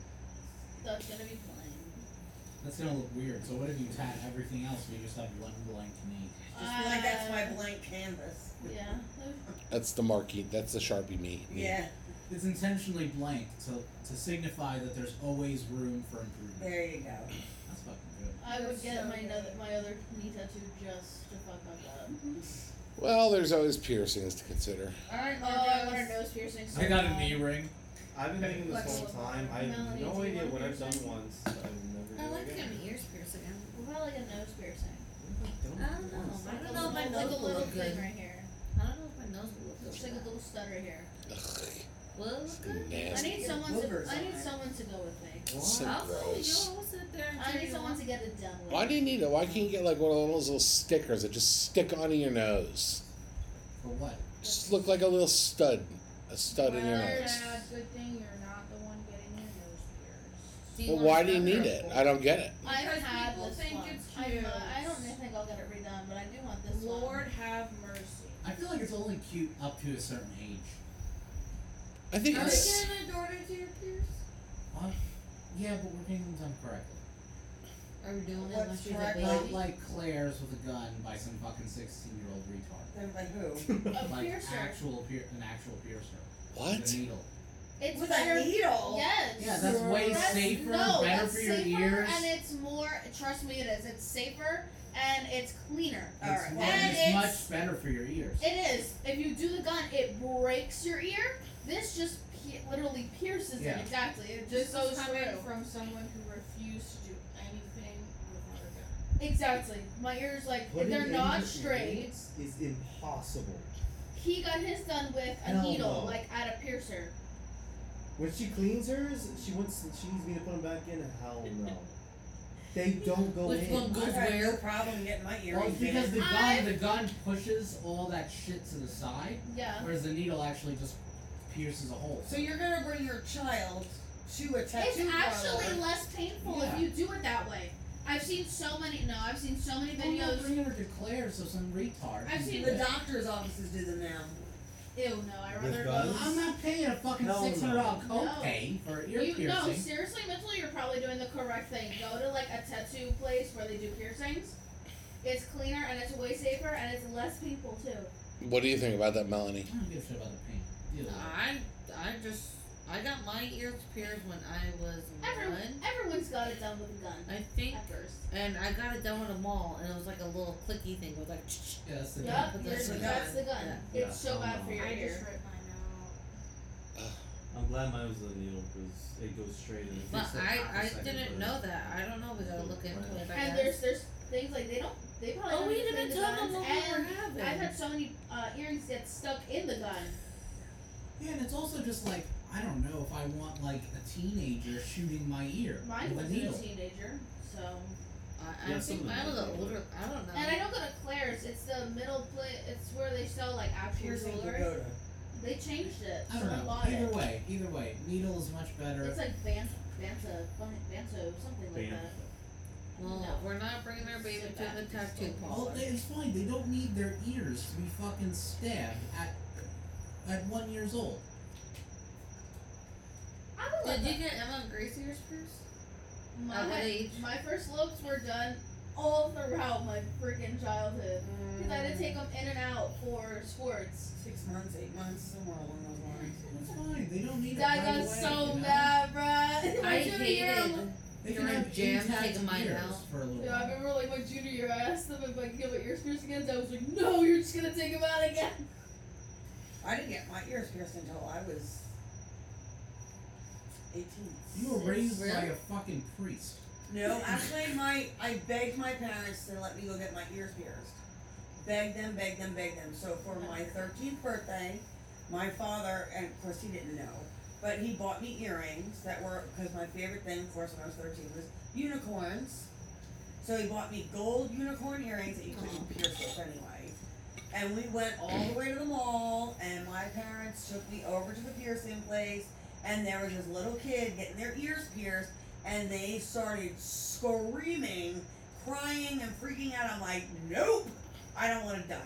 Speaker 3: That's gonna be fine.
Speaker 4: That's gonna look weird. So what if you tat everything else? but You just have one blank knee.
Speaker 2: Just feel like that's my
Speaker 3: Uh,
Speaker 2: blank canvas.
Speaker 3: Yeah.
Speaker 1: That's the marquee. That's the Sharpie me. knee.
Speaker 2: Yeah,
Speaker 4: It's intentionally blank to to signify that there's always room for improvement.
Speaker 2: there you go.
Speaker 4: That's fucking good.
Speaker 3: I would get
Speaker 5: So
Speaker 3: my
Speaker 5: good.
Speaker 3: another, my other knee tattoo just to fuck up. that.
Speaker 1: Well, there's always piercings to consider.
Speaker 7: Alright,
Speaker 3: Oh, I want a nose piercing. so
Speaker 4: I got a
Speaker 3: bad.
Speaker 4: knee ring.
Speaker 6: I've been thinking this whole
Speaker 3: Flexible.
Speaker 6: time. I have
Speaker 3: Melanie, do
Speaker 6: no
Speaker 3: you
Speaker 6: idea
Speaker 3: want
Speaker 6: what I've
Speaker 3: to do
Speaker 6: done once. I would
Speaker 7: I
Speaker 6: never do
Speaker 7: like
Speaker 6: it
Speaker 7: him
Speaker 6: again.
Speaker 7: ears piercing.
Speaker 3: What about like a nose piercing?
Speaker 6: What
Speaker 7: I
Speaker 6: have I
Speaker 7: don't
Speaker 6: done
Speaker 7: know.
Speaker 6: once?
Speaker 7: I don't
Speaker 3: Like
Speaker 7: know
Speaker 3: a
Speaker 7: if my
Speaker 3: little- like a
Speaker 7: nose will
Speaker 3: little
Speaker 7: look
Speaker 3: thing
Speaker 7: good.
Speaker 3: right here.
Speaker 7: I don't know if my nose will look good.
Speaker 3: Looks like a little stud right here.
Speaker 1: Ugh,
Speaker 7: Will it look good?
Speaker 3: I
Speaker 1: nasty.
Speaker 3: need someone to.
Speaker 2: boogers
Speaker 3: I
Speaker 2: on
Speaker 3: need
Speaker 2: it.
Speaker 3: someone to go with me.
Speaker 1: So
Speaker 7: I'll follow you.
Speaker 1: gross.
Speaker 7: I'll sit there and
Speaker 3: I
Speaker 7: tell
Speaker 3: need
Speaker 7: you
Speaker 3: someone
Speaker 7: what.
Speaker 3: to get it done with.
Speaker 1: Why do you need it? Why can't you get like one of those little stickers that just stick onto your nose?
Speaker 4: For what?
Speaker 1: Just look like a little stud, a stud in your
Speaker 5: Well,
Speaker 1: nose.
Speaker 5: yeah, good thing you're not the one getting your nose pierced.
Speaker 7: Do you
Speaker 1: But
Speaker 7: want
Speaker 1: why do you
Speaker 7: another
Speaker 1: need
Speaker 7: or
Speaker 1: it?
Speaker 7: four?
Speaker 1: I don't get it.
Speaker 3: I've
Speaker 5: Because
Speaker 3: had
Speaker 5: people
Speaker 3: this
Speaker 5: think
Speaker 3: one.
Speaker 5: it's
Speaker 3: I'm, uh, I don't
Speaker 5: cute.
Speaker 3: think I'll get it redone, but I do want this one.
Speaker 5: Lord have mercy.
Speaker 4: I feel like it's only cute up to a certain age.
Speaker 1: I think
Speaker 7: Are they
Speaker 1: it's.
Speaker 7: giving a daughter to your peers?
Speaker 4: What? Yeah, but we're getting them done correctly.
Speaker 7: Are we doing it
Speaker 2: What's
Speaker 7: unless she's a
Speaker 2: correct?
Speaker 7: baby?
Speaker 4: Like, like Claire's with a gun by some fucking 16 year old retard.
Speaker 2: They're like, who?
Speaker 5: A
Speaker 4: like
Speaker 5: piercer.
Speaker 4: actual pier- an actual piercer.
Speaker 1: What?
Speaker 4: The needle.
Speaker 3: It's
Speaker 2: With
Speaker 3: better.
Speaker 2: a needle.
Speaker 3: Yes.
Speaker 4: Yeah, that's way
Speaker 3: That's-
Speaker 4: safer,
Speaker 3: no,
Speaker 4: better
Speaker 3: that's
Speaker 4: for your
Speaker 3: safer,
Speaker 4: ears.
Speaker 3: And it's more, trust me, it is. It's safer and it's cleaner.
Speaker 4: It's,
Speaker 2: Alright.
Speaker 4: mu-
Speaker 3: And
Speaker 4: it's
Speaker 3: it's-
Speaker 4: much better for your ears.
Speaker 3: It is. If you do the gun, it breaks your ear. This just pi literally pierces
Speaker 4: Yeah.
Speaker 3: it exactly. It
Speaker 5: This
Speaker 3: just goes
Speaker 5: is coming
Speaker 3: through.
Speaker 5: from someone who refused to do anything without a gun.
Speaker 3: Exactly. My ears like
Speaker 6: Putting
Speaker 3: they're
Speaker 6: in
Speaker 3: not
Speaker 6: your
Speaker 3: straight.
Speaker 6: ears Is impossible.
Speaker 3: He got his done with a
Speaker 6: Hell
Speaker 3: needle,
Speaker 6: no.
Speaker 3: like at a piercer.
Speaker 6: When she cleans hers, she wants she needs me to put them back in. Hell no. They don't go
Speaker 7: Which
Speaker 6: in.
Speaker 7: one
Speaker 2: I
Speaker 7: goes
Speaker 2: have no
Speaker 7: where?
Speaker 2: problem getting my
Speaker 4: Well, it's
Speaker 2: earrings in.
Speaker 4: because the gun
Speaker 3: I've-
Speaker 4: the gun pushes all that shit to the side,
Speaker 3: Yeah.
Speaker 4: whereas the needle actually just pierces a hole.
Speaker 2: So you're gonna bring your child to a tattoo
Speaker 3: It's actually less painful
Speaker 4: Yeah.
Speaker 3: if you do it that way. I've seen so many. No, I've seen so many
Speaker 4: I'm not
Speaker 3: videos.
Speaker 4: bringing her to Claire's so some retard.
Speaker 3: I've
Speaker 4: can
Speaker 3: seen
Speaker 4: do
Speaker 2: The
Speaker 4: it.
Speaker 2: doctor's offices do them now.
Speaker 3: Ew, no. I
Speaker 6: With
Speaker 3: rather
Speaker 6: guns?
Speaker 3: go.
Speaker 4: I'm not paying a fucking
Speaker 6: Hell no.
Speaker 4: six hundred dollar
Speaker 3: No.
Speaker 4: copay for ear
Speaker 3: You,
Speaker 4: piercing.
Speaker 3: no, seriously, mentally, you're probably doing the correct thing. Go to like a tattoo place where they do piercings. It's cleaner and it's way safer and it's less painful too.
Speaker 1: What do you think about that, Melanie?
Speaker 4: I don't give a shit about the pain. Deal with it.
Speaker 3: Ah.
Speaker 7: I I just I got my ears pierced when I was
Speaker 3: Everyone,
Speaker 7: one.
Speaker 3: everyone's got it done with a gun
Speaker 7: I think,
Speaker 3: at first.
Speaker 7: and I got it done with a mall, and it was like a little clicky thing. It was like.
Speaker 4: Yeah, that's the
Speaker 3: Yep,
Speaker 4: pain.
Speaker 7: but
Speaker 3: you're-
Speaker 7: that's
Speaker 3: that's,
Speaker 7: the
Speaker 3: the
Speaker 7: gun.
Speaker 3: gun.
Speaker 4: Yeah.
Speaker 3: It's so
Speaker 4: Yeah.
Speaker 3: bad for your
Speaker 5: I just
Speaker 3: ear.
Speaker 5: ripped mine out.
Speaker 6: I'm glad mine was the needle because it goes straight in.
Speaker 7: But I, I didn't know that. I don't know. We gotta look into it. I
Speaker 3: And
Speaker 7: guess.
Speaker 3: there's there's things like they don't they probably
Speaker 7: Oh,
Speaker 3: don't
Speaker 7: we
Speaker 3: even
Speaker 7: didn't
Speaker 3: clean the
Speaker 7: tell them
Speaker 3: guns,
Speaker 7: what we were
Speaker 3: and
Speaker 7: having.
Speaker 3: I've had so many uh, earrings get stuck in the gun.
Speaker 4: Yeah, and it's also just like I don't know if I want like a teenager shooting my ear
Speaker 3: Mine
Speaker 4: with
Speaker 3: was
Speaker 4: a
Speaker 3: a
Speaker 4: needle.
Speaker 3: teenager, so
Speaker 7: Um. I, I
Speaker 6: Yeah,
Speaker 7: think
Speaker 6: something
Speaker 7: mine was
Speaker 6: like
Speaker 7: an
Speaker 6: that.
Speaker 7: older. I don't know.
Speaker 3: and I don't go to Claire's. It's the middle pla It's where they sell like actual
Speaker 2: Piercing
Speaker 3: jewelry.
Speaker 2: pagoda.
Speaker 3: They changed it. so
Speaker 4: I don't
Speaker 3: I
Speaker 4: know.
Speaker 3: bought
Speaker 4: Either
Speaker 3: it.
Speaker 4: way, either way, needle is much better.
Speaker 3: It's like Ban- Banta, Ban- Banto, something like that.
Speaker 7: Well,
Speaker 3: No.
Speaker 7: we're not bringing our baby
Speaker 3: Sit
Speaker 7: to
Speaker 3: back
Speaker 7: the
Speaker 3: and
Speaker 7: tattoo
Speaker 3: stop.
Speaker 4: well,
Speaker 7: parlor.
Speaker 4: they- it's fine. They don't need their ears to be fucking stabbed at at one years old.
Speaker 3: I would
Speaker 7: Did
Speaker 3: let
Speaker 7: you get Emma and Grace ears pierced?
Speaker 3: them-
Speaker 7: At what
Speaker 3: my
Speaker 7: age?
Speaker 3: my first lobes were done all throughout my freaking childhood because I had to take them in and out for sports.
Speaker 2: Six months, eight months, somewhere along those lines.
Speaker 4: It's fine. They don't need.
Speaker 3: That
Speaker 4: it right
Speaker 3: got
Speaker 4: away,
Speaker 3: so
Speaker 4: you know?
Speaker 3: bad, bruh.
Speaker 7: I
Speaker 3: My junior year,
Speaker 7: hated.
Speaker 4: They can
Speaker 7: You're in
Speaker 4: have
Speaker 7: jam,
Speaker 4: intact
Speaker 7: taking mine
Speaker 4: ears
Speaker 7: out.
Speaker 4: for a little.
Speaker 3: Yeah, I
Speaker 4: while.
Speaker 3: remember like my junior year, I asked them if I could get my ears pierced again. I was like, no, you're just gonna take them out again.
Speaker 2: I didn't get my ears pierced until I was eighteen.
Speaker 4: You were raised
Speaker 7: Really?
Speaker 4: by a fucking priest.
Speaker 2: No, actually, my I begged my parents to let me go get my ears pierced. Begged them, begged them, begged them. So for my 13th birthday, my father, and of course he didn't know, but he bought me earrings that were because my favorite thing, of course, when I was 13 was unicorns. So he bought me gold unicorn earrings that you couldn't pierce with anyway. And we went all the way to the mall, and my parents took me over to the piercing place, and there was this little kid getting their ears pierced and they started screaming, crying, and freaking out. I'm like, nope, I don't want it done.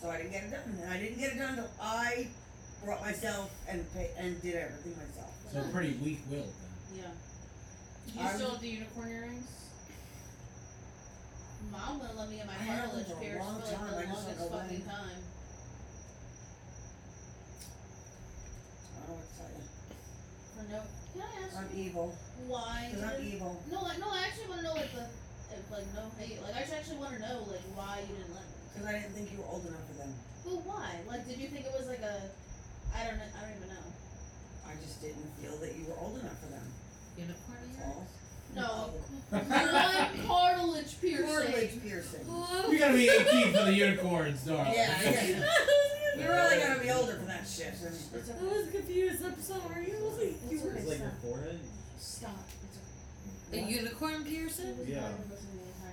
Speaker 2: So I didn't get it done, and I didn't get it done until I brought myself and pay, and did everything myself.
Speaker 4: So pretty weak-willed. Then.
Speaker 3: Yeah.
Speaker 5: You
Speaker 2: I'm-
Speaker 5: still have the unicorn earrings?
Speaker 3: Mom wouldn't let me get my
Speaker 2: I had them
Speaker 3: cartilage
Speaker 2: for a
Speaker 3: pierced
Speaker 2: long
Speaker 3: for like
Speaker 2: time. I
Speaker 3: the
Speaker 2: just
Speaker 3: longest
Speaker 2: don't know
Speaker 3: fucking
Speaker 2: why.
Speaker 3: time.
Speaker 2: I don't know what to tell you.
Speaker 3: For no. Can I ask
Speaker 2: I'm
Speaker 3: you
Speaker 2: evil.
Speaker 3: why?
Speaker 2: 'Cause I'm evil.
Speaker 3: No, like, no, I actually want to know like the, if, like no hate. Like I actually want to know like why you didn't let me.
Speaker 2: Because I didn't think you were old enough for them.
Speaker 3: But why? Like, did you think it was like a? I don't. know. I don't even know.
Speaker 2: I just didn't feel that you were old enough for them.
Speaker 7: Unicorn ears?
Speaker 2: That's all.
Speaker 3: No, non cartilage piercing.
Speaker 2: Cartilage piercing.
Speaker 4: You
Speaker 7: Whoa.
Speaker 4: gotta be 18 for the unicorns, darling.
Speaker 2: Yeah, yeah. You're really gonna be older for that shit.
Speaker 3: It's
Speaker 7: I
Speaker 3: okay.
Speaker 7: was confused. I'm sorry. I was like, you were-
Speaker 6: It's like your forehead.
Speaker 3: Stop. It's okay.
Speaker 7: A unicorn piercing?
Speaker 6: Yeah.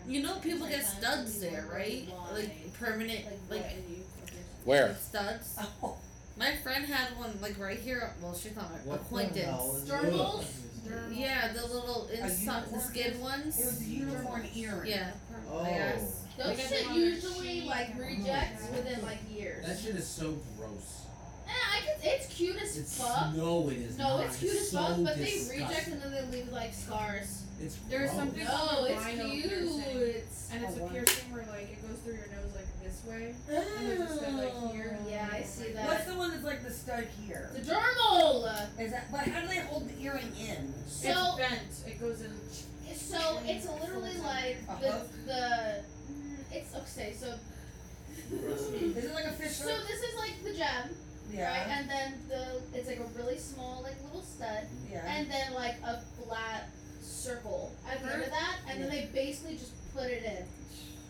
Speaker 7: You know, people get studs there, right? Like permanent,
Speaker 3: Like,
Speaker 7: like
Speaker 3: what?
Speaker 1: Where?
Speaker 7: studs.
Speaker 2: Oh,
Speaker 7: My friend had one like right here. Well, she's not my acquaintance.
Speaker 3: Dermals?
Speaker 7: Yeah, the little inside
Speaker 2: unicorn
Speaker 7: the skin
Speaker 2: it was a
Speaker 7: ones.
Speaker 2: unicorn earring.
Speaker 7: Yeah.
Speaker 6: Oh.
Speaker 7: I guess.
Speaker 3: Those
Speaker 8: Like,
Speaker 3: shit
Speaker 8: on their
Speaker 3: usually
Speaker 8: sheet
Speaker 3: like
Speaker 8: and all
Speaker 3: rejects
Speaker 8: that.
Speaker 3: within like years.
Speaker 4: That shit is so gross.
Speaker 3: Eh, I it's, it's cute as
Speaker 4: It's
Speaker 3: fuck.
Speaker 4: no, it is
Speaker 3: No,
Speaker 4: not.
Speaker 3: it's cute as
Speaker 4: so
Speaker 3: fuck, but
Speaker 4: disgusting.
Speaker 3: they reject and then they leave like scars.
Speaker 4: It's
Speaker 8: There's
Speaker 4: gross.
Speaker 8: something- They call
Speaker 3: No,
Speaker 8: it
Speaker 3: it's
Speaker 8: rhino
Speaker 3: cute.
Speaker 8: piercing.
Speaker 5: And it's
Speaker 2: Oh,
Speaker 5: a
Speaker 2: wow.
Speaker 5: piercing where like it goes through your nose like this way. And they're just gonna, like, here.
Speaker 3: Yeah, I see
Speaker 2: What's
Speaker 3: that.
Speaker 2: the one that's like the stud here?
Speaker 3: The dermal.
Speaker 2: Is that? But how do they hold the earring in?
Speaker 3: So
Speaker 5: it's bent. It goes in.
Speaker 3: So it's literally like the the mm, it's okay. So
Speaker 2: Is it like a fish?
Speaker 3: so this is like the gem, right?
Speaker 2: yeah.
Speaker 3: And then the it's like a really small like little stud,
Speaker 2: Yeah.
Speaker 3: and then like a flat circle. I've heard of that, and then they basically just put it in.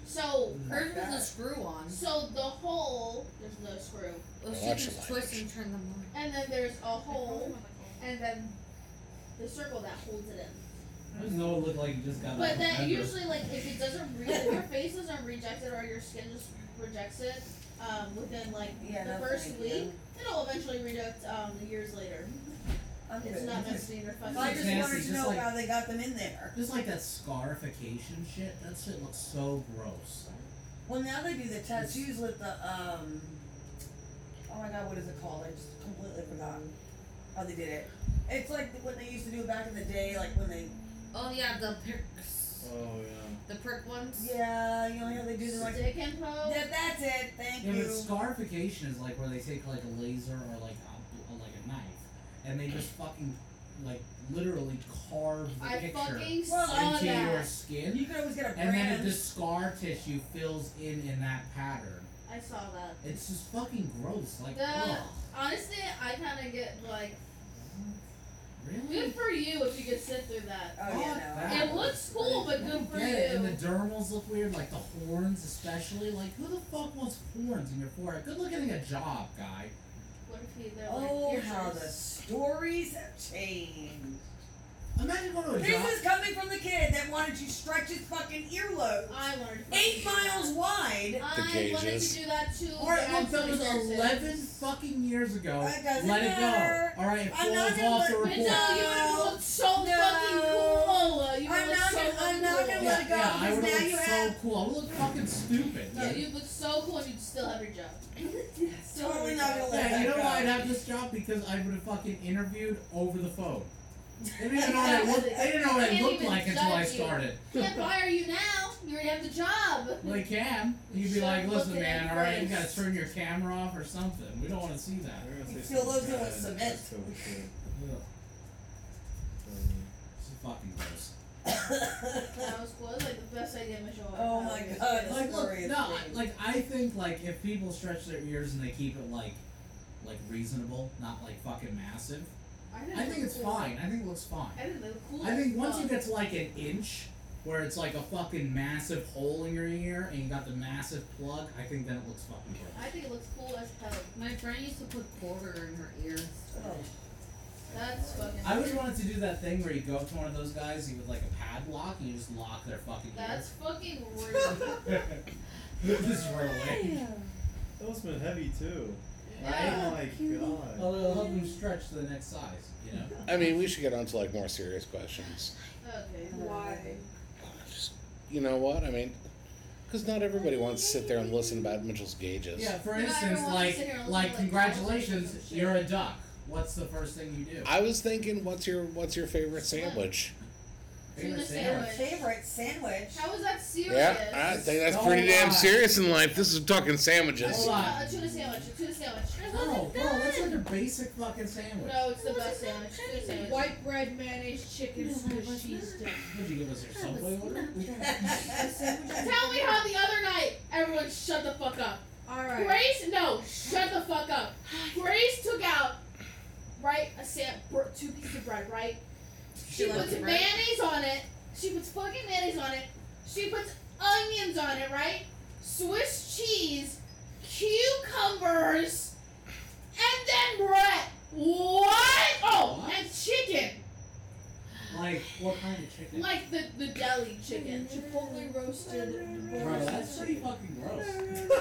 Speaker 3: So
Speaker 7: Hers was a screw on.
Speaker 3: so the hole there's no screw,
Speaker 7: Well, she
Speaker 1: Election
Speaker 7: just twist and turn them on.
Speaker 3: and then there's a
Speaker 1: Oh.
Speaker 3: hole, and then the circle that holds it in.
Speaker 4: There's no it looked like you just got. out
Speaker 3: But
Speaker 4: of
Speaker 3: that
Speaker 4: Denver.
Speaker 3: usually, like, if it doesn't, re- if your face doesn't reject it or your skin just rejects it, um, within like
Speaker 2: Yeah,
Speaker 3: the
Speaker 2: that's
Speaker 3: first
Speaker 2: right,
Speaker 3: week,
Speaker 2: yeah.
Speaker 3: it'll eventually reject. Um, years later,
Speaker 2: Okay.
Speaker 3: it's not meant to be in your fucking.
Speaker 2: Well, I just
Speaker 4: Fancy,
Speaker 2: wanted to
Speaker 4: just
Speaker 2: know
Speaker 4: like-
Speaker 2: how they got them in there.
Speaker 4: Just like that scarification shit. That shit looks so gross.
Speaker 2: Well, now they do the tattoos with the um. Oh my god, what is it called? I just completely forgot how they did it. It's like what they used to do back in the day, like when they.
Speaker 7: Oh yeah, the pricks.
Speaker 6: Oh yeah.
Speaker 7: The prick ones.
Speaker 2: Yeah, you know how they do the like.
Speaker 3: Dick and Poe.
Speaker 2: Yeah, that's it. Thank
Speaker 4: Yeah,
Speaker 2: you.
Speaker 4: but scarification is like where they take like a laser or like a, like a knife, and they just fucking like literally carve the
Speaker 3: I
Speaker 4: picture
Speaker 3: fucking
Speaker 2: Well,
Speaker 3: saw
Speaker 4: into your
Speaker 3: that.
Speaker 2: You
Speaker 4: skin,
Speaker 2: could always get a
Speaker 4: and then
Speaker 2: brand.
Speaker 4: the scar tissue fills in in that pattern.
Speaker 3: I saw that.
Speaker 4: It's just fucking gross. Like,
Speaker 3: The-
Speaker 4: ugh.
Speaker 3: Honestly, I kind of get like,
Speaker 4: really?
Speaker 3: good for you if you could sit through that.
Speaker 2: oh
Speaker 4: Fuck
Speaker 2: yeah,
Speaker 4: that.
Speaker 3: It looks cool, but
Speaker 4: I
Speaker 3: good
Speaker 4: don't
Speaker 3: for
Speaker 4: get it. And
Speaker 3: you.
Speaker 4: the dermals look weird, like the horns especially. Like, who the fuck wants horns in your forehead? Good look getting a job, guy.
Speaker 3: What if he,
Speaker 2: no.
Speaker 3: they're like,
Speaker 2: Oh,
Speaker 3: "Here's
Speaker 2: how the
Speaker 3: yours."
Speaker 2: stories have changed.
Speaker 4: Imagine going to a job.
Speaker 2: This is coming from the kid that wanted to stretch his fucking earlobe
Speaker 3: I wanted to.
Speaker 2: eight
Speaker 3: fucking do
Speaker 2: miles wide.
Speaker 3: that. I wanted
Speaker 1: gauges.
Speaker 3: to do that too.
Speaker 4: All right,
Speaker 3: but
Speaker 4: look, that was
Speaker 3: absolutely didn't.
Speaker 4: eleven fucking years ago.
Speaker 2: That doesn't
Speaker 4: Let it
Speaker 2: matter.
Speaker 4: go. All right, it
Speaker 2: I'm not
Speaker 4: falls
Speaker 2: gonna
Speaker 4: off
Speaker 2: let-
Speaker 4: the
Speaker 3: But
Speaker 4: report.
Speaker 3: no, you would have looked so
Speaker 2: No.
Speaker 3: fucking cool. Uh, You would have
Speaker 2: I'm not
Speaker 3: looked so
Speaker 2: gonna- I'm not
Speaker 3: cool.
Speaker 2: gonna
Speaker 4: yeah,
Speaker 2: let it go,
Speaker 4: yeah, I
Speaker 2: because
Speaker 4: would
Speaker 2: now
Speaker 4: have
Speaker 2: you
Speaker 4: looked so
Speaker 2: have-
Speaker 4: cool. I would look fucking stupid.
Speaker 3: No,
Speaker 4: Yeah.
Speaker 3: you look so cool and you'd still have your job. Still have
Speaker 2: Totally
Speaker 3: your
Speaker 2: not
Speaker 3: job.
Speaker 2: gonna let
Speaker 4: Yeah, you
Speaker 2: that
Speaker 4: know
Speaker 2: go.
Speaker 4: why I'd have this job because I would have fucking interviewed over the phone. They didn't know what I looked. They didn't know what I
Speaker 3: Can't
Speaker 4: looked
Speaker 3: even
Speaker 4: like until I
Speaker 3: judge you.
Speaker 4: started.
Speaker 3: Can't fire you now. You already have the job.
Speaker 4: Well, they can. You'd be
Speaker 3: Should've
Speaker 4: like,
Speaker 3: looked
Speaker 4: listen,
Speaker 3: at
Speaker 4: man.
Speaker 3: it
Speaker 4: All right, you gotta
Speaker 3: first."
Speaker 4: turn your camera off or something. We don't want to see that.
Speaker 6: They're gonna
Speaker 2: You
Speaker 6: say
Speaker 2: still
Speaker 6: some
Speaker 2: loads it with
Speaker 6: bad
Speaker 2: cement.
Speaker 6: Mexican shit.
Speaker 4: Ugh,
Speaker 6: Um,
Speaker 4: This is fucking gross.
Speaker 3: That was cool. That was like the best idea Michelle.
Speaker 2: Oh my God.
Speaker 4: like look,
Speaker 2: Story is
Speaker 4: no, I-
Speaker 2: great.
Speaker 4: like I think like if people stretch their ears and they keep it like like reasonable, not like fucking massive, I think it's fine. I think it looks fine.
Speaker 3: I think they look cool.
Speaker 4: I think
Speaker 3: as
Speaker 4: once
Speaker 3: fuck.
Speaker 4: you get to like an inch where it's like a fucking massive hole in your ear and you got the massive plug, I think then it looks fucking gross.
Speaker 3: I think it looks cool as hell.
Speaker 7: My friend used to put quarter in her ears.
Speaker 2: Oh.
Speaker 3: That's fucking.
Speaker 4: I always wanted to do that thing where you go up to one of those guys, you with like a padlock, and you just lock their fucking
Speaker 3: That's fucking weird.
Speaker 4: ears. just run away.
Speaker 6: That must have been heavy too.
Speaker 3: Yeah.
Speaker 6: Oh my god.
Speaker 4: Well, it'll help them stretch to the next size, you know.
Speaker 1: I mean, we should get on to like more serious questions.
Speaker 3: Okay.
Speaker 8: Why?
Speaker 1: Just, you know what? I mean, because not everybody wants to sit there and listen about Mitchell's gauges.
Speaker 4: Yeah, for
Speaker 3: Not
Speaker 4: instance,
Speaker 3: everyone
Speaker 4: like
Speaker 3: wants to sit here and
Speaker 4: like
Speaker 3: listen to, like,
Speaker 4: congratulations,
Speaker 3: conversations and
Speaker 4: you're a duck. What's the first thing you do?
Speaker 1: I was thinking, what's your what's your favorite sandwich?
Speaker 4: Favorite
Speaker 3: the
Speaker 2: Your
Speaker 4: sandwich.
Speaker 3: sandwich.
Speaker 2: favorite sandwich.
Speaker 3: How is that serious?
Speaker 1: Yeah, I think that's
Speaker 4: So
Speaker 7: Oh
Speaker 1: pretty damn
Speaker 4: odd.
Speaker 1: serious in life. This is talking
Speaker 3: A
Speaker 1: sandwiches.
Speaker 4: Hold
Speaker 3: tuna,
Speaker 4: on.
Speaker 3: a tuna sandwich. A tuna sandwich. There's
Speaker 4: Oh,
Speaker 3: nothing
Speaker 4: bro, that's
Speaker 3: done.
Speaker 4: like a basic fucking sandwich.
Speaker 3: No, it's the best sandwich. Tuna sandwich.
Speaker 5: White bread, mayonnaise, chicken, Swiss cheese dip.
Speaker 4: What'd you give us your subway order?
Speaker 3: Tell me how the other night everyone shut the fuck up.
Speaker 5: Alright.
Speaker 3: Grace, no, shut the fuck up. Grace took out right a sam br- two pieces of bread, right? She,
Speaker 8: She
Speaker 3: puts
Speaker 8: loves bread.
Speaker 3: mayonnaise on it. She puts fucking mayonnaise on it. She puts onions on it, right? Swiss cheese, cucumbers, and then bread. What? Oh,
Speaker 4: What?
Speaker 3: and chicken,
Speaker 4: Like, what kind of chicken?
Speaker 3: like the the deli chicken.
Speaker 5: Chipotle roasted.
Speaker 4: Bro, that's pretty fucking gross.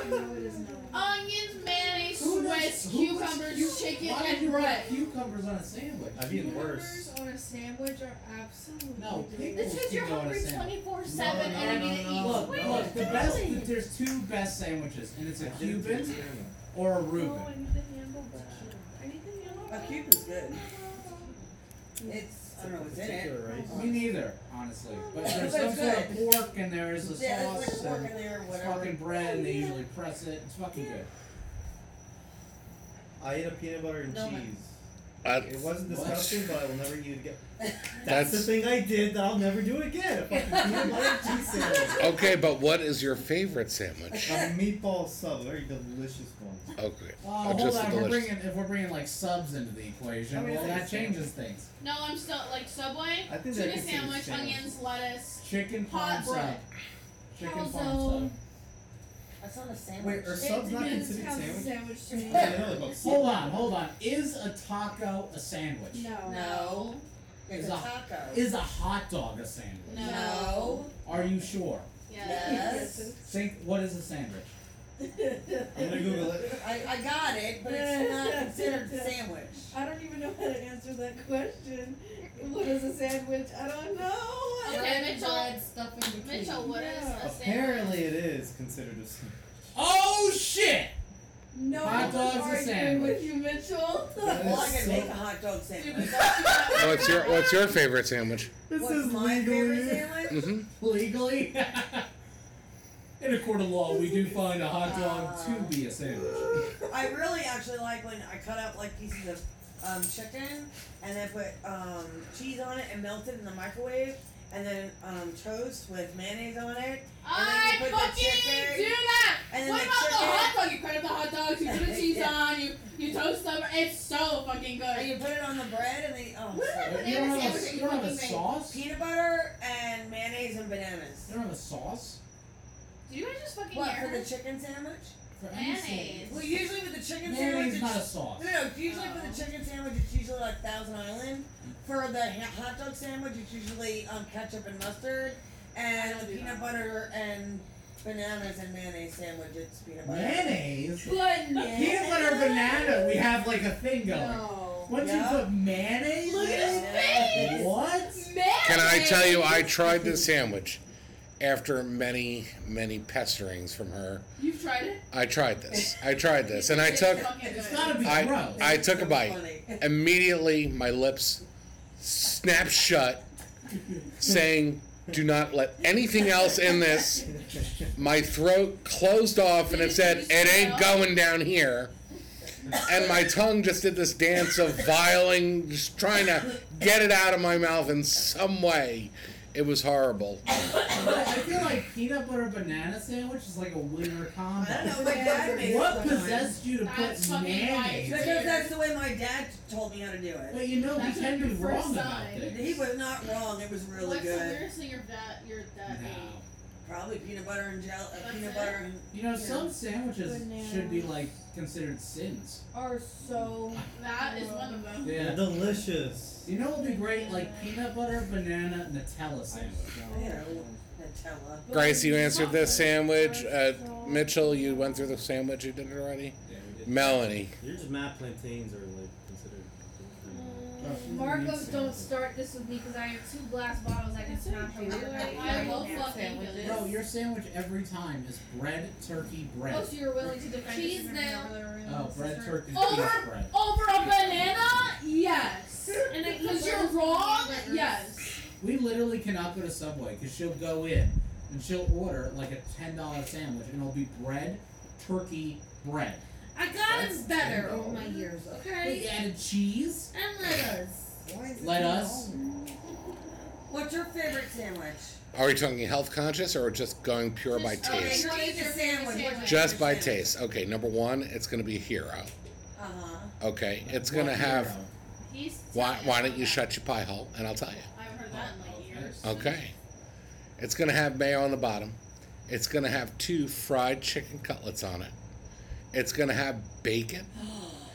Speaker 5: No, it is not.
Speaker 3: Onions, mayonnaise,
Speaker 4: Mm-hmm. Who does-
Speaker 3: Swiss,
Speaker 4: who puts
Speaker 3: cucumbers,
Speaker 4: cuc-
Speaker 3: chicken,
Speaker 4: Why would
Speaker 3: and
Speaker 4: you put
Speaker 3: bread.
Speaker 4: cucumbers on a sandwich?
Speaker 6: I've eaten worse.
Speaker 5: Cucumbers on a sandwich are absolutely
Speaker 4: No,
Speaker 5: delicious.
Speaker 3: It's because you're
Speaker 4: Go on a
Speaker 3: hungry
Speaker 4: sandwich.
Speaker 3: 24
Speaker 4: No,
Speaker 3: 7
Speaker 4: no,
Speaker 3: and you
Speaker 6: no,
Speaker 3: need to eat.
Speaker 6: no.
Speaker 4: Look,
Speaker 3: Wait,
Speaker 4: look, the best.
Speaker 3: really?
Speaker 4: There's two best sandwiches, and it's a
Speaker 6: I did it to
Speaker 4: Cuban
Speaker 6: Hannah.
Speaker 4: or a
Speaker 5: Oh,
Speaker 4: Reuben.
Speaker 5: and the handle. Anything yellow?
Speaker 2: A cube is good. It's, I don't know what's in it.
Speaker 6: Particular rice.
Speaker 4: Me neither, honestly. But there's
Speaker 2: But
Speaker 4: some
Speaker 2: it's
Speaker 4: sort of pork and there's a
Speaker 2: Yeah,
Speaker 4: sauce
Speaker 2: it's like pork
Speaker 4: and
Speaker 2: in there or
Speaker 4: it's
Speaker 2: whatever.
Speaker 4: fucking bread and they usually press it. It's fucking good.
Speaker 6: I ate a peanut butter and
Speaker 7: No, my-
Speaker 6: cheese. It
Speaker 1: That's,
Speaker 6: wasn't
Speaker 4: What?
Speaker 6: disgusting, but I will never eat it again. That's, the
Speaker 1: that's
Speaker 6: thing I did that I'll never do again. A fucking peanut butter and cheese sandwich.
Speaker 1: okay. But what is your favorite sandwich?
Speaker 6: A meatball sub, a very delicious one.
Speaker 1: Okay,
Speaker 4: Well,
Speaker 1: Uh,
Speaker 4: hold
Speaker 1: just
Speaker 4: on.
Speaker 1: the
Speaker 4: If we're
Speaker 1: delicious.
Speaker 4: bringing if we're bringing like subs into the equation,
Speaker 6: I mean,
Speaker 4: well,
Speaker 6: I think
Speaker 4: that
Speaker 6: it's
Speaker 4: changes things.
Speaker 3: No, I'm still like Subway,
Speaker 6: I think they're
Speaker 3: tuna
Speaker 6: considered
Speaker 3: sandwich,
Speaker 6: sandwiches.
Speaker 3: onions, lettuce.
Speaker 4: Chicken
Speaker 3: Hot
Speaker 4: parm sub.
Speaker 3: bread.
Speaker 4: Chicken parm
Speaker 3: Calzone.
Speaker 4: sub.
Speaker 7: That's not a sandwich.
Speaker 6: Wait, are subs not
Speaker 5: It's
Speaker 6: considered
Speaker 5: kind of
Speaker 6: sandwiches?
Speaker 5: sandwich to me.
Speaker 6: I don't know, it's about
Speaker 4: Hold on, hold on. Is a taco a sandwich?
Speaker 5: No.
Speaker 2: No. It's
Speaker 4: It's
Speaker 2: a
Speaker 4: a-
Speaker 2: taco.
Speaker 4: Is a hot dog a sandwich?
Speaker 3: No.
Speaker 2: No.
Speaker 4: Are you sure?
Speaker 3: Yeah.
Speaker 2: Yes.
Speaker 4: Think what is a sandwich?
Speaker 6: I'm gonna Google it.
Speaker 2: I, I got it, but it's not considered a sandwich.
Speaker 5: I don't even know how to answer that question. What is a sandwich? I don't know.
Speaker 3: Okay,
Speaker 7: Bread,
Speaker 3: Mitchell.
Speaker 7: bread, stuff in between.
Speaker 3: Mitchell, what is
Speaker 5: Yeah.
Speaker 3: a sandwich?
Speaker 6: Apparently, it is considered a sandwich.
Speaker 4: Oh shit!
Speaker 5: No
Speaker 4: Hot dog's a
Speaker 5: arguing
Speaker 4: sandwich.
Speaker 5: with you, Mitchell.
Speaker 6: That
Speaker 2: Well, I
Speaker 6: is
Speaker 2: can
Speaker 6: so-
Speaker 2: make a hot dog sandwich.
Speaker 1: What's your What's your favorite sandwich?
Speaker 6: This
Speaker 2: What's
Speaker 6: is
Speaker 2: my favorite
Speaker 6: legally.
Speaker 2: sandwich?
Speaker 1: Mm-hmm.
Speaker 4: Legally? In a court of law, we do find a hot dog to be a sandwich.
Speaker 2: I really actually like when I cut up like pieces of um, chicken and then put um, cheese on it and melt it in the microwave and then um, toast with mayonnaise on it.
Speaker 3: I
Speaker 2: And then you put the
Speaker 3: fucking
Speaker 2: chicken-
Speaker 3: do that.
Speaker 2: And then
Speaker 3: What
Speaker 2: the
Speaker 3: about the
Speaker 2: chicken-
Speaker 3: hot dog? You crack the hot dogs, you put the cheese
Speaker 2: Yeah.
Speaker 3: on, you you toast them. It's so fucking
Speaker 2: And
Speaker 3: good.
Speaker 2: you put it on the bread and they oh
Speaker 3: What
Speaker 2: fuck.
Speaker 3: about
Speaker 4: You
Speaker 3: Banana
Speaker 4: don't have
Speaker 3: sandwich,
Speaker 4: a, you
Speaker 3: you
Speaker 4: don't have a
Speaker 3: fucking thing.
Speaker 4: sauce? You
Speaker 2: peanut butter and mayonnaise and bananas.
Speaker 4: don't have a sauce?
Speaker 3: Do you guys just fucking
Speaker 2: What
Speaker 3: hear
Speaker 2: for the
Speaker 3: her?
Speaker 2: chicken sandwich?
Speaker 4: For any
Speaker 3: Mayonnaise.
Speaker 4: sandwich.
Speaker 2: Well, usually with the chicken sandwich,
Speaker 4: Mayonnaise's
Speaker 2: it's,
Speaker 4: not a sauce.
Speaker 2: no, no. Usually for
Speaker 3: Oh.
Speaker 2: the chicken sandwich, it's usually like Thousand Island. For the ha- hot dog sandwich, it's usually um, ketchup and mustard, and the peanut butter and bananas and mayonnaise sandwich. It's peanut butter.
Speaker 4: Mayonnaise?
Speaker 5: Goodness.
Speaker 4: Peanut butter banana, we have like a thing going.
Speaker 5: No.
Speaker 4: Once
Speaker 2: Yeah.
Speaker 4: you put mayonnaise
Speaker 3: Look at his
Speaker 4: in
Speaker 2: Yeah.
Speaker 4: it,
Speaker 3: face.
Speaker 4: what?
Speaker 1: Can I tell you? I tried this sandwich after many many pesterings from her.
Speaker 3: You've tried it.
Speaker 1: I tried this. I tried this, and I took
Speaker 4: It's gotta be
Speaker 1: I
Speaker 4: gross.
Speaker 1: I took a
Speaker 2: So
Speaker 1: bite.
Speaker 2: funny.
Speaker 1: Immediately, my lips snapped shut, saying, "Do not let anything else in this." My throat closed off, and it said, "It ain't going down here." And my tongue just did this dance of viling, just trying to get it out of my mouth in some way. It was horrible.
Speaker 4: I feel like peanut butter banana sandwich is like a winner combo.
Speaker 2: I don't know what dad made.
Speaker 4: What
Speaker 2: it sometimes.
Speaker 4: possessed you to
Speaker 3: That's
Speaker 4: put
Speaker 3: fucking
Speaker 4: mayonnaise?
Speaker 3: right.
Speaker 2: Because that's the way my dad told me how to do it.
Speaker 4: But you know
Speaker 3: That's
Speaker 4: we can be
Speaker 3: like the
Speaker 4: wrong
Speaker 3: first
Speaker 4: about
Speaker 3: sign.
Speaker 4: things.
Speaker 2: He was not wrong. It was really
Speaker 3: What's the
Speaker 2: good.
Speaker 3: weirdest thing your dad your dad
Speaker 4: No.
Speaker 3: ate?
Speaker 2: Probably peanut butter and gel, uh,
Speaker 3: That's
Speaker 2: peanut
Speaker 3: it?
Speaker 2: butter and
Speaker 4: You know some sandwiches
Speaker 5: Banana.
Speaker 4: should be like considered sins.
Speaker 5: Are so.
Speaker 3: That is one of them.
Speaker 4: Yeah.
Speaker 6: Delicious.
Speaker 4: You know what would be great like peanut butter banana Nutella sandwich.
Speaker 2: you know Nutella.
Speaker 1: Grace, you answered this sandwich. Uh, Mitchell, you went through the sandwich. You did it already.
Speaker 6: Yeah, we did.
Speaker 1: Melanie.
Speaker 6: You're just mad plantains are like considered.
Speaker 5: Marcos, don't start this with me because I have two glass bottles I can smash over.
Speaker 3: I will
Speaker 5: right now.
Speaker 3: fucking do this.
Speaker 4: Bro, your sandwich every time is bread, turkey, bread.
Speaker 5: Oh, so you're willing to defend
Speaker 3: Cheese
Speaker 5: it
Speaker 3: now.
Speaker 4: Oh, bread, turkey, cheese,
Speaker 3: Over-
Speaker 4: bread.
Speaker 3: Over a banana? Yes. Because you're wrong? Yes.
Speaker 4: We literally cannot go to Subway because she'll go in and she'll order like a ten dollar sandwich and it'll be bread, turkey, bread.
Speaker 7: I got
Speaker 4: That's
Speaker 7: it better
Speaker 4: terrible.
Speaker 7: over my years,
Speaker 4: We
Speaker 7: okay?
Speaker 4: added cheese.
Speaker 7: And lettuce.
Speaker 2: Why is it
Speaker 4: Let
Speaker 2: so
Speaker 4: us.
Speaker 2: long? What's your favorite sandwich?
Speaker 1: Are we talking health conscious or just going pure by
Speaker 3: Just-
Speaker 2: Okay,
Speaker 1: taste?
Speaker 2: not
Speaker 3: Taste
Speaker 2: even
Speaker 3: your
Speaker 2: sandwich.
Speaker 3: favorite
Speaker 2: what's your
Speaker 1: Just by
Speaker 2: favorite
Speaker 1: taste. Okay, number one, it's gonna be hero.
Speaker 2: sandwich? Uh-huh.
Speaker 1: Okay, it's gonna have.
Speaker 3: He's
Speaker 1: Why, why don't you shut your pie hole and I'll tell you.
Speaker 3: I've heard that in
Speaker 4: Oh,
Speaker 3: like
Speaker 1: Oh,
Speaker 3: years.
Speaker 1: Okay. It's gonna have mayo on the bottom. It's gonna have two fried chicken cutlets on it. It's gonna have bacon.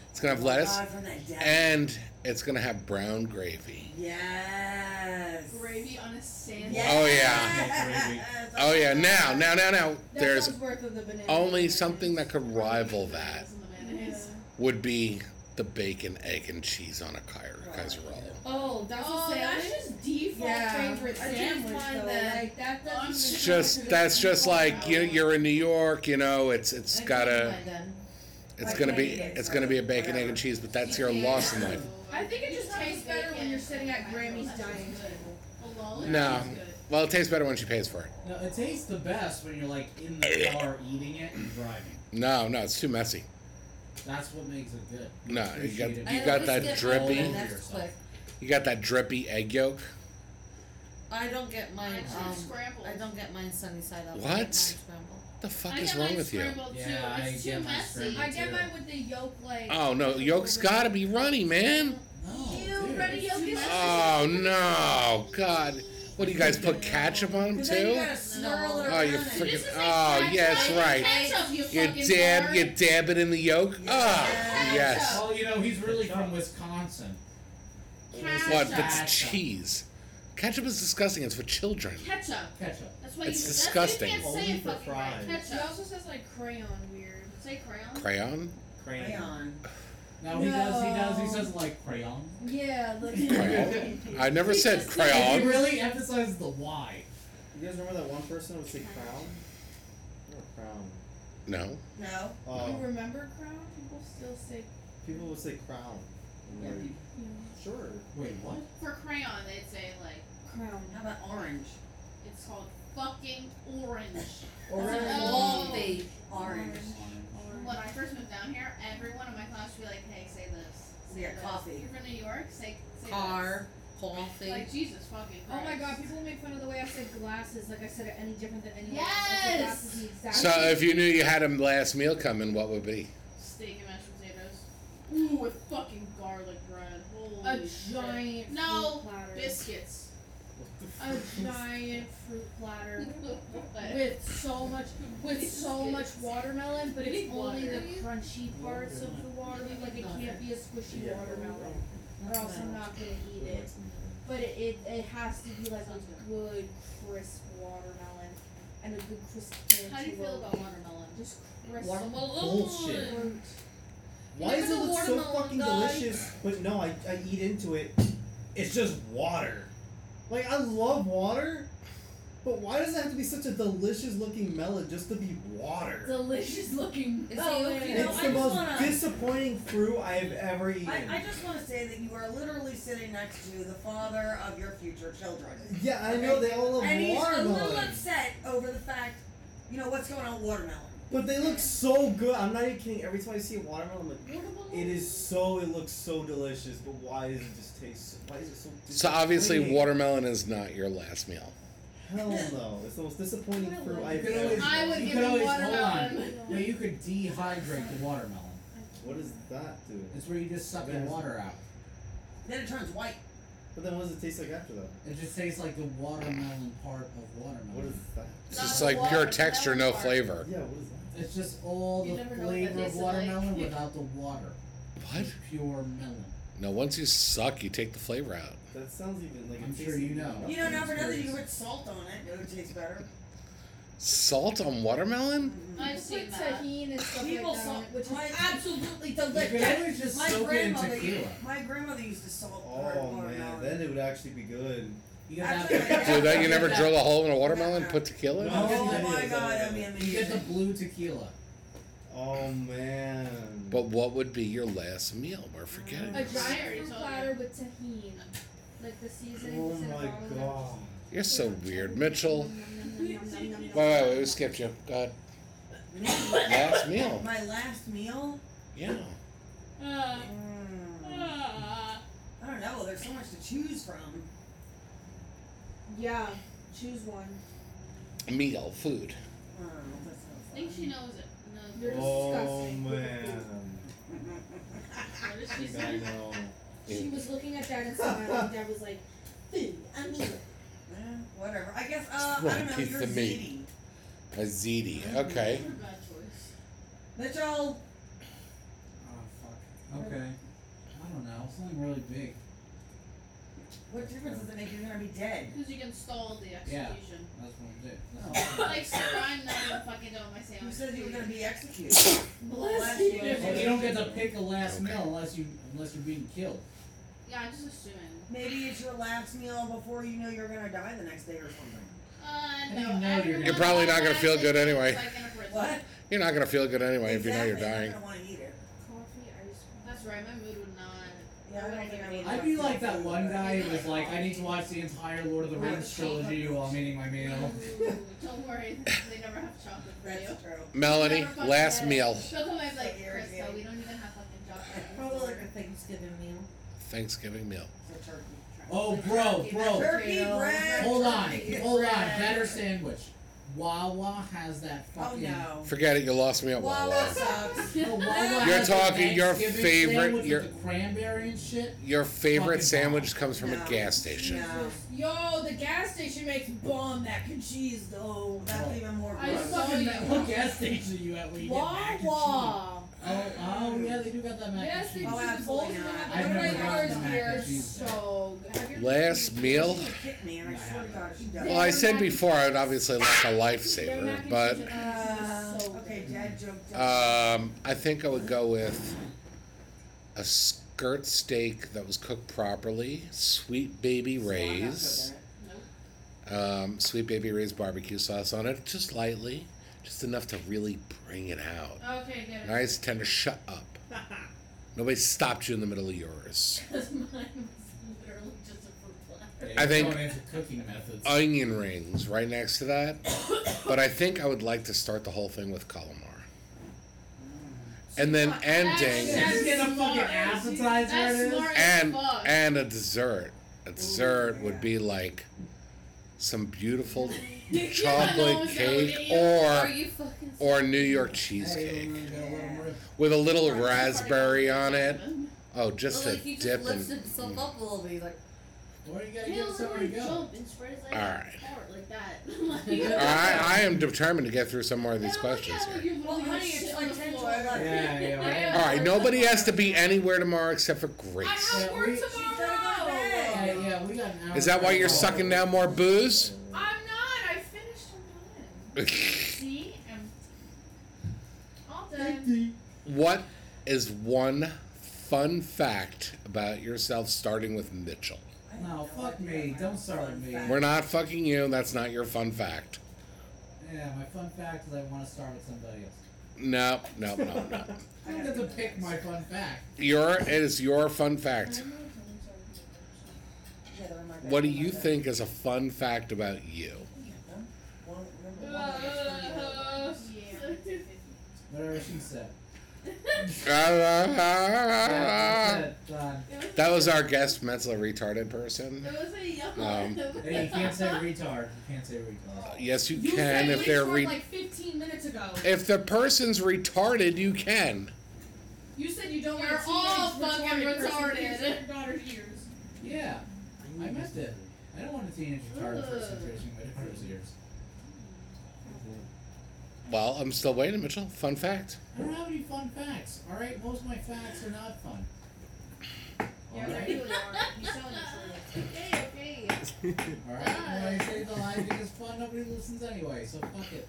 Speaker 1: It's gonna have lettuce,
Speaker 2: Oh, God, from that dad.
Speaker 1: and it's gonna have brown gravy.
Speaker 2: Yes.
Speaker 3: Gravy on a sandwich.
Speaker 2: Yes.
Speaker 1: Oh, yeah.
Speaker 2: Yes.
Speaker 1: Oh yeah, now, now, now, now.
Speaker 5: That
Speaker 1: There's
Speaker 5: sounds worth of the banana.
Speaker 1: only something that could rival that
Speaker 5: Yeah.
Speaker 1: would be the bacon, egg, and cheese on a car- casserole.
Speaker 7: Oh, that's
Speaker 3: Oh,
Speaker 7: a
Speaker 3: that's
Speaker 7: sandwich?
Speaker 3: just default
Speaker 5: Yeah.
Speaker 3: favorite
Speaker 5: I
Speaker 3: sandwich.
Speaker 5: can't
Speaker 7: find
Speaker 5: find
Speaker 7: that.
Speaker 5: that. Like, that doesn't
Speaker 3: I'm
Speaker 5: even
Speaker 1: It's
Speaker 5: sound
Speaker 1: just
Speaker 5: good.
Speaker 1: that's just like you, you're in New York, you know. It's it's
Speaker 7: I
Speaker 1: got
Speaker 7: can't
Speaker 1: a
Speaker 7: find them.
Speaker 1: It's
Speaker 2: Like
Speaker 1: gonna be
Speaker 2: bacon,
Speaker 1: it's
Speaker 2: or
Speaker 1: gonna be a bacon, egg,
Speaker 2: whatever.
Speaker 1: and cheese, but that's your loss in life.
Speaker 5: I think it just tastes better when you're sitting at Grammy's dining table.
Speaker 3: table.
Speaker 1: No. Well, it tastes better when she pays for it.
Speaker 4: No, it tastes the best when you're like in the car eating it and driving.
Speaker 1: No, no, it's too messy.
Speaker 4: That's what makes it good.
Speaker 1: No, you got
Speaker 4: Appreciate it.
Speaker 7: I
Speaker 1: you got
Speaker 7: always
Speaker 1: that
Speaker 7: get
Speaker 1: drippy.
Speaker 7: mine, and that's quick.
Speaker 1: You got that drippy egg yolk.
Speaker 7: I don't get
Speaker 3: I
Speaker 7: mine.
Speaker 3: choose
Speaker 7: Um,
Speaker 3: scrambled.
Speaker 7: I don't get mine sunny side up. I get
Speaker 1: What?
Speaker 7: mine scrambled.
Speaker 1: What the fuck
Speaker 3: I
Speaker 1: is
Speaker 3: get
Speaker 1: wrong
Speaker 3: mine
Speaker 1: with you?
Speaker 3: scrambled too.
Speaker 4: Yeah, I
Speaker 3: it's
Speaker 4: get
Speaker 3: too
Speaker 4: mine
Speaker 3: messy.
Speaker 4: scrambled.
Speaker 5: I get
Speaker 4: too.
Speaker 5: mine with the yolk like.
Speaker 1: Oh no, yolk's gotta be runny, man.
Speaker 4: No,
Speaker 5: Ew,
Speaker 4: dude.
Speaker 5: ready yolk is.
Speaker 1: Oh no, God. What do you guys put ketchup on them
Speaker 2: Because then you
Speaker 1: too?
Speaker 2: gotta swirl it
Speaker 7: No.
Speaker 2: around.
Speaker 1: Oh, you
Speaker 2: and-
Speaker 1: freaking-
Speaker 3: This is
Speaker 1: Oh,
Speaker 3: like
Speaker 1: yes,
Speaker 3: ketchup.
Speaker 1: right.
Speaker 3: Ketchup, you
Speaker 1: You
Speaker 3: fucking
Speaker 1: dab
Speaker 3: nerd.
Speaker 1: you dab it in the yolk. Ah, yes.
Speaker 4: Well, you know, he's really from Wisconsin.
Speaker 3: Ketchup.
Speaker 1: What? But
Speaker 4: Ketchup.
Speaker 1: it's cheese. Ketchup is disgusting. It's for children.
Speaker 3: Ketchup.
Speaker 4: Ketchup.
Speaker 3: That's why you.
Speaker 1: It's
Speaker 3: that's why
Speaker 1: disgusting.
Speaker 3: You can't say
Speaker 6: Only
Speaker 3: it
Speaker 6: for
Speaker 3: fucking right.
Speaker 6: fries.
Speaker 5: She
Speaker 3: Ketchup.
Speaker 5: also says like crayon weird.
Speaker 3: Say crayon.
Speaker 1: Crayon.
Speaker 6: Crayon.
Speaker 2: Crayon.
Speaker 4: No, he does. He does. He
Speaker 5: No.
Speaker 4: says like crayon.
Speaker 5: Yeah, look.
Speaker 1: Crayon? I never said
Speaker 4: He
Speaker 1: crayon.
Speaker 4: really emphasizes the Y.
Speaker 6: You guys remember that one person that would say crown? Not crown.
Speaker 1: No.
Speaker 2: No.
Speaker 5: You
Speaker 1: Oh.
Speaker 6: Uh,
Speaker 5: remember crown? People still say.
Speaker 6: people would say crown. And
Speaker 2: Yeah,
Speaker 6: they're-
Speaker 2: you-
Speaker 6: Sure.
Speaker 4: Wait, what?
Speaker 3: For crayon, they'd say like
Speaker 5: Crown.
Speaker 2: How about orange?
Speaker 3: it's called fucking orange.
Speaker 6: Orange.
Speaker 3: Oh.
Speaker 7: Coffee.
Speaker 2: Orange.
Speaker 3: When I first moved down here, everyone in my class would be like, "Hey, say this." Say
Speaker 2: Yeah,
Speaker 3: this.
Speaker 2: coffee.
Speaker 3: You're from New York. Say. say
Speaker 7: Car.
Speaker 3: This.
Speaker 7: Coffee.
Speaker 3: Like Jesus fucking.
Speaker 5: Oh my
Speaker 3: Christ.
Speaker 5: god, people make fun of the way I said glasses, like I said it any different than anyone else. I said
Speaker 3: Yes!
Speaker 5: glasses the exact
Speaker 1: So
Speaker 5: same.
Speaker 1: if you knew you had a last meal coming, what would it be?
Speaker 3: Steak and mashed potatoes. Ooh, with fucking garlic bread. Holy
Speaker 5: a
Speaker 3: shit.
Speaker 5: giant
Speaker 3: No,
Speaker 5: fruit platter.
Speaker 3: biscuits.
Speaker 5: a giant fruit platter
Speaker 3: What?
Speaker 5: with so much with so much watermelon, but it's
Speaker 3: Big
Speaker 5: only the
Speaker 3: water.
Speaker 5: crunchy parts of the watermelon. Like it can't be a squishy watermelon, or else I'm not gonna eat it. But it, it, it has to be like a good crisp watermelon and a good crisp cantaloupe.
Speaker 3: How do you feel about watermelon?
Speaker 5: Just crisp.
Speaker 6: Bullshit.
Speaker 5: fruit.
Speaker 6: Why does it
Speaker 7: Remember the
Speaker 6: look so
Speaker 7: watermelon
Speaker 6: fucking
Speaker 7: guy?
Speaker 6: delicious? But no, I, I eat into it. It's just water. Like I love water, but why does it have to be such a delicious looking melon just to be water?
Speaker 5: Delicious looking. Oh,
Speaker 7: It's the
Speaker 5: melon.
Speaker 7: You know,
Speaker 6: it's
Speaker 7: I
Speaker 6: the
Speaker 7: just
Speaker 6: most
Speaker 7: wanna-
Speaker 6: disappointing fruit I have ever eaten.
Speaker 2: I, I just want to say that you are literally sitting next to the father of your future children.
Speaker 6: yeah, I know they all love
Speaker 2: And he's a little
Speaker 6: watermelon,
Speaker 2: upset over the fact, you know, what's going on with watermelon.
Speaker 6: but they look so good. I'm not even kidding. Every time I see a watermelon, I'm like,
Speaker 3: Watermelon?
Speaker 6: it is so. It looks so delicious, but why does it just taste? Why is it so?
Speaker 1: So obviously,
Speaker 6: disappointing?
Speaker 1: watermelon is not your last meal.
Speaker 6: Hell no! It's the most disappointing fruit
Speaker 4: You
Speaker 6: I've
Speaker 4: could
Speaker 6: ever.
Speaker 4: always,
Speaker 3: I would
Speaker 4: you
Speaker 3: give
Speaker 4: could
Speaker 3: him
Speaker 4: always,
Speaker 3: watermelon.
Speaker 4: Hold on. No, you could dehydrate the watermelon.
Speaker 6: What does that do?
Speaker 4: It's where you just suck the
Speaker 6: Yes.
Speaker 4: water out.
Speaker 2: Then it turns white.
Speaker 6: But then what does it taste like after that?
Speaker 4: It just tastes like the watermelon part of
Speaker 6: What is
Speaker 4: watermelon.
Speaker 6: that?
Speaker 1: It's
Speaker 7: Not
Speaker 1: just
Speaker 7: the
Speaker 1: like pure
Speaker 7: watermelon
Speaker 1: texture, no
Speaker 7: part.
Speaker 1: flavor.
Speaker 6: Yeah, what is that?
Speaker 4: It's just all
Speaker 7: You
Speaker 4: the
Speaker 7: never know what that
Speaker 4: flavor of
Speaker 7: tasted like.
Speaker 4: watermelon without the water.
Speaker 1: What?
Speaker 4: It's pure melon.
Speaker 1: No, once you suck, you take the flavor out.
Speaker 6: That sounds even like. it
Speaker 4: I'm sure
Speaker 6: tastes like
Speaker 4: you know.
Speaker 6: nothing.
Speaker 2: You know, now for another,
Speaker 4: Experience.
Speaker 2: you can put salt on it. It would taste better.
Speaker 1: Salt on watermelon?
Speaker 3: I've
Speaker 5: People
Speaker 3: seen
Speaker 5: put
Speaker 3: that.
Speaker 5: tahini and stuff
Speaker 2: People
Speaker 5: like that, on
Speaker 2: salt,
Speaker 5: it, which is
Speaker 2: my, absolutely
Speaker 4: You could
Speaker 2: delicious.
Speaker 4: always just
Speaker 2: My
Speaker 4: soak it in
Speaker 2: grandmother,
Speaker 4: tequila.
Speaker 2: my grandmother used to salt her
Speaker 6: Oh man,
Speaker 2: watermelon.
Speaker 6: then it would actually be good.
Speaker 4: You got that.
Speaker 2: Actually,
Speaker 1: Dude, that you
Speaker 2: Yeah.
Speaker 1: never drill a hole in a watermelon and put tequila? in it?
Speaker 6: No.
Speaker 2: oh my
Speaker 6: Yeah.
Speaker 2: god, that'd be
Speaker 4: You get the
Speaker 2: amazing.
Speaker 4: blue tequila.
Speaker 6: Oh man.
Speaker 1: But what would be your last meal? We're forgetting.
Speaker 5: a
Speaker 1: this.
Speaker 5: giant
Speaker 3: Sorry,
Speaker 5: fruit
Speaker 3: sorry.
Speaker 5: platter with tahini, like the seasoning.
Speaker 6: oh
Speaker 5: cinnamon,
Speaker 6: my
Speaker 5: olive,
Speaker 6: god.
Speaker 1: You're so weird, Mitchell.
Speaker 5: Yum, yum, yum, yum,
Speaker 1: Wait,
Speaker 5: yum.
Speaker 1: wait, wait, we skipped you. Go ahead. Last meal.
Speaker 2: My last meal?
Speaker 1: Yeah.
Speaker 3: Uh,
Speaker 2: Mm,
Speaker 3: uh,
Speaker 2: I don't know. There's so much to choose from.
Speaker 5: Yeah, choose one.
Speaker 1: Meal, food.
Speaker 2: Oh, that's so
Speaker 3: I think she knows it. No,
Speaker 5: You're
Speaker 6: Oh
Speaker 5: disgusting.
Speaker 6: man.
Speaker 3: what does she
Speaker 6: I
Speaker 3: say?
Speaker 6: know.
Speaker 5: She was looking at Dad and smiling. Dad was like, "Food, I mean,
Speaker 2: Yeah, Eh, whatever. I guess uh, I
Speaker 1: Right,
Speaker 2: don't know.
Speaker 1: piece
Speaker 2: You're
Speaker 1: of meat. A ziti. Okay.
Speaker 3: What a bad choice.
Speaker 2: Mitchell.
Speaker 4: Oh fuck. Okay. I don't know. Something really big.
Speaker 2: What difference does it make? You're gonna be dead.
Speaker 3: Because you can stall the execution.
Speaker 4: That's what I'm doing. That's what I'm
Speaker 3: Like, sir, I'm not even fucking done with my sandwich.
Speaker 2: Who said you were gonna be executed?
Speaker 5: bless
Speaker 2: Bless
Speaker 5: you."
Speaker 2: you.
Speaker 4: doing. Well, you don't get to pick a last
Speaker 1: Okay.
Speaker 4: meal unless you unless you're being killed.
Speaker 3: Yeah, I'm just assuming.
Speaker 2: Maybe it's your last meal before you know you're gonna die the next day or something.
Speaker 3: Uh,
Speaker 4: do
Speaker 3: no.
Speaker 4: you know you're
Speaker 3: everyone
Speaker 4: You're
Speaker 1: probably
Speaker 3: on
Speaker 1: not
Speaker 3: my
Speaker 1: gonna feel
Speaker 3: last
Speaker 1: good
Speaker 3: day
Speaker 1: anyway.
Speaker 3: is like in a prison.
Speaker 2: What?
Speaker 1: You're not going to feel good anyway if you know you're
Speaker 2: Exactly,
Speaker 1: dying.
Speaker 2: I'm not gonna want to eat it.
Speaker 3: sorry, my mood would not.
Speaker 2: Yeah, I don't think I would.
Speaker 4: I'd be like that one guy who was like, I need to watch the entire Lord of the Rings trilogy while I'm eating my meal.
Speaker 3: Ooh, don't worry, they never have chocolate for you.
Speaker 2: That's true.
Speaker 1: Melanie,
Speaker 3: Never fucking
Speaker 1: last
Speaker 3: had it.
Speaker 1: meal.
Speaker 3: She'll come and be like,
Speaker 2: So irritating.
Speaker 3: Krista, we don't even have fucking chocolate.
Speaker 8: Probably like a Thanksgiving meal.
Speaker 1: Thanksgiving meal.
Speaker 2: It's a turkey.
Speaker 4: Oh, bro, bro.
Speaker 2: Turkey bread.
Speaker 4: Hold on,
Speaker 2: turkey
Speaker 4: hold on.
Speaker 2: bread.
Speaker 4: Better sandwich. Wawa has that
Speaker 2: Oh
Speaker 4: fucking.
Speaker 2: no.
Speaker 1: Forget it, you lost me at
Speaker 2: Wawa
Speaker 1: Wawa.
Speaker 2: sucks.
Speaker 4: No, Wawa
Speaker 1: You're
Speaker 4: has that
Speaker 1: talking your
Speaker 4: Thanksgiving
Speaker 1: favorite-
Speaker 4: sandwich with
Speaker 1: your-
Speaker 4: the cranberry and shit.
Speaker 1: Your favorite
Speaker 4: Fucking
Speaker 1: sandwich comes from
Speaker 2: No.
Speaker 1: a gas station.
Speaker 2: No,
Speaker 5: Yo, the gas station makes bomb mac and cheese though.
Speaker 2: that's even more
Speaker 5: I
Speaker 2: gross.
Speaker 5: saw
Speaker 4: Fucking
Speaker 5: you.
Speaker 4: that- What gas station you at where you get mac and cheese?
Speaker 5: Wawa.
Speaker 4: Oh, oh yeah, they do got that mac
Speaker 5: Yes, they
Speaker 4: and
Speaker 5: do.
Speaker 2: Oh,
Speaker 5: Both
Speaker 2: absolutely
Speaker 5: of them
Speaker 2: not.
Speaker 5: have
Speaker 4: I've never
Speaker 5: great
Speaker 4: gotten
Speaker 5: ours
Speaker 4: the mac
Speaker 5: here.
Speaker 4: and cheese.
Speaker 5: So good. Have your-
Speaker 1: Last meal?
Speaker 2: She kicked me, and I swear to God, she does.
Speaker 1: Well, I said before I'd obviously like a lifesaver, but
Speaker 2: Uh,
Speaker 3: so
Speaker 2: okay, dad joked.
Speaker 1: um, I think I would go with a skirt steak that was cooked properly, sweet baby rays, um, sweet baby rays barbecue sauce on it, just lightly, just enough to really bring it out.
Speaker 3: Okay, good.
Speaker 1: Nice, tender, shut up. Nobody stopped you in the middle of yours.
Speaker 3: Because mine was literally just a fruit platter.
Speaker 4: cheese.
Speaker 1: I think-
Speaker 4: Going into cooking methods.
Speaker 1: Onion rings right next to that, but I think I would like to start the whole thing with calamari. And then ending.
Speaker 4: Just get a
Speaker 3: smart.
Speaker 4: fucking appetizer.
Speaker 3: That's
Speaker 4: it is.
Speaker 3: smart
Speaker 1: and
Speaker 3: as fuck.
Speaker 1: and a dessert. A dessert
Speaker 2: yeah.
Speaker 1: would be like some beautiful
Speaker 3: Yeah, no
Speaker 1: chocolate
Speaker 3: one's
Speaker 1: cake
Speaker 3: gonna
Speaker 7: Are
Speaker 1: or
Speaker 7: you fucking
Speaker 1: or New York
Speaker 4: Hey,
Speaker 1: cheesecake
Speaker 4: we got a little more-
Speaker 1: with a little raspberry on it. Oh, just
Speaker 7: Well,
Speaker 1: a
Speaker 7: like he
Speaker 1: dip
Speaker 7: just lifts
Speaker 1: and
Speaker 7: himself up a little bit. He's like,
Speaker 4: Where you gotta
Speaker 3: Yeah,
Speaker 4: get somewhere to
Speaker 3: literally
Speaker 4: go?
Speaker 3: jump and spread his legs
Speaker 1: Alright.
Speaker 3: apart like that.
Speaker 1: All
Speaker 3: Like- "Oh,
Speaker 1: right, I am determined to get through some more of
Speaker 3: Yeah,
Speaker 1: these
Speaker 3: look
Speaker 1: questions
Speaker 3: at her,
Speaker 1: here.
Speaker 3: you're
Speaker 2: Well,
Speaker 3: literally
Speaker 2: honey,
Speaker 3: shit
Speaker 2: it's
Speaker 3: on
Speaker 2: like
Speaker 3: the
Speaker 2: 10 to
Speaker 3: floor.
Speaker 2: 11.
Speaker 4: Yeah, yeah,
Speaker 3: I
Speaker 4: right.
Speaker 3: am
Speaker 1: All right,
Speaker 3: working
Speaker 1: nobody has to be
Speaker 3: tomorrow.
Speaker 1: anywhere tomorrow except for
Speaker 3: I
Speaker 1: Grace.
Speaker 4: Yeah,
Speaker 3: have work
Speaker 4: we- she's
Speaker 2: gotta go to bed.
Speaker 3: tomorrow.
Speaker 4: Hey, yeah, we got an hour
Speaker 1: Is that why you're
Speaker 4: to go.
Speaker 1: sucking down more booze?
Speaker 5: I'm not. I finished them. See, I'm all done.
Speaker 1: what is one fun fact about yourself starting with Mitchell?
Speaker 2: I have
Speaker 4: No, fuck
Speaker 2: idea.
Speaker 4: me. Don't start with me.
Speaker 1: We're not fucking you. That's not your fun fact.
Speaker 4: Yeah, my fun fact is I want to start with somebody else.
Speaker 1: No, no, no, no.
Speaker 4: I don't get to pick my fun fact.
Speaker 1: Your it is your fun fact.
Speaker 2: Yeah, they're in my
Speaker 1: What do
Speaker 2: bedroom,
Speaker 1: you
Speaker 2: my
Speaker 1: think is a fun fact about you?
Speaker 2: bedroom. One- remember one of those from the other.
Speaker 3: Uh,
Speaker 4: Whatever she said.
Speaker 1: That
Speaker 4: That's it, done.
Speaker 1: was our guest, mental retarded person.
Speaker 3: There was a young
Speaker 1: Um,
Speaker 4: Hey, you can't say retard. You can't say retard.
Speaker 1: Yes, you
Speaker 5: You said
Speaker 1: can if they're
Speaker 5: retard
Speaker 1: re-
Speaker 5: like 15 minutes ago.
Speaker 1: if the person's retarded, you can.
Speaker 5: You said you don't
Speaker 3: You're
Speaker 5: want to
Speaker 3: all fucking retarded.
Speaker 5: Your daughter's ears.
Speaker 4: Yeah, I missed it. I don't want a teenage retarded person
Speaker 3: Ugh.
Speaker 4: piercing my daughter's ears.
Speaker 1: Well, I'm still waiting, Mitchell. Fun fact.
Speaker 4: I don't have any fun facts. All right, most of my facts are not fun. All
Speaker 5: Yeah,
Speaker 4: right.
Speaker 5: they really are. You sound
Speaker 3: okay, okay.
Speaker 4: Alright, when I say the live thing is fun, nobody listens anyway, so fuck it.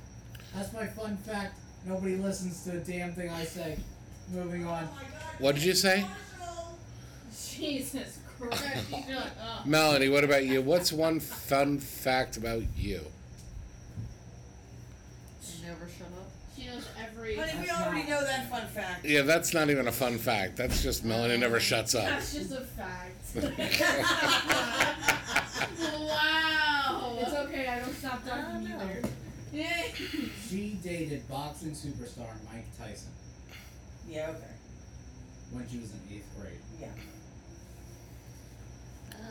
Speaker 4: That's my fun fact. Nobody listens to a damn thing I say. Moving on.
Speaker 1: What did you say,
Speaker 3: Jesus Christ, you oh, shut up.
Speaker 1: Melanie? What about you? What's one fun fact about you?
Speaker 7: never shut up.
Speaker 3: She knows every.
Speaker 2: Honey, we
Speaker 4: That's not-
Speaker 2: already know that fun fact.
Speaker 1: Yeah, that's not even a fun fact. That's just Melanie never shuts up.
Speaker 5: That's just a fact.
Speaker 3: Wow.
Speaker 5: It's okay, I don't stop talking either.
Speaker 3: Yeah.
Speaker 4: She dated boxing superstar Mike Tyson
Speaker 2: Yeah, okay.
Speaker 4: when she was in eighth grade.
Speaker 2: Yeah.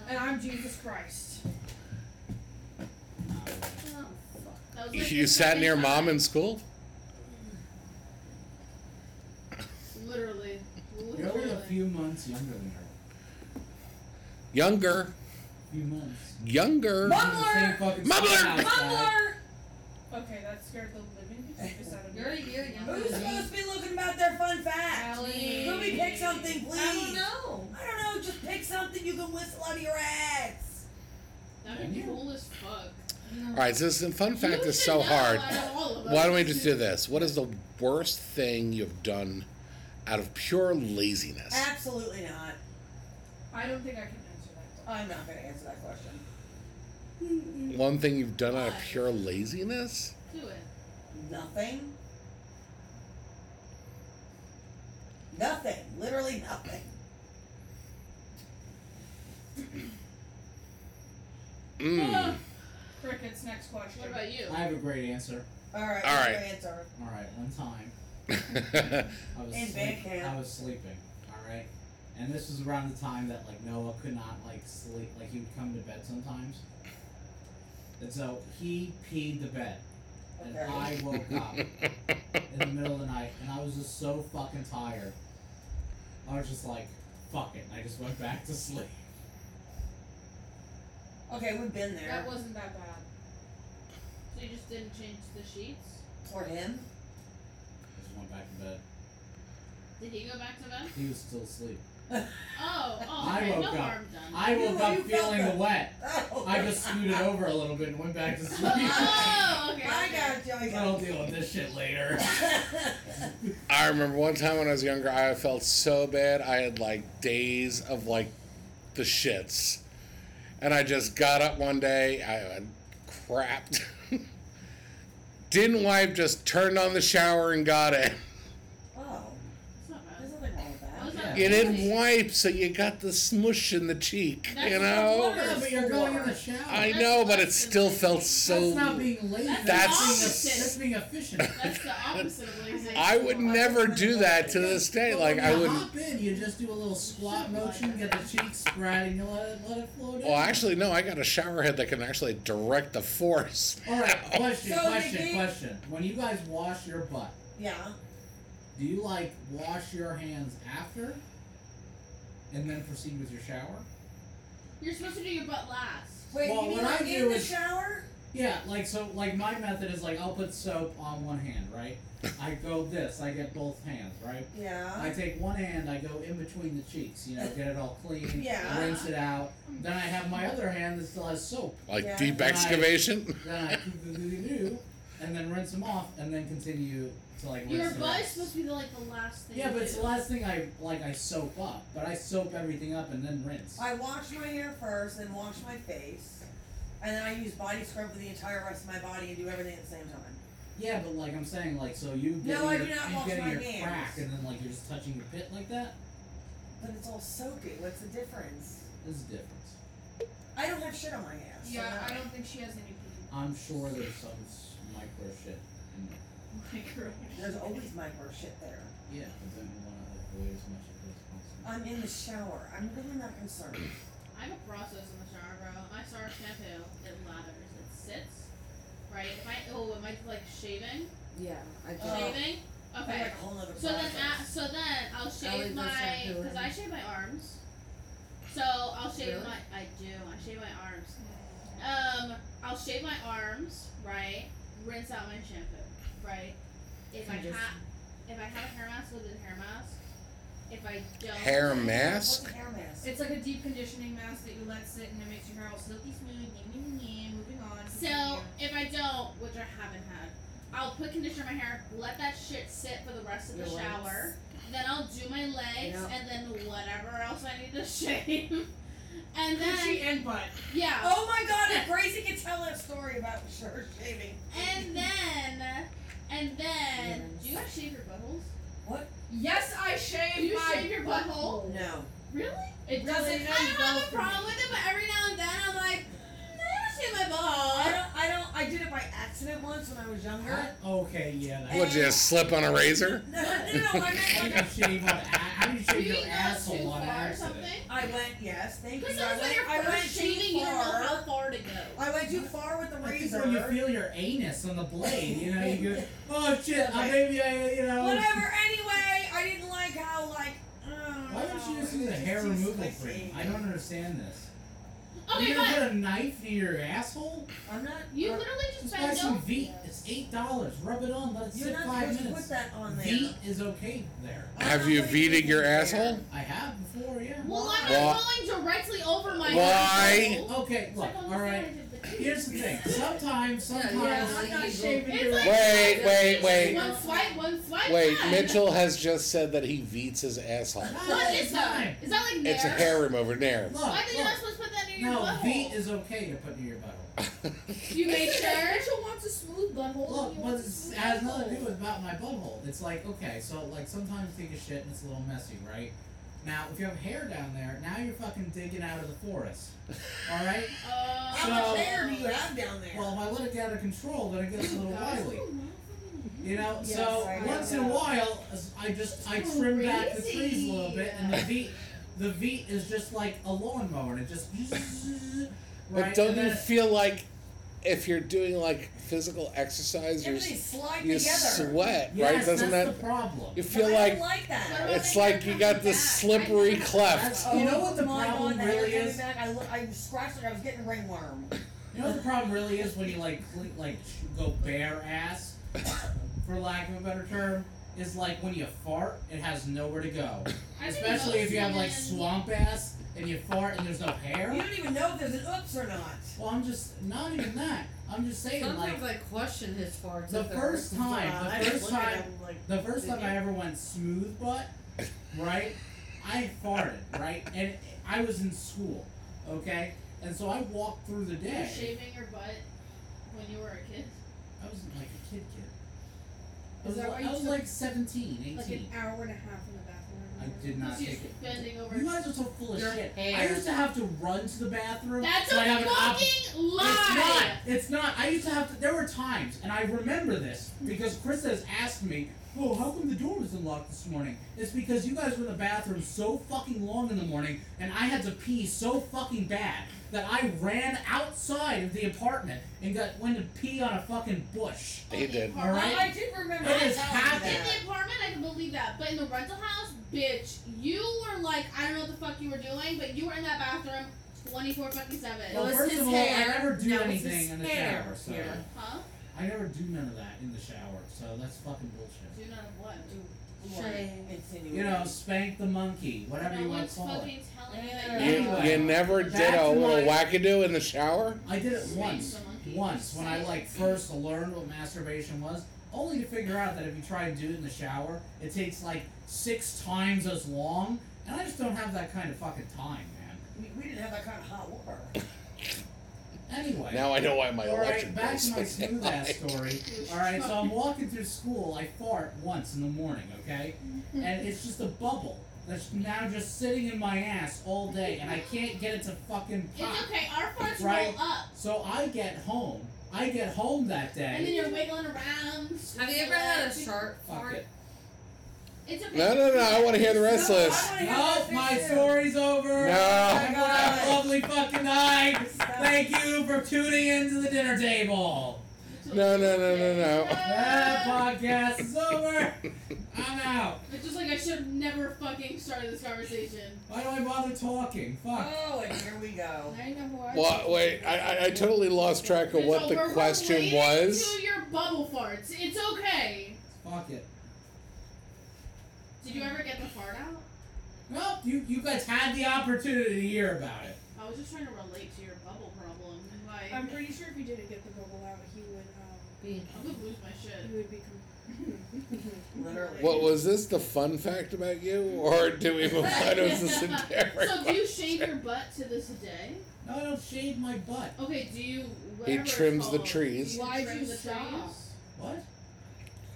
Speaker 5: And I'm Jesus Christ.
Speaker 3: That was like
Speaker 1: You
Speaker 3: the
Speaker 1: sat
Speaker 3: second
Speaker 1: near mom
Speaker 3: time.
Speaker 1: in school.
Speaker 3: Literally.
Speaker 4: You're
Speaker 3: Literally.
Speaker 4: only a few months younger than her.
Speaker 1: Younger,
Speaker 4: Few months.
Speaker 1: younger.
Speaker 4: You're in the same fucking
Speaker 1: Mumbler!
Speaker 4: schoolhouse, guy.
Speaker 5: Mumbler! Okay, that scared the living piss out of me.
Speaker 7: You're a year younger
Speaker 2: Who's
Speaker 7: than me.
Speaker 2: supposed to be looking about their fun fact?
Speaker 3: Allie.
Speaker 2: Let me pick something, please.
Speaker 7: I don't know.
Speaker 2: I don't know, Just pick something you can whistle out of your ass.
Speaker 3: That'd be cool as fuck.
Speaker 1: All right, so this fun fact
Speaker 3: You
Speaker 1: is
Speaker 3: should
Speaker 1: so
Speaker 3: know
Speaker 1: hard.
Speaker 3: out of all of
Speaker 1: Why don't we
Speaker 3: us.
Speaker 1: just do this? What is the worst thing you've done out of pure laziness?
Speaker 2: Absolutely not.
Speaker 5: I don't think I can answer that.
Speaker 2: I'm not going to answer that question.
Speaker 3: Um,
Speaker 1: One thing you've done out of pure laziness?
Speaker 3: Do it.
Speaker 2: Nothing. Nothing. Literally nothing.
Speaker 1: Mm.
Speaker 5: Crickets, next question.
Speaker 3: What about you?
Speaker 4: I have a great answer.
Speaker 2: All right.
Speaker 1: All
Speaker 2: what's
Speaker 1: right.
Speaker 2: your answer?
Speaker 4: All right, one time I was
Speaker 2: In
Speaker 4: sleep-
Speaker 2: Bandcamp.
Speaker 4: I was sleeping. All right, and this was around the time that like Noah could not like sleep. Like he would come to bed sometimes, and so he peed the bed, and
Speaker 2: Okay.
Speaker 4: I woke up in the middle of the night, and I was just so fucking tired. I was just like, "Fuck it," and I just went back to sleep.
Speaker 2: Okay, we've been there.
Speaker 5: That wasn't that bad.
Speaker 3: So you just didn't change the sheets?
Speaker 2: For him?
Speaker 4: I just went back to bed.
Speaker 3: Did he go back to bed?
Speaker 4: He was still asleep.
Speaker 3: Oh, oh,
Speaker 4: I
Speaker 3: okay, no
Speaker 4: woke up.
Speaker 3: harm done.
Speaker 4: I
Speaker 2: You-
Speaker 4: woke up
Speaker 2: you felt
Speaker 4: feeling the
Speaker 2: it.
Speaker 4: wet.
Speaker 2: Oh.
Speaker 4: I just scooted over a little bit and went back to sleep.
Speaker 3: oh, okay.
Speaker 2: I
Speaker 3: okay.
Speaker 2: got you. I
Speaker 4: I'll
Speaker 2: got you.
Speaker 4: deal with this shit later.
Speaker 1: I remember one time when I was younger, I felt so bad. I had like days of like the shits, and I just got up one day. I, I crapped, didn't wipe, just turned on the shower and got it.
Speaker 2: oh,
Speaker 3: It's not bad.
Speaker 2: there's nothing wrong with that.
Speaker 3: That was
Speaker 4: Yeah.
Speaker 3: not
Speaker 1: You didn't
Speaker 3: funny.
Speaker 1: wipe, so you got the smush in the cheek.
Speaker 3: That's
Speaker 1: you
Speaker 3: what
Speaker 1: know,
Speaker 3: water-
Speaker 4: but you're going in the shower.
Speaker 1: Oh, I know, but it still felt so.
Speaker 4: that's not being lazy.
Speaker 3: That's
Speaker 1: That's-
Speaker 4: being
Speaker 3: opposite.
Speaker 4: effi- that's being efficient.
Speaker 3: That's the opposite of lazy.
Speaker 1: I would never do that to this day.
Speaker 4: But
Speaker 1: Like
Speaker 4: when
Speaker 1: I
Speaker 4: you
Speaker 1: wouldn't.
Speaker 4: hop in, you just do a little squat
Speaker 3: Shouldn't like
Speaker 4: motion, get
Speaker 3: that.
Speaker 4: the cheeks spread, and you let it let it flow down.
Speaker 1: Well, actually, no. I got a shower head that can actually direct the force.
Speaker 4: All right. Question.
Speaker 2: So,
Speaker 4: question.
Speaker 2: Nikki-
Speaker 4: Question. When you guys wash your butt,
Speaker 2: Yeah.
Speaker 4: do you like wash your hands after, and then proceed with your shower?
Speaker 3: You're supposed to do your butt last.
Speaker 2: Wait,
Speaker 4: Well,
Speaker 2: you mean
Speaker 4: what I
Speaker 2: like
Speaker 4: do
Speaker 2: in the
Speaker 4: is-
Speaker 2: shower?
Speaker 4: Yeah, like so like my method is like I'll put soap on one hand, right? I go this, I get both hands, right? I
Speaker 2: Yeah.
Speaker 4: take one hand, I go in between the cheeks, you know, get it all clean,
Speaker 2: Yeah.
Speaker 4: rinse it out. Then I have my other hand that still has soap.
Speaker 1: Like
Speaker 2: Yeah.
Speaker 1: deep excavation.
Speaker 4: Then I do and then rinse them off and then continue to like rinse
Speaker 3: Your
Speaker 4: the
Speaker 3: butt is
Speaker 4: rest.
Speaker 3: supposed to be like the last thing.
Speaker 4: Yeah,
Speaker 3: you
Speaker 4: but it's
Speaker 3: do.
Speaker 4: the last thing I like I soap up, but I soap everything up and then rinse.
Speaker 2: I wash my hair first, then wash my face, and then I use body scrub for the entire rest of my body and do everything at the same time.
Speaker 4: yeah, but like I'm saying, like so you get
Speaker 2: No, I
Speaker 4: your,
Speaker 2: do not
Speaker 4: you
Speaker 2: wash
Speaker 4: get
Speaker 2: my
Speaker 4: your
Speaker 2: hands.
Speaker 4: crack and then like you're just touching your pit like that.
Speaker 2: But it's all soapy. What's the difference?
Speaker 4: This is different.
Speaker 2: I don't have shit on my ass. so
Speaker 5: Yeah,
Speaker 2: no.
Speaker 5: I don't think she has any pee.
Speaker 4: I'm sure there's some s- micro shit in there.
Speaker 5: Like, girl.
Speaker 2: There's always micro shit there.
Speaker 4: Yeah. But then we want to avoid as much of it as possible.
Speaker 3: Uh,
Speaker 2: I'm in the shower. I'm really not concerned.
Speaker 3: I have a process in the shower, bro. My shower shampoo, it lathers. It sits. Right? If I, oh, am I like shaving?
Speaker 7: Yeah, I do.
Speaker 4: Uh,
Speaker 2: Oh.
Speaker 3: Shaving?
Speaker 2: I'm
Speaker 3: Okay.
Speaker 2: like a whole other
Speaker 3: So then, a
Speaker 2: process.
Speaker 3: so then I'll shave
Speaker 7: leave my
Speaker 3: my
Speaker 7: shampoo
Speaker 3: because
Speaker 7: in.
Speaker 3: I shave my arms. So I'll shave
Speaker 7: Really?
Speaker 3: my. I do. I shave my arms. Um, I'll shave my arms. Right. Rinse out my shampoo. Right. If I
Speaker 7: You just-
Speaker 3: have, if I have a hair mask, with a hair mask. If I don't.
Speaker 1: Hair
Speaker 2: What's
Speaker 1: mask.
Speaker 2: a hair mask?
Speaker 5: It's like a deep conditioning mask that you let sit and it makes your hair all silky smooth. Ding, ding, ding. Moving on.
Speaker 3: So if I don't, which I haven't had, I'll put conditioner in my hair. Let that shit sit for the rest of the
Speaker 7: Your legs.
Speaker 3: shower. Then I'll do my legs
Speaker 7: Yep.
Speaker 3: and then whatever else I need to shave. And then
Speaker 5: Coochie
Speaker 3: I,
Speaker 5: and butt.
Speaker 3: yeah,
Speaker 2: Oh my god, if Gracie could tell that story about her shaving.
Speaker 3: and then and then
Speaker 7: Yes.
Speaker 3: do you guys shave your buttholes?
Speaker 5: Yes, I
Speaker 3: Do
Speaker 5: shave
Speaker 3: you
Speaker 5: my
Speaker 3: shave your butthole?
Speaker 2: No.
Speaker 3: Really?
Speaker 5: It
Speaker 3: I
Speaker 5: doesn't.
Speaker 3: don't have a problem with it, but every now and then I'm like, "Mm, I shave my
Speaker 2: I
Speaker 3: butthole.
Speaker 2: don't I don't I did it by accident once when I was younger.
Speaker 4: Okay, yeah. That,
Speaker 1: Would you slip on a razor?
Speaker 2: No, no, no, I
Speaker 4: how
Speaker 2: meant
Speaker 4: do
Speaker 2: like
Speaker 4: you shave, on, a- how do you
Speaker 3: Do
Speaker 4: shave
Speaker 3: you
Speaker 4: your
Speaker 3: guys too
Speaker 4: asshole on
Speaker 3: far or
Speaker 4: accident?
Speaker 3: something?
Speaker 2: I went yes, thank you.
Speaker 3: Because
Speaker 2: I
Speaker 3: sometimes when
Speaker 2: went
Speaker 3: you're
Speaker 2: I went
Speaker 3: first shaving,
Speaker 2: too
Speaker 3: you don't know how
Speaker 2: far.
Speaker 3: far to go.
Speaker 2: I went too far with the
Speaker 4: I think when you
Speaker 2: razor.
Speaker 4: feel your anus on the blade, you know, you go, oh shit, I maybe I, you know.
Speaker 2: Whatever, anyway, I didn't like how like
Speaker 4: Why don't you just use a hair removal cream? I don't understand this.
Speaker 3: Oh my
Speaker 4: You're
Speaker 3: god!
Speaker 4: gonna put a knife near your asshole?
Speaker 2: I'm not
Speaker 3: You
Speaker 2: I'm-
Speaker 3: literally just
Speaker 4: Just buy
Speaker 3: bent
Speaker 4: some
Speaker 3: over.
Speaker 4: Veet. It's eight dollars. Rub it on. Let it
Speaker 2: You're
Speaker 4: sit
Speaker 2: not
Speaker 4: five
Speaker 2: supposed to put
Speaker 4: minutes.
Speaker 2: that on there.
Speaker 4: Veet is okay there.
Speaker 2: I'm
Speaker 1: Have
Speaker 2: not
Speaker 1: you
Speaker 2: putting
Speaker 1: V'd your
Speaker 2: anything there.
Speaker 1: asshole?
Speaker 4: I have before, yeah.
Speaker 3: Well, I'm
Speaker 1: Why-
Speaker 3: not going directly over my
Speaker 1: Why?
Speaker 3: asshole.
Speaker 4: Okay,
Speaker 3: It's
Speaker 4: look,
Speaker 3: like on the
Speaker 4: all right.
Speaker 3: side of the tooth.
Speaker 4: Here's the thing. Sometimes, sometimes
Speaker 7: yeah,
Speaker 4: I'm
Speaker 7: you
Speaker 4: not
Speaker 7: go-
Speaker 4: shaving
Speaker 3: It's
Speaker 4: your.
Speaker 3: like-
Speaker 1: Wait, wait, wait.
Speaker 3: One swipe, one swipe.
Speaker 1: Wait,
Speaker 3: done.
Speaker 1: Mitchell has just said that he veets his asshole.
Speaker 4: Not all
Speaker 3: What
Speaker 4: the
Speaker 3: is that?
Speaker 4: time.
Speaker 3: Is that like Nair?
Speaker 1: It's a hair remover, Nair.
Speaker 4: Look,
Speaker 3: Why are you
Speaker 4: look.
Speaker 3: not supposed to put that in your your
Speaker 4: no,
Speaker 3: butthole.
Speaker 4: V is okay to put near your butthole.
Speaker 3: You made sure?
Speaker 5: Rachel wants a smooth butthole.
Speaker 4: Look,
Speaker 5: and you
Speaker 4: but
Speaker 5: want a
Speaker 4: it's-
Speaker 5: smooth
Speaker 4: it has
Speaker 5: butthole.
Speaker 4: nothing to do with about my butthole. It's like, okay, so like sometimes you take a shit and it's a little messy, right? Now, if you have hair down there, now you're fucking digging out of the forest. All right.
Speaker 3: Uh,
Speaker 2: How much
Speaker 4: So-
Speaker 2: hair do you have down there?
Speaker 4: Well, if I let it get out of control, then it gets a little wily. You know,
Speaker 5: Yes,
Speaker 4: so
Speaker 5: I
Speaker 4: once in a
Speaker 5: know.
Speaker 4: while, as I just I trim back the trees a little
Speaker 9: Crazy.
Speaker 4: bit, and the V, the V is just like a lawnmower, and it just.
Speaker 1: But
Speaker 4: Right,
Speaker 1: don't
Speaker 4: and
Speaker 1: you
Speaker 4: then
Speaker 1: feel like if you're doing like physical exercise, you're,
Speaker 2: Everything slide
Speaker 1: you
Speaker 2: together.
Speaker 1: sweat,
Speaker 4: yes,
Speaker 1: right? Doesn't
Speaker 4: that's
Speaker 1: that
Speaker 4: the problem?
Speaker 1: you
Speaker 2: But
Speaker 1: feel
Speaker 2: I
Speaker 1: like
Speaker 2: don't like that. Oh
Speaker 3: What about
Speaker 1: it's
Speaker 3: the hair
Speaker 1: like you
Speaker 3: coming
Speaker 1: got
Speaker 3: back?
Speaker 1: this slippery cleft?
Speaker 4: That's- you know what the
Speaker 2: my
Speaker 4: problem
Speaker 2: God, the hair
Speaker 4: really
Speaker 2: coming
Speaker 4: is?
Speaker 2: Back, I, lo- I scratched like I was getting ringworm.
Speaker 4: You know what the problem really is when you like cle- like sh- go bare ass, for lack of a better term, is like when you fart, it has nowhere to go.
Speaker 3: I think
Speaker 4: Especially if you have like
Speaker 3: most
Speaker 4: swamp ass and you fart and there's no hair.
Speaker 2: You don't even know if there's an oops or not.
Speaker 4: Well, I'm just not even that. I'm just saying like
Speaker 7: Sometimes I question his farts.
Speaker 4: the
Speaker 7: if they're-
Speaker 4: first
Speaker 2: Uh,
Speaker 4: time,
Speaker 2: I
Speaker 4: the
Speaker 2: just
Speaker 4: first
Speaker 2: look at
Speaker 4: time,
Speaker 2: them like,
Speaker 4: the first
Speaker 2: did
Speaker 4: time I ever went smooth butt, right? I farted, right? And I was in school, okay? And so I walked through the
Speaker 3: men- you were
Speaker 4: day.
Speaker 3: shaving your butt when you were a kid.
Speaker 4: I was like a kid kid. I
Speaker 5: Is
Speaker 4: was,
Speaker 5: that why
Speaker 4: I
Speaker 5: you
Speaker 4: was
Speaker 5: took-
Speaker 4: like 17,
Speaker 5: Like
Speaker 4: 18.
Speaker 5: an hour and a half in the bathroom.
Speaker 4: I did not
Speaker 3: She's
Speaker 4: take it.
Speaker 3: bending over.
Speaker 4: You guys are so full of
Speaker 7: Your
Speaker 4: shit. I
Speaker 7: hair.
Speaker 4: used to have to run to the bathroom.
Speaker 3: That's
Speaker 4: so I have
Speaker 3: a
Speaker 4: an op-
Speaker 3: fucking
Speaker 4: It's not.
Speaker 3: lie.
Speaker 4: It's not. I used to have to. There were times, and I remember this because Chris has asked me, "Well, how come the door was unlocked this morning?" It's because you guys were in the bathroom so fucking long in the morning, and I had to pee so fucking bad that I ran outside of the apartment and got went to pee on a fucking bush.
Speaker 1: He did.
Speaker 3: All right.
Speaker 2: Oh, I did remember
Speaker 4: It is
Speaker 2: that.
Speaker 4: happening.
Speaker 3: In the apartment, I can believe that, but in the rental house, bitch, you were like, I don't know what the fuck you were doing, but you were in that bathroom, twenty four fucking
Speaker 4: well,
Speaker 3: seven.
Speaker 7: was
Speaker 4: first
Speaker 7: his
Speaker 4: of all,
Speaker 7: hair.
Speaker 4: I never do
Speaker 7: That was
Speaker 4: anything
Speaker 7: his
Speaker 4: in the
Speaker 7: hair.
Speaker 4: shower, so
Speaker 7: Yeah.
Speaker 3: Huh?
Speaker 4: I never do none of that in the shower. So that's fucking bullshit.
Speaker 3: Do none of what?
Speaker 4: You know, spank the monkey, whatever
Speaker 3: No
Speaker 4: you want
Speaker 3: one's
Speaker 4: to call it.
Speaker 3: fucking telling me
Speaker 1: You,
Speaker 3: that.
Speaker 4: Yeah.
Speaker 3: you're-
Speaker 4: Anyway.
Speaker 1: you never did a
Speaker 4: That's
Speaker 1: little
Speaker 4: my-
Speaker 1: wackadoo in the shower?
Speaker 4: I did it
Speaker 3: Spank
Speaker 4: once.
Speaker 3: the monkey.
Speaker 4: once when I like first learned what masturbation was, only to figure out that if you try to do it in the shower, it takes like six times as long, and I just don't have that kind of fucking time, man.
Speaker 2: We, we didn't have that kind of hot water.
Speaker 4: Anyway.
Speaker 1: Now I know why my
Speaker 4: all
Speaker 1: electric
Speaker 4: right, back
Speaker 1: bill's
Speaker 4: to my
Speaker 1: so
Speaker 4: smooth
Speaker 1: high.
Speaker 4: ass story. All right, so I'm walking through school. I fart once in the morning, okay, and it's just a bubble that's now just sitting in my ass all day, and I can't get it to fucking pop.
Speaker 3: It's okay. Our farts
Speaker 4: Right.
Speaker 3: roll up,
Speaker 4: So I get home. I get home that day.
Speaker 3: and then you're wiggling around.
Speaker 7: Have you ever had a sharp
Speaker 4: Fuck
Speaker 7: fart?
Speaker 4: it.
Speaker 3: It's okay.
Speaker 1: No, no, no. I want to hear the rest
Speaker 2: No,
Speaker 1: of
Speaker 2: I
Speaker 1: this.
Speaker 2: wanna hear
Speaker 4: Nope,
Speaker 2: that
Speaker 4: my
Speaker 2: too.
Speaker 4: story's over.
Speaker 1: No.
Speaker 4: Everyone have
Speaker 2: Oh my God.
Speaker 4: a lovely fucking night.
Speaker 2: Stop.
Speaker 4: Thank you for tuning in to the dinner table.
Speaker 1: No, no, no, no, no.
Speaker 4: That podcast is over. I'm out.
Speaker 3: It's just like I should have never fucking started this conversation.
Speaker 4: Why do I bother talking? Fuck.
Speaker 2: Oh, and here we go.
Speaker 5: I know who I
Speaker 1: Well, wait. I, I, I totally lost track of
Speaker 3: It's
Speaker 1: what the
Speaker 3: over. We're
Speaker 1: question
Speaker 3: related
Speaker 1: was.
Speaker 3: To your bubble farts. It's okay.
Speaker 4: Fuck it.
Speaker 3: Did you ever get the fart out?
Speaker 4: Well, you, you guys had the opportunity to hear about it.
Speaker 3: I was just trying to relate to your bubble problem. Like,
Speaker 5: I'm pretty sure if he didn't get the bubble out, he would um
Speaker 7: Being
Speaker 3: I'm gonna lose my
Speaker 5: he
Speaker 3: shit.
Speaker 5: would be. Com-
Speaker 2: Literally.
Speaker 1: What was this? The fun fact about you, or do we move on? It was this entire
Speaker 3: So do you shave your butt to this day?
Speaker 4: No, I don't shave my butt.
Speaker 3: Okay, do you?
Speaker 1: He
Speaker 3: whatever it's
Speaker 1: trims the
Speaker 3: called,
Speaker 1: trees.
Speaker 3: do you
Speaker 5: Why'd
Speaker 3: trim
Speaker 5: you
Speaker 3: the
Speaker 5: stop?
Speaker 3: trees?
Speaker 4: What?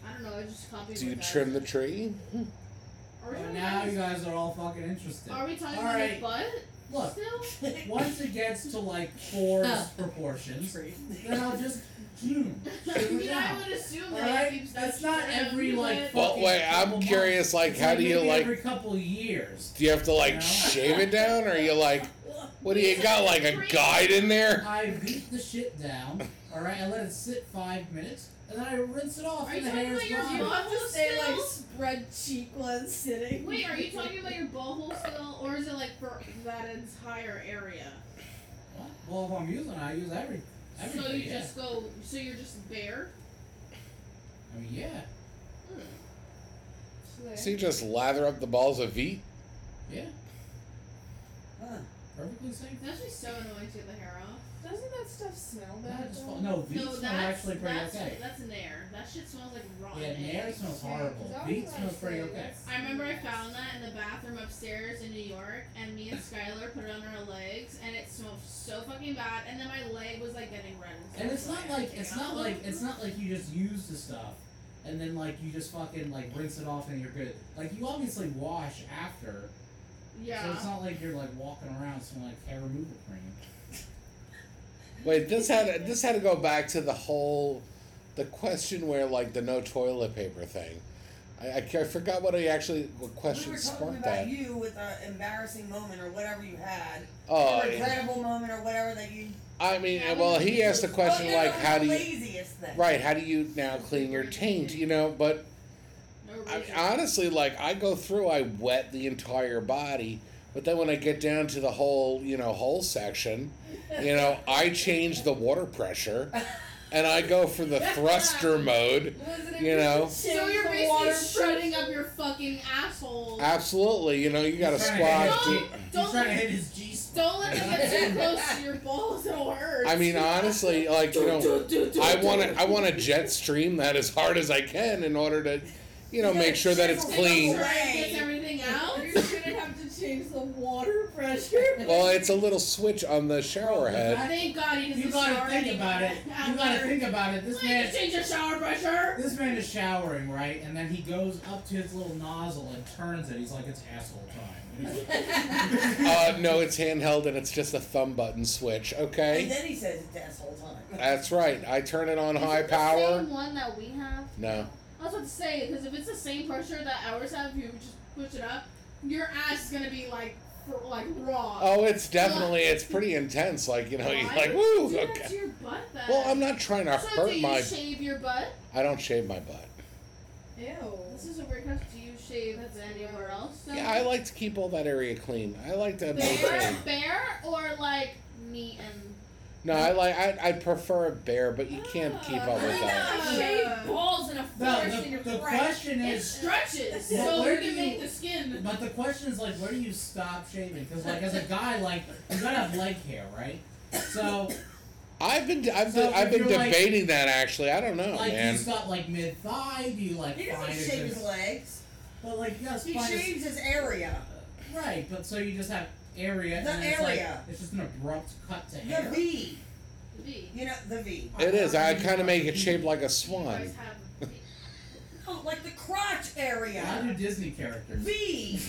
Speaker 3: I don't know. I just copied.
Speaker 1: Do you
Speaker 3: what that
Speaker 1: trim
Speaker 3: is.
Speaker 1: the tree?
Speaker 3: Are we
Speaker 4: Well,
Speaker 3: talking
Speaker 4: Oh, now
Speaker 3: about
Speaker 4: you guys are all fucking interested.
Speaker 3: Are we talking
Speaker 4: All
Speaker 3: about
Speaker 4: right.
Speaker 3: his butt?
Speaker 4: Look,
Speaker 3: Still?
Speaker 4: once it gets to like Ford's proportions, then I'll just zoom.
Speaker 3: I
Speaker 4: zoom it
Speaker 3: mean, I
Speaker 4: down.
Speaker 3: would assume
Speaker 4: All
Speaker 3: that
Speaker 4: right,
Speaker 3: he keeps that
Speaker 4: that's not
Speaker 3: trim,
Speaker 4: every like.
Speaker 3: but-
Speaker 1: Well,
Speaker 4: fucking
Speaker 1: wait.
Speaker 4: couple
Speaker 1: I'm
Speaker 4: months.
Speaker 1: curious. Like,
Speaker 4: It's
Speaker 1: how do you
Speaker 4: maybe
Speaker 1: like?
Speaker 4: every couple of years?
Speaker 1: Do you have to like
Speaker 4: No.
Speaker 1: shave it down, or are you like, what do you got? Like a guide in there?
Speaker 4: I beat the shit down. All right, I let it sit five minutes, and then I rinse it off,
Speaker 3: Are
Speaker 4: and
Speaker 3: you
Speaker 4: the hair is
Speaker 3: talking about
Speaker 5: Do
Speaker 3: your
Speaker 5: you
Speaker 4: gone.
Speaker 3: mom?
Speaker 5: want to say like
Speaker 3: Still?
Speaker 5: spread cheek was sitting?
Speaker 3: Wait, are you talking about your butthole still, or is it like for that entire area?
Speaker 4: Well, if I'm using, it, I use every. everything,
Speaker 3: so you
Speaker 4: yeah.
Speaker 3: just go. So you're just bare.
Speaker 4: I mean, yeah,
Speaker 1: So you just lather up the balls of V?
Speaker 4: yeah.
Speaker 2: Huh.
Speaker 4: perfectly safe.
Speaker 3: That's actually so annoying to get the hair off.
Speaker 10: Doesn't that stuff smell
Speaker 4: No,
Speaker 10: bad?
Speaker 4: it's
Speaker 10: though?
Speaker 4: fine. no beets
Speaker 3: no,
Speaker 4: smell
Speaker 3: that's
Speaker 4: actually pretty
Speaker 3: that's
Speaker 4: okay.
Speaker 3: that's Nair. That shit smells like rotten.
Speaker 4: yeah, nair
Speaker 3: eggs.
Speaker 4: smells
Speaker 10: Yeah,
Speaker 4: horrible.
Speaker 10: 'cause I was
Speaker 4: Beets
Speaker 10: gonna
Speaker 4: smells pretty
Speaker 10: say,
Speaker 4: okay.
Speaker 10: that's-
Speaker 3: I remember I found that in the bathroom upstairs in New York, and me and Skylar put it on our legs, and it smelled so fucking bad. And then my leg was like getting red.
Speaker 4: And it's
Speaker 3: stuff, I
Speaker 4: not
Speaker 3: had to
Speaker 4: like
Speaker 3: take
Speaker 4: it's
Speaker 3: it
Speaker 4: not
Speaker 3: out.
Speaker 4: like it's not like you just use the stuff and then like you just fucking like rinse it off and you're good. Like you obviously wash after, so
Speaker 3: yeah.
Speaker 4: it's not like you're like walking around smelling like hair removal cream.
Speaker 1: Wait, this had this had to go back to the whole, the question where like the no toilet paper thing. I, I, ca- I forgot what I actually what
Speaker 2: we
Speaker 1: question
Speaker 2: were talking
Speaker 1: sparked
Speaker 2: about
Speaker 1: that.
Speaker 2: you with an embarrassing moment or whatever you had,
Speaker 1: Oh,
Speaker 2: a
Speaker 1: yeah.
Speaker 2: regrettable moment or whatever that you.
Speaker 1: I mean, and, well, he asked the question
Speaker 2: Oh, no,
Speaker 1: like,
Speaker 2: no,
Speaker 1: how do
Speaker 2: the
Speaker 1: you
Speaker 2: laziest thing.
Speaker 1: right? How do you now clean your taint? You know, but
Speaker 3: No
Speaker 1: I
Speaker 3: reason.
Speaker 1: honestly, like, I go through, I wet the entire body, but then when I get down to the whole, you know, hole section, you know, I change the water pressure, and I go for the thruster mode.
Speaker 10: Wasn't it
Speaker 1: You know,
Speaker 3: so you're
Speaker 10: The water
Speaker 3: basically shredding up your fucking asshole.
Speaker 1: absolutely, you know, you got to
Speaker 4: He's trying
Speaker 1: squash.
Speaker 4: to hit
Speaker 1: the-
Speaker 4: his-
Speaker 3: Don't-
Speaker 4: He's trying to hit his G spot.
Speaker 3: Don't let them get too close to your balls; it'll hurt.
Speaker 1: I mean, honestly, like, you know, I want to, I want to jet stream that as hard as I can in order to, you know, make sure that it's clean.
Speaker 3: Try and get everything out.
Speaker 10: You're gonna have to change the water pressure.
Speaker 1: Well, it's a little switch on the shower head.
Speaker 3: Thank God he doesn't
Speaker 4: You gotta
Speaker 3: shower
Speaker 4: think
Speaker 3: anymore.
Speaker 4: about it. You gotta think about it. This
Speaker 3: Please
Speaker 4: man,
Speaker 3: change your shower pressure.
Speaker 4: this man is showering right, and then he goes up to his little nozzle and turns it. He's like, it's asshole time. And he's like,
Speaker 1: Uh, no, it's handheld and it's just a thumb button switch.
Speaker 2: And
Speaker 1: Okay,
Speaker 2: then he says it this whole time.
Speaker 1: that's right. I turn it on
Speaker 3: Is it
Speaker 1: high
Speaker 3: the
Speaker 1: power.
Speaker 3: Same one that we have.
Speaker 1: No,
Speaker 3: I was about to say because if it's the same pressure that ours have, you just push it up. Your ass is gonna be like fr- like raw.
Speaker 1: oh, it's definitely it's pretty intense. Like you know, you're
Speaker 3: Why
Speaker 1: like
Speaker 3: would you
Speaker 1: woo.
Speaker 3: do that to
Speaker 1: Okay.
Speaker 3: your butt then.
Speaker 1: Well, I'm not trying to
Speaker 3: so do
Speaker 1: hurt
Speaker 3: you
Speaker 1: my.
Speaker 3: shave your butt?
Speaker 1: I don't shave my butt.
Speaker 10: Ew.
Speaker 3: This is a weird question. Do you shave anywhere else? Then?
Speaker 1: Yeah, I like to keep all that area clean. I like to maintain.
Speaker 3: bare, bare, or like meat and.
Speaker 1: No, I like I I prefer a bear, but you can't
Speaker 3: Ah,
Speaker 1: keep up with that.
Speaker 3: Uh,
Speaker 5: Shave balls in a
Speaker 4: No,
Speaker 5: forest in your
Speaker 4: the, the
Speaker 5: breath.
Speaker 4: question
Speaker 3: It
Speaker 4: is,
Speaker 3: stretches,
Speaker 4: Well,
Speaker 3: so
Speaker 4: where
Speaker 3: you can
Speaker 4: do
Speaker 3: make
Speaker 4: you-
Speaker 3: the skin.
Speaker 4: But the question is like, where do you stop shaving? Because like, as a guy, like, you gotta have leg hair, right? So
Speaker 1: I've been I've
Speaker 4: So
Speaker 1: been, I've
Speaker 4: if
Speaker 1: been
Speaker 4: you're like-
Speaker 1: debating that actually. I don't know,
Speaker 4: like,
Speaker 1: Oh, man.
Speaker 4: do you stop like mid thigh? Do you like
Speaker 2: He
Speaker 4: find
Speaker 2: doesn't
Speaker 4: it
Speaker 2: shave his
Speaker 4: just-
Speaker 2: legs.
Speaker 4: But like, you gotta
Speaker 2: He
Speaker 4: find a-
Speaker 2: shaves his area.
Speaker 4: right? But so you just have area,
Speaker 2: The
Speaker 4: and then it's
Speaker 2: area.
Speaker 4: like it's just an abrupt cut to
Speaker 2: The
Speaker 4: hair.
Speaker 2: V.
Speaker 3: V.
Speaker 2: You know, the V.
Speaker 1: It is. I kind of make it shaped like a swan.
Speaker 3: Guys have V.
Speaker 2: Oh, like the crotch
Speaker 4: A lot
Speaker 2: area.
Speaker 4: of Disney characters.
Speaker 2: V.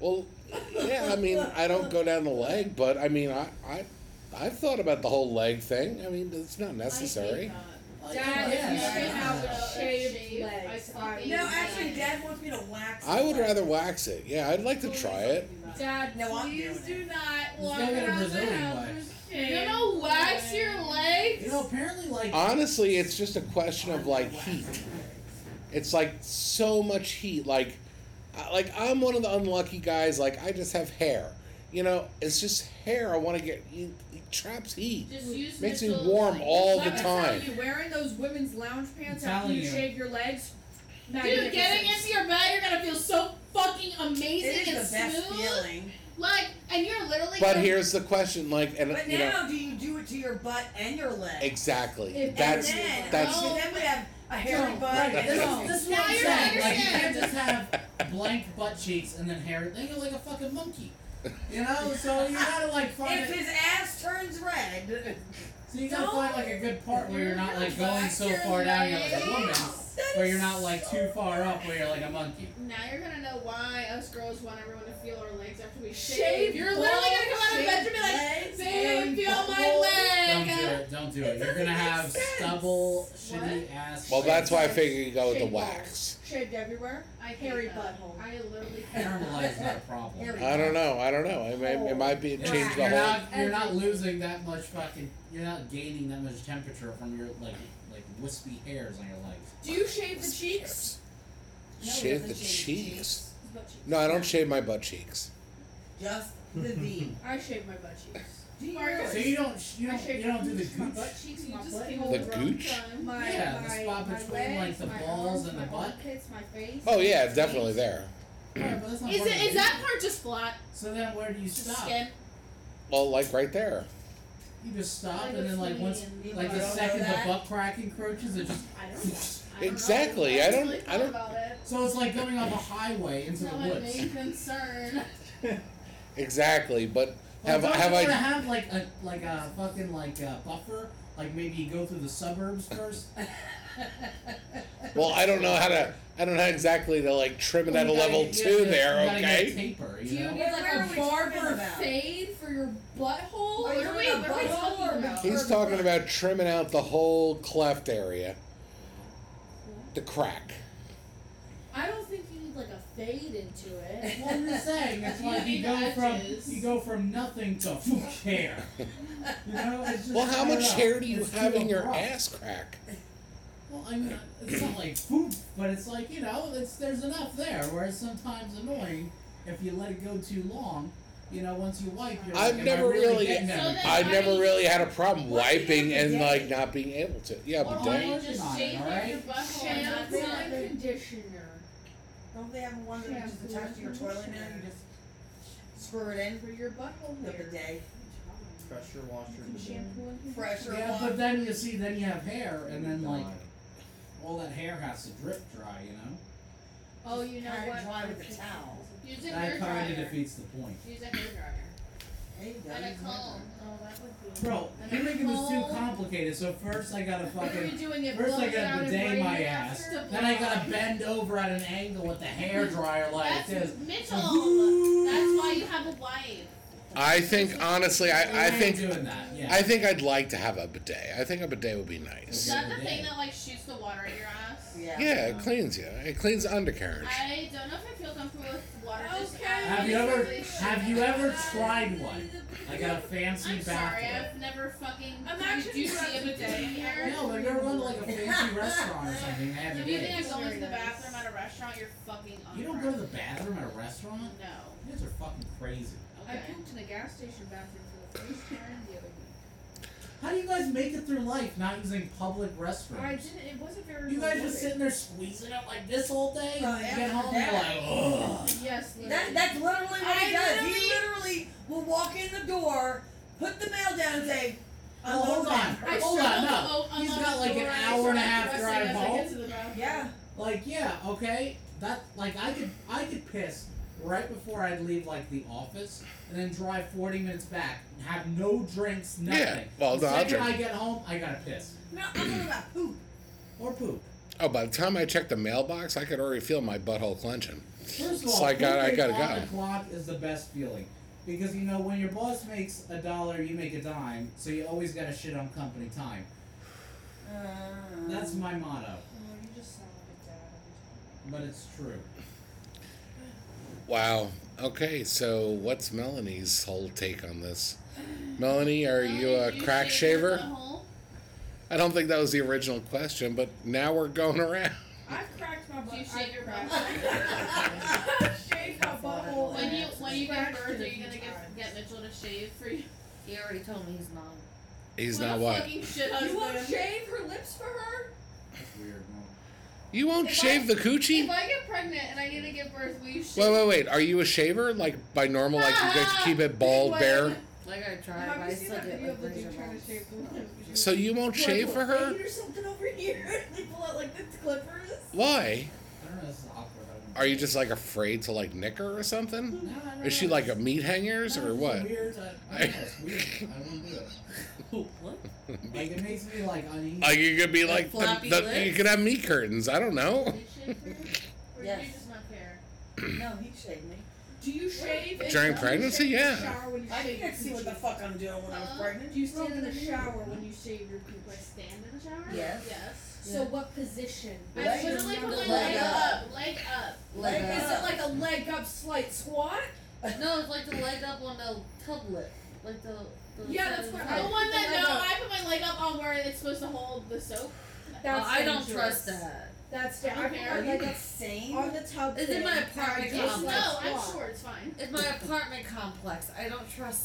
Speaker 1: Well, yeah, I mean, I don't go down the leg, but I mean, I, I, I've thought about the whole leg thing. I mean, it's not necessary.
Speaker 4: Like,
Speaker 5: Dad,
Speaker 4: yes.
Speaker 2: you
Speaker 4: yeah.
Speaker 5: know how Shaved
Speaker 3: legs.
Speaker 5: legs are-
Speaker 2: no, actually, Dad wants me to wax.
Speaker 1: I
Speaker 2: his
Speaker 1: would
Speaker 2: leg.
Speaker 1: rather wax it. Yeah, I'd like to try it.
Speaker 5: Dad,
Speaker 2: No, I'm
Speaker 5: please
Speaker 2: doing
Speaker 5: do not
Speaker 4: He's
Speaker 5: walk
Speaker 4: gotta get a
Speaker 5: around the
Speaker 4: Brazilian
Speaker 5: house.
Speaker 4: wax.
Speaker 5: with
Speaker 3: You
Speaker 5: shaved
Speaker 3: know, wax your legs.
Speaker 4: You know, apparently, like,
Speaker 1: Honestly, it's just a question of like heat. It's like so much heat. Like, I- like I'm one of the unlucky guys. Like I just have hair. You know, it's just hair. I want to get. It, it traps heat.
Speaker 3: Just use
Speaker 1: Makes me
Speaker 3: Mitchell's-
Speaker 1: warm all the
Speaker 5: Let me
Speaker 1: time.
Speaker 5: tell you, wearing those women's lounge pants
Speaker 4: I'm
Speaker 5: after you,
Speaker 4: telling you.
Speaker 5: shave your legs.
Speaker 3: Dude,
Speaker 5: magnificent.
Speaker 3: getting into your bed, you're gonna feel so fucking amazing
Speaker 2: It
Speaker 3: and
Speaker 2: is the best
Speaker 3: smooth.
Speaker 2: feeling.
Speaker 3: Like, and you're literally.
Speaker 1: But
Speaker 3: gonna-
Speaker 1: here's the question. Like, and
Speaker 2: But
Speaker 1: you know,
Speaker 2: now, do you do it to your butt and your leg?
Speaker 1: exactly.
Speaker 5: If-
Speaker 1: That's
Speaker 2: and then,
Speaker 1: that's
Speaker 2: oh, then we have a hairy
Speaker 4: no,
Speaker 2: butt.
Speaker 4: right,
Speaker 2: and-
Speaker 4: this,
Speaker 5: No.
Speaker 4: is- this is
Speaker 3: Now
Speaker 4: what I'm
Speaker 3: you're
Speaker 4: saying. Like, you can't
Speaker 3: understanding.
Speaker 4: just have blank butt cheeks and then hair. Then you're like a fucking monkey. You know, so you gotta like find
Speaker 2: If
Speaker 4: it.
Speaker 2: his ass turns red,
Speaker 4: So you gotta find like a good part where you're not like going so far down you're like a woman, where you're not like too far up where you're like a monkey.
Speaker 3: Now you're gonna know why us girls want everyone to feel our legs after we shave.
Speaker 5: Shave
Speaker 3: you're literally gonna come out of bed and be like,
Speaker 2: legs,
Speaker 3: babe,
Speaker 2: and
Speaker 3: feel
Speaker 2: balls.
Speaker 3: my
Speaker 4: Don't do
Speaker 3: leg.
Speaker 4: it. Don't do it. You're gonna have stubble, shitty ass.
Speaker 1: Well,
Speaker 4: shit.
Speaker 1: that's why I figured you go with the
Speaker 5: Shave
Speaker 1: wax.
Speaker 5: Shaved everywhere.
Speaker 3: I hate
Speaker 5: Hairy
Speaker 3: that.
Speaker 5: butthole.
Speaker 3: uh, I literally.
Speaker 4: Caramelized not a problem.
Speaker 2: Here
Speaker 4: You're
Speaker 2: we
Speaker 1: I don't know. I don't know. It, may, it might be
Speaker 4: not,
Speaker 1: change the
Speaker 4: you're
Speaker 1: whole.
Speaker 4: not, you're not losing that much fucking. You're not gaining that much temperature from your like like wispy hairs on your legs.
Speaker 5: Do you shave the cheeks?
Speaker 2: No, he
Speaker 1: Shave
Speaker 2: doesn't
Speaker 1: the cheeks.
Speaker 5: His butt cheeks.
Speaker 1: No, I don't shave my butt cheeks.
Speaker 2: Just the V.
Speaker 5: I shave my butt cheeks.
Speaker 2: Do you
Speaker 3: Marcus,
Speaker 2: really?
Speaker 4: So you don't sh- you
Speaker 5: I
Speaker 4: don't,
Speaker 5: shaved
Speaker 4: you don't do the
Speaker 5: my
Speaker 4: gooch.
Speaker 5: butt cheeks,
Speaker 3: You
Speaker 5: my
Speaker 3: just
Speaker 5: butt.
Speaker 3: came over
Speaker 1: The
Speaker 3: wrong
Speaker 1: gooch?
Speaker 3: time.
Speaker 5: My,
Speaker 4: Yeah, the
Speaker 5: my,
Speaker 4: spot
Speaker 5: my
Speaker 4: between,
Speaker 5: legs,
Speaker 4: like, the
Speaker 5: my
Speaker 4: balls
Speaker 5: arms,
Speaker 4: and
Speaker 5: my
Speaker 4: the butt.
Speaker 5: armpits, my face.
Speaker 1: Oh yeah,
Speaker 5: my
Speaker 1: definitely
Speaker 5: knees.
Speaker 1: there.
Speaker 4: Alright, but that's not
Speaker 3: Is
Speaker 4: part
Speaker 3: it
Speaker 4: of the
Speaker 3: is that
Speaker 4: deal.
Speaker 3: part just flat?
Speaker 4: So then where do you
Speaker 3: Just
Speaker 4: stop?
Speaker 3: skin?
Speaker 1: Well, like right there.
Speaker 4: You just stop
Speaker 11: Like
Speaker 4: and then
Speaker 11: what's
Speaker 4: like
Speaker 11: the
Speaker 4: once
Speaker 11: median?
Speaker 4: like the
Speaker 2: I don't know
Speaker 4: second the
Speaker 2: that.
Speaker 4: butt crack encroaches, it just
Speaker 3: I don't know. I don't
Speaker 1: Exactly,
Speaker 3: Know.
Speaker 1: I don't-
Speaker 3: really
Speaker 1: I
Speaker 3: thought
Speaker 1: don't-
Speaker 3: About it.
Speaker 4: so it's like going off a highway into
Speaker 3: Not
Speaker 4: the
Speaker 3: my
Speaker 4: woods.
Speaker 3: main concern.
Speaker 1: Exactly, but
Speaker 4: Well,
Speaker 1: have
Speaker 4: don't
Speaker 1: have
Speaker 4: you
Speaker 1: I?
Speaker 4: want to have like a like a fucking like a buffer? Like maybe go through the suburbs first.
Speaker 1: Well, I don't know how to. I don't know how exactly to like trim it at a
Speaker 4: You gotta-
Speaker 1: level
Speaker 4: you
Speaker 1: two
Speaker 4: gotta- you
Speaker 1: there.
Speaker 4: gotta get
Speaker 1: Okay.
Speaker 4: taper,
Speaker 5: Do
Speaker 4: you
Speaker 5: you
Speaker 4: know?
Speaker 5: get
Speaker 2: Where
Speaker 5: like
Speaker 2: are
Speaker 5: a
Speaker 2: we talking
Speaker 5: barber
Speaker 2: about?
Speaker 5: fade for your butthole?
Speaker 2: Are
Speaker 5: What
Speaker 2: you
Speaker 5: are we,
Speaker 2: talking
Speaker 5: what are we
Speaker 2: about butthole or
Speaker 5: talking about?
Speaker 2: mouth?
Speaker 1: He's talking about trimming out the whole cleft area, the crack.
Speaker 5: I don't think you need like a fade into it.
Speaker 4: Well, I'm just saying, it's like you
Speaker 3: need
Speaker 4: go from
Speaker 3: edges.
Speaker 4: you go from nothing to full hair. You know, it's just
Speaker 1: Well, how
Speaker 4: straight
Speaker 1: much
Speaker 4: up.
Speaker 1: hair do you
Speaker 4: It's
Speaker 1: have
Speaker 4: too
Speaker 1: in your
Speaker 4: abrupt.
Speaker 1: ass crack?
Speaker 4: Well, I mean, it's not like poop, but it's like you know, it's there's enough there where it's sometimes annoying if you let it go too long. You know, once you wipe, you're
Speaker 1: I've
Speaker 4: like, am I
Speaker 1: never
Speaker 4: really,
Speaker 1: really-
Speaker 4: getting
Speaker 3: So
Speaker 4: everything?
Speaker 3: then-
Speaker 1: I
Speaker 3: why
Speaker 1: never
Speaker 3: you-
Speaker 1: really had a problem
Speaker 4: Why you
Speaker 1: wiping
Speaker 4: have a
Speaker 1: and like
Speaker 4: day?
Speaker 1: not being able to. Yeah,
Speaker 4: Well,
Speaker 1: but
Speaker 4: why
Speaker 3: Why
Speaker 1: day.
Speaker 3: don't
Speaker 4: don't
Speaker 3: you
Speaker 4: you
Speaker 3: just
Speaker 4: not,
Speaker 3: shave
Speaker 4: alright?
Speaker 3: your butthole? and that's
Speaker 2: Shampoo.
Speaker 3: it?
Speaker 2: and
Speaker 5: conditioner.
Speaker 2: Don't they have one that just attached to your toilet and then you just screw it in?
Speaker 5: For your butthole
Speaker 2: The
Speaker 5: hair.
Speaker 2: bidet,
Speaker 6: Pressure washer.
Speaker 5: You can shampoo and conditioner.
Speaker 2: pressure
Speaker 4: Yeah,
Speaker 2: wash.
Speaker 4: but then you see, then you have hair, and then like all that hair has to drip dry. You know,
Speaker 3: Oh, you know
Speaker 2: Dry it
Speaker 3: what?
Speaker 2: dry with a towel.
Speaker 3: Use a hair
Speaker 4: that kind
Speaker 3: dryer.
Speaker 4: of defeats the point.
Speaker 3: Use a hair dryer
Speaker 2: There you go.
Speaker 3: and a
Speaker 2: Use
Speaker 3: comb.
Speaker 5: Oh, that would be.
Speaker 4: Bro,
Speaker 3: And
Speaker 4: you're
Speaker 3: a
Speaker 4: making this too
Speaker 3: comb.
Speaker 4: complicated. So first, I gotta
Speaker 3: What are you
Speaker 4: fucking.
Speaker 3: doing? It
Speaker 4: First, I
Speaker 3: blows it out
Speaker 4: gotta
Speaker 3: and
Speaker 4: bidet
Speaker 3: braids
Speaker 4: my
Speaker 3: it
Speaker 4: ass.
Speaker 3: after?
Speaker 4: Then I gotta bend over at an angle with the hair dryer like
Speaker 3: That's
Speaker 4: this.
Speaker 3: Mitchell. That's why you have a wife.
Speaker 1: I think honestly, I, I
Speaker 4: ain't
Speaker 1: think
Speaker 4: doing that. Yeah.
Speaker 1: I think I'd like to have a bidet. I think a bidet would be
Speaker 3: Is
Speaker 1: nice.
Speaker 4: Yeah.
Speaker 3: that the thing that like shoots the water at your ass?
Speaker 2: it. Yeah.
Speaker 1: Yeah, it cleans you. It cleans the undercarriage.
Speaker 3: I don't know if I feel comfortable with water. Just
Speaker 5: Okay.
Speaker 3: out.
Speaker 4: have you ever
Speaker 3: Because
Speaker 4: have you ever tried one? Like a fancy
Speaker 3: I'm sorry,
Speaker 4: bathroom.
Speaker 3: I've never fucking.
Speaker 5: Imagine
Speaker 3: you do
Speaker 5: you
Speaker 3: see
Speaker 5: have
Speaker 3: a bidet here.
Speaker 4: No, but you're going to like a fancy restaurant or something. They have
Speaker 3: If
Speaker 4: it.
Speaker 3: you
Speaker 4: in.
Speaker 3: think I go into the
Speaker 5: Very nice.
Speaker 3: bathroom at a restaurant, you're fucking on.
Speaker 4: You don't go to the bathroom at a restaurant.
Speaker 3: No.
Speaker 4: You guys are fucking crazy.
Speaker 5: I
Speaker 3: Okay.
Speaker 5: pooped in a gas station bathroom for the first time the other week.
Speaker 4: How do you guys make it through life not using public
Speaker 5: I
Speaker 4: restrooms?
Speaker 5: didn't. It wasn't very.
Speaker 4: You guys just
Speaker 5: rewarding.
Speaker 4: sitting there squeezing it like this all day, and
Speaker 2: Uh,
Speaker 4: then you
Speaker 2: after
Speaker 4: get home
Speaker 2: that-
Speaker 4: and you're like, ugh.
Speaker 5: Yes.
Speaker 2: That,
Speaker 5: literally.
Speaker 2: that's literally what he
Speaker 3: I
Speaker 2: does.
Speaker 3: literally-
Speaker 2: He literally will walk in the door, put the mail down, and say,
Speaker 4: Well, Oh, hold
Speaker 2: "Unload that
Speaker 4: on.
Speaker 2: person."
Speaker 3: I
Speaker 4: Hold on, no.
Speaker 3: struggle to o-
Speaker 4: He's
Speaker 3: unlock
Speaker 4: got,
Speaker 3: the
Speaker 4: like, an
Speaker 3: door. I
Speaker 4: hour and a
Speaker 3: start
Speaker 4: half
Speaker 3: dressing
Speaker 4: drive
Speaker 3: as I
Speaker 4: home.
Speaker 3: get to the bathroom.
Speaker 2: Yeah.
Speaker 4: Like yeah, okay, that like I could I could piss right before I'd leave like the office, and then drive forty minutes back, and have no drinks, nothing.
Speaker 1: well,
Speaker 4: the
Speaker 1: no, I'll
Speaker 4: second
Speaker 1: drink.
Speaker 4: I get home, I gotta piss
Speaker 2: No, I'm talking about poop.
Speaker 4: or poop.
Speaker 1: Oh, by the time I checked the mailbox, I could already feel my butthole clenching.
Speaker 4: First of
Speaker 1: So
Speaker 4: all,
Speaker 1: I gotta- I
Speaker 4: pooping
Speaker 1: gotta
Speaker 4: on
Speaker 1: go.
Speaker 4: the clock is the best feeling. Because you know when your boss makes a dollar, you make a dime, so you always gotta shit on company time. That's my motto,
Speaker 5: Oh, you just sound like a dad every
Speaker 4: but it's true.
Speaker 1: Wow. Okay, so what's Melanie's whole take on this? Melanie, are you
Speaker 3: Melanie,
Speaker 1: a
Speaker 3: do you
Speaker 1: crack
Speaker 3: shave your
Speaker 1: shaver?
Speaker 3: butthole?
Speaker 1: I don't think that was the original question, but now we're going around.
Speaker 5: time. I've cracked my butt.
Speaker 3: Do you shave your
Speaker 5: I've
Speaker 3: butthole?
Speaker 5: cracked- Shave my butthole.
Speaker 3: When you when you get
Speaker 5: Scratched
Speaker 3: birds, are
Speaker 5: it a
Speaker 3: you
Speaker 5: few
Speaker 3: gonna get
Speaker 5: times.
Speaker 3: get Mitchell to shave for you?
Speaker 7: He already told me he's not.
Speaker 1: He's
Speaker 3: what
Speaker 1: not
Speaker 3: a
Speaker 1: what?
Speaker 3: Fucking shit
Speaker 5: You won't
Speaker 3: husband.
Speaker 5: shave her lips for her?
Speaker 4: That's weird. No.
Speaker 1: You won't
Speaker 3: If
Speaker 1: shave
Speaker 3: I-
Speaker 1: the coochie?
Speaker 3: If I get pregnant and I need to give birth, will you shave?
Speaker 1: Wait, wait, wait. Are you a shaver? Like by normal, like you guys keep it bald,
Speaker 5: Wait.
Speaker 1: bare.
Speaker 7: Like I tried, but
Speaker 5: Have
Speaker 7: I
Speaker 5: you seen
Speaker 7: still
Speaker 5: that
Speaker 7: get
Speaker 5: video
Speaker 7: like
Speaker 5: of the
Speaker 7: razor
Speaker 5: dude trying to
Speaker 7: bumps.
Speaker 5: shave the lips?
Speaker 1: So you won't shave for her?
Speaker 5: Or something over here. They pull out like the clippers.
Speaker 1: Why?
Speaker 4: I don't know. This is awkward. I don't know.
Speaker 1: Are you just like afraid to like nick her or something?
Speaker 4: No, I don't
Speaker 1: Is she
Speaker 4: know.
Speaker 1: like a meat hangers
Speaker 4: No,
Speaker 1: or
Speaker 4: it's
Speaker 1: what?
Speaker 4: Weird. I, I don't know, it's weird. I won't do it.
Speaker 7: What?
Speaker 4: Like it makes me like uneasy.
Speaker 1: Like you could be
Speaker 7: Like
Speaker 1: like,
Speaker 7: flappy
Speaker 1: the, the,
Speaker 7: lips?
Speaker 1: you could have meat curtains. I don't know.
Speaker 3: Will you shave for her? Or do you
Speaker 2: Yes.
Speaker 3: just not care?
Speaker 2: No, he shaved me.
Speaker 5: Do you shave in-
Speaker 1: During
Speaker 5: do you
Speaker 1: pregnancy?
Speaker 5: shave in
Speaker 1: Yeah.
Speaker 5: the shower when you
Speaker 2: I
Speaker 5: shave your
Speaker 2: can't see what the
Speaker 5: coochie?
Speaker 2: fuck I'm doing when I'm
Speaker 3: Uh,
Speaker 2: pregnant.
Speaker 5: Do you stand in the
Speaker 3: Probably.
Speaker 5: shower when you shave your
Speaker 3: Do I
Speaker 5: poops?
Speaker 3: stand in the shower?
Speaker 2: Yes.
Speaker 3: Yes.
Speaker 5: So what position?
Speaker 3: I
Speaker 2: Leg
Speaker 3: literally
Speaker 2: up.
Speaker 3: put my
Speaker 7: Leg
Speaker 3: leg
Speaker 2: up.
Speaker 3: up. Leg up.
Speaker 7: Like
Speaker 5: Like, is
Speaker 7: uh,
Speaker 5: it like a leg up slight squat?
Speaker 7: no, it's like the leg up on the tublet, like the. the
Speaker 5: Yeah, that's what
Speaker 7: what
Speaker 3: The
Speaker 5: I-
Speaker 3: one that
Speaker 5: leg
Speaker 3: no,
Speaker 5: up.
Speaker 3: I put my leg up on where it's supposed to hold the soap.
Speaker 5: That's
Speaker 7: I don't
Speaker 5: dangerous.
Speaker 7: trust that.
Speaker 5: That's da- I put
Speaker 3: Okay,
Speaker 5: my
Speaker 3: are
Speaker 2: Are you
Speaker 5: leg up
Speaker 2: insane?
Speaker 5: on the tub.
Speaker 7: It's in
Speaker 5: thing,
Speaker 7: my
Speaker 5: and I
Speaker 7: apartment
Speaker 5: just,
Speaker 7: complex.
Speaker 5: like,
Speaker 3: Um, no, I'm
Speaker 5: squat.
Speaker 3: sure it's fine.
Speaker 7: It's my apartment complex. I don't trust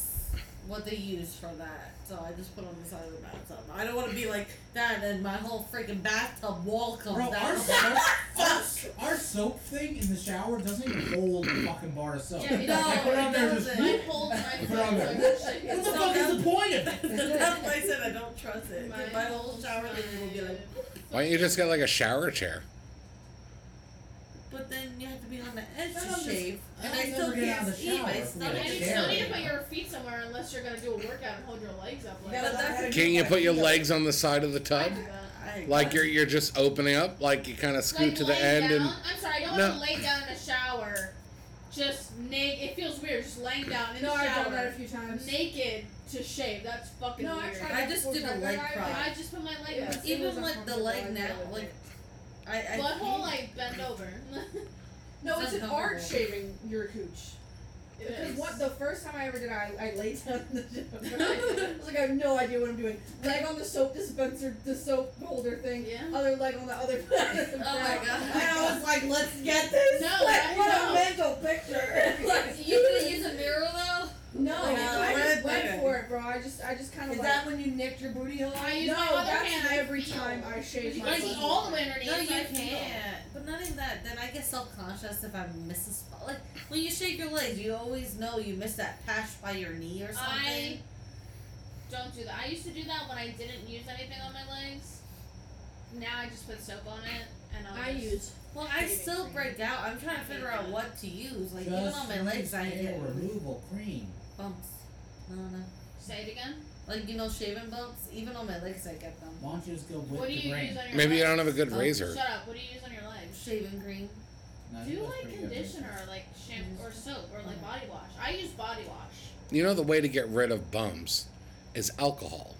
Speaker 7: what they use for that. So I just put on the side of the bathtub. I don't want to be like that and my whole freaking bathtub wall comes
Speaker 4: Bro, our
Speaker 7: down.
Speaker 4: soap, our, our soap thing in the shower doesn't even hold a fucking bar of soap.
Speaker 3: Yeah,
Speaker 4: You
Speaker 3: it
Speaker 7: No,
Speaker 4: put it on
Speaker 7: it
Speaker 4: there and just
Speaker 7: doesn't.
Speaker 3: Mine
Speaker 4: leave.
Speaker 3: holds my phone.
Speaker 4: Put on
Speaker 3: so
Speaker 4: there.
Speaker 3: I can shake
Speaker 4: What
Speaker 3: it.
Speaker 4: the
Speaker 7: So
Speaker 4: fuck is the point of it?
Speaker 7: That's why I said I don't trust it. 'cause
Speaker 3: Mine
Speaker 7: My whole
Speaker 3: holds
Speaker 7: shower
Speaker 3: my
Speaker 7: thing will be like,
Speaker 1: Why don't you just get like a shower chair?
Speaker 7: but then you have to be on the edge
Speaker 4: I don't
Speaker 7: to shave,
Speaker 4: I
Speaker 7: and
Speaker 4: don't
Speaker 7: I still
Speaker 4: ever get out
Speaker 7: can't
Speaker 4: of the
Speaker 7: see my
Speaker 4: shower if we
Speaker 3: And
Speaker 4: have
Speaker 7: stomach.
Speaker 4: a
Speaker 3: you
Speaker 7: is
Speaker 4: chair.
Speaker 3: still need to
Speaker 4: Terrible.
Speaker 3: put your feet somewhere unless you're gonna do a workout and hold your legs up. Like
Speaker 2: Yeah,
Speaker 7: But
Speaker 2: but
Speaker 7: that's-
Speaker 2: I gotta
Speaker 1: Can
Speaker 2: get
Speaker 1: you
Speaker 2: my
Speaker 1: put your
Speaker 2: feet up.
Speaker 1: legs on the side of the tub?
Speaker 3: I do that.
Speaker 7: I-
Speaker 1: Like you're you're just opening up, like you kind of scoot
Speaker 3: like
Speaker 1: to the
Speaker 3: lay
Speaker 1: end
Speaker 3: down.
Speaker 1: and
Speaker 3: I'm sorry, I don't
Speaker 1: No.
Speaker 3: want to lay down in a shower. Just naked. It feels weird just laying down in
Speaker 5: No,
Speaker 3: the
Speaker 5: I've
Speaker 3: shower.
Speaker 5: done that a few times.
Speaker 3: naked to shave. That's fucking
Speaker 5: No, I
Speaker 3: weird.
Speaker 5: tried
Speaker 7: I just did a leg prop.
Speaker 3: I just put my leg
Speaker 5: Yeah.
Speaker 3: up.
Speaker 7: Even
Speaker 5: It was
Speaker 7: like the
Speaker 5: uncomfortable,
Speaker 7: leg
Speaker 5: I
Speaker 7: now,
Speaker 5: feel
Speaker 7: like I, I
Speaker 3: Butthole, like bend over.
Speaker 5: No, it's an art
Speaker 7: uncomfortable.
Speaker 5: shaving your cooch.
Speaker 3: It
Speaker 5: Because
Speaker 3: is.
Speaker 5: what the first time I ever did, I I laid down in the shower. I was like, I have no idea what I'm doing. Leg on the soap dispenser, the soap holder thing.
Speaker 3: Yeah.
Speaker 5: Other leg on the other. oh
Speaker 7: Oh my god.
Speaker 2: And I was like, let's get this.
Speaker 3: No,
Speaker 2: like,
Speaker 3: I
Speaker 2: what
Speaker 3: know.
Speaker 2: a mental picture. Like,
Speaker 7: You could use a mirror though.
Speaker 5: No,
Speaker 2: Like,
Speaker 5: I just
Speaker 2: what?
Speaker 5: went for it, bro. I just I just kind of
Speaker 2: is
Speaker 5: like.
Speaker 2: that when you nicked your booty hole?
Speaker 3: I use
Speaker 5: no,
Speaker 3: my other
Speaker 5: that's
Speaker 3: hand. I
Speaker 5: every
Speaker 3: feel.
Speaker 5: time I shave my.
Speaker 3: I see
Speaker 5: butthole.
Speaker 3: all the way underneath.
Speaker 7: No, you
Speaker 3: so I feel.
Speaker 7: can't. But not even that. Then I get self conscious if I miss a spot. Like when you shake your legs, you always know you missed that patch by your knee or something.
Speaker 3: I don't do that. I used to do that when I didn't use anything on my legs. Now I just put soap on it and I'll
Speaker 5: I
Speaker 3: just-
Speaker 5: use.
Speaker 7: well, I still break out. I'm trying to figure out what to use. Like even
Speaker 4: Just
Speaker 7: on my legs, I
Speaker 4: use hair
Speaker 7: get
Speaker 4: removal cream.
Speaker 7: bumps. No, no.
Speaker 3: Say it again.
Speaker 7: Like you know, shaving bumps. Even on my legs, I get them.
Speaker 4: Why don't you just go with
Speaker 3: What do
Speaker 4: the
Speaker 3: you
Speaker 4: grain?
Speaker 3: use on your
Speaker 1: maybe you
Speaker 3: legs?
Speaker 1: don't have a good
Speaker 7: Oh,
Speaker 1: razor.
Speaker 3: Shut up. What do you use on your legs?
Speaker 7: Shaving cream.
Speaker 4: No, I
Speaker 3: Do you
Speaker 4: think that's
Speaker 3: like
Speaker 4: pretty good.
Speaker 3: conditioner or like shampoo or soap or like body wash? I use body wash.
Speaker 1: You know the way to get rid of bums is alcohol.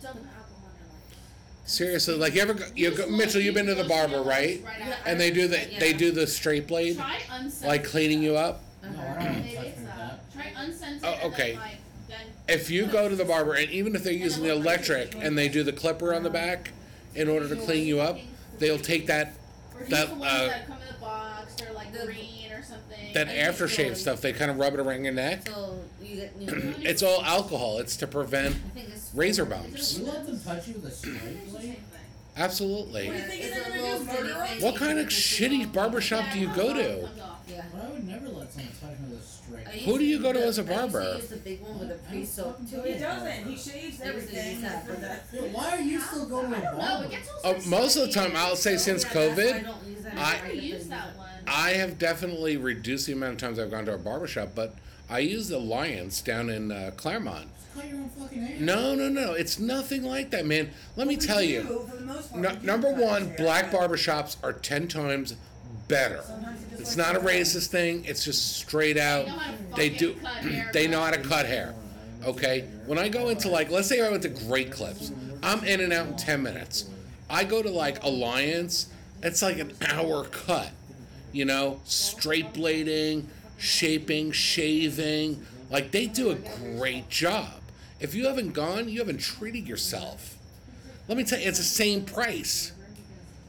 Speaker 3: Don't put alcohol on your legs.
Speaker 1: Seriously, like you ever go, you go,
Speaker 3: Just
Speaker 1: Mitchell,
Speaker 3: lotion
Speaker 1: you've been to the
Speaker 3: lotion your
Speaker 1: barber,
Speaker 3: legs
Speaker 1: right?
Speaker 3: right
Speaker 7: Yeah,
Speaker 3: after.
Speaker 1: And they do the they
Speaker 7: Yeah.
Speaker 1: do the straight blade,
Speaker 3: Try unscented.
Speaker 1: like cleaning you up.
Speaker 4: No,
Speaker 7: Uh-huh.
Speaker 4: I don't want
Speaker 3: Maybe
Speaker 4: to touch
Speaker 3: it's
Speaker 4: with
Speaker 3: that.
Speaker 4: that.
Speaker 3: Try unscented.
Speaker 1: Oh,
Speaker 3: and then,
Speaker 1: okay.
Speaker 3: like, then-
Speaker 1: If you go to the barber, and even if they're using the electric and they do the clipper on the back in order to clean you up, they'll take that
Speaker 3: Or use
Speaker 1: That,
Speaker 3: the ones
Speaker 1: uh,
Speaker 3: that come in the box. They're like
Speaker 7: the-
Speaker 3: green or something.
Speaker 1: that aftershave stuff. They kind of rub it around your neck.
Speaker 7: So you get new.
Speaker 1: It's all alcohol. It's to prevent
Speaker 7: I think it's
Speaker 1: razor
Speaker 7: four.
Speaker 1: bumps.
Speaker 4: You let them touch you with a straight
Speaker 3: It's the same
Speaker 4: blade?
Speaker 3: thing.
Speaker 2: What do
Speaker 1: Absolutely.
Speaker 2: you think
Speaker 7: It's
Speaker 2: they're
Speaker 7: a
Speaker 2: gonna
Speaker 7: little
Speaker 2: do,
Speaker 7: titty
Speaker 2: murder
Speaker 7: thing.
Speaker 1: What kind of
Speaker 7: It's a
Speaker 1: shitty
Speaker 7: little-
Speaker 1: barber shop do you
Speaker 3: Yeah,
Speaker 1: go
Speaker 3: it
Speaker 1: to?
Speaker 3: comes off.
Speaker 7: Yeah.
Speaker 4: But I would never let someone touch me with a straight.
Speaker 7: I
Speaker 4: blade.
Speaker 1: Who do you
Speaker 7: used to
Speaker 1: go to
Speaker 7: use
Speaker 1: as a
Speaker 7: the- I used to
Speaker 1: barber?
Speaker 7: use the big one with a pre-soak to
Speaker 2: He
Speaker 7: it.
Speaker 2: doesn't. He shaves everything. for that.
Speaker 4: Yeah, why are you still going to a barber?
Speaker 3: No, it gets all
Speaker 1: Uh,
Speaker 3: sorts
Speaker 1: most of the
Speaker 3: sticky.
Speaker 1: time, I'll say since
Speaker 7: Yeah, that's why I
Speaker 1: COVID,
Speaker 7: don't use that.
Speaker 1: I-
Speaker 3: I never use that one.
Speaker 1: I have definitely reduced the amount of times I've gone to a barber shop, but I use the Alliance down in uh, Claremont.
Speaker 4: Just cut your own fucking hair.
Speaker 1: No, no, no. It's nothing like that, man. Let me
Speaker 2: We
Speaker 1: tell you.
Speaker 2: do, for the most part,
Speaker 1: No,
Speaker 2: we do
Speaker 1: number
Speaker 2: cut
Speaker 1: one,
Speaker 2: hair,
Speaker 1: black
Speaker 2: but
Speaker 1: barbershops are 10 times better.
Speaker 2: sometimes it just
Speaker 1: It's
Speaker 2: looks
Speaker 1: not a
Speaker 2: like-
Speaker 1: racist thing, it's just straight
Speaker 3: They
Speaker 1: out.
Speaker 3: know how to
Speaker 1: They
Speaker 3: fucking
Speaker 1: do-
Speaker 3: Cut hair,
Speaker 1: They
Speaker 3: bro.
Speaker 1: know how to cut hair. Okay? When I go into, like, let's say I went to Great Clips, I'm in and out in 10 minutes. I go to, like, Alliance, it's like an hour cut. You know, straight blading, shaping, shaving. Like, they do a great job. If you haven't gone, you haven't treated yourself. Let me tell you, it's the same price.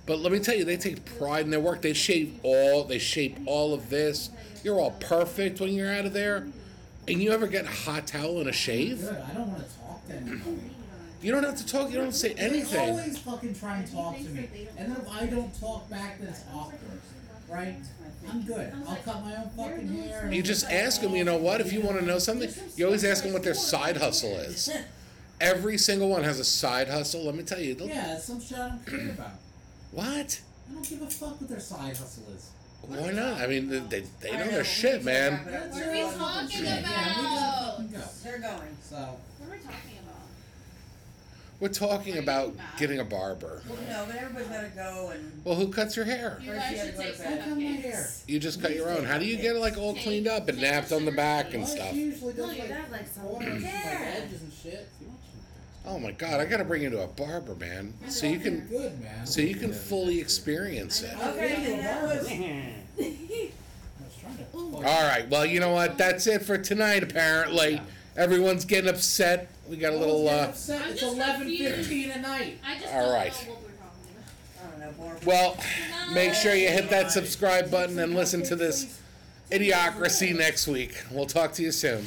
Speaker 1: But let me tell you, they take pride in their work. They shave all, they shape all of this. You're all perfect when you're out of there. And you ever get a hot towel and a shave?
Speaker 4: Good, I don't want to talk to anybody.
Speaker 1: You don't have to talk. You don't say
Speaker 4: They
Speaker 1: anything.
Speaker 4: always fucking try and talk to me. And then if I don't talk back, then it's awkward. Right? I'm good. I'll cut my own fucking hair.
Speaker 1: You just ask them. You know what? If you want to know something, you always ask them what their side hustle is. Every single one has a side hustle. Let me tell you. they'll-
Speaker 4: Yeah, it's some shit I don't care about.
Speaker 1: What?
Speaker 4: I don't give a fuck what their side hustle is.
Speaker 1: Why not? I mean, they they know their shit, man.
Speaker 3: What are we talking
Speaker 4: Yeah, yeah, we
Speaker 3: about?
Speaker 4: just fucking go.
Speaker 2: They're going.
Speaker 4: So,
Speaker 3: What are we talking about?
Speaker 1: We're talking about getting a barber.
Speaker 2: Well, no, but everybody's got to go and.
Speaker 1: Well, who cuts your hair?
Speaker 3: You
Speaker 2: Or she
Speaker 3: guys
Speaker 2: had
Speaker 3: should
Speaker 2: to go
Speaker 3: take
Speaker 2: to
Speaker 3: some
Speaker 4: I cut my hair.
Speaker 3: cupcakes.
Speaker 1: You just cut your own. How do you get it like all cleaned up and napped on the back and
Speaker 4: Well,
Speaker 1: stuff?
Speaker 4: she usually
Speaker 7: No,
Speaker 4: does
Speaker 7: you
Speaker 4: like
Speaker 7: got like some
Speaker 4: corners and, like,
Speaker 7: hair.
Speaker 4: edges and shit.
Speaker 1: Oh my god, I gotta bring you to a barber, man. So you can
Speaker 4: Good man.
Speaker 1: so you can fully experience it.
Speaker 2: Okay, then that was.
Speaker 4: I was trying to.
Speaker 1: Alright, well you know what? That's it for tonight apparently. Everyone's getting upset. We got a little uh
Speaker 3: I'm
Speaker 4: It's
Speaker 3: just
Speaker 4: eleven fifteen
Speaker 3: confused.
Speaker 4: at night.
Speaker 3: I just
Speaker 1: All
Speaker 3: don't
Speaker 1: right.
Speaker 3: know what we're talking about.
Speaker 2: I don't know, more.
Speaker 1: well, make sure you hit that subscribe button and listen to this idiocracy next week. We'll talk to you soon.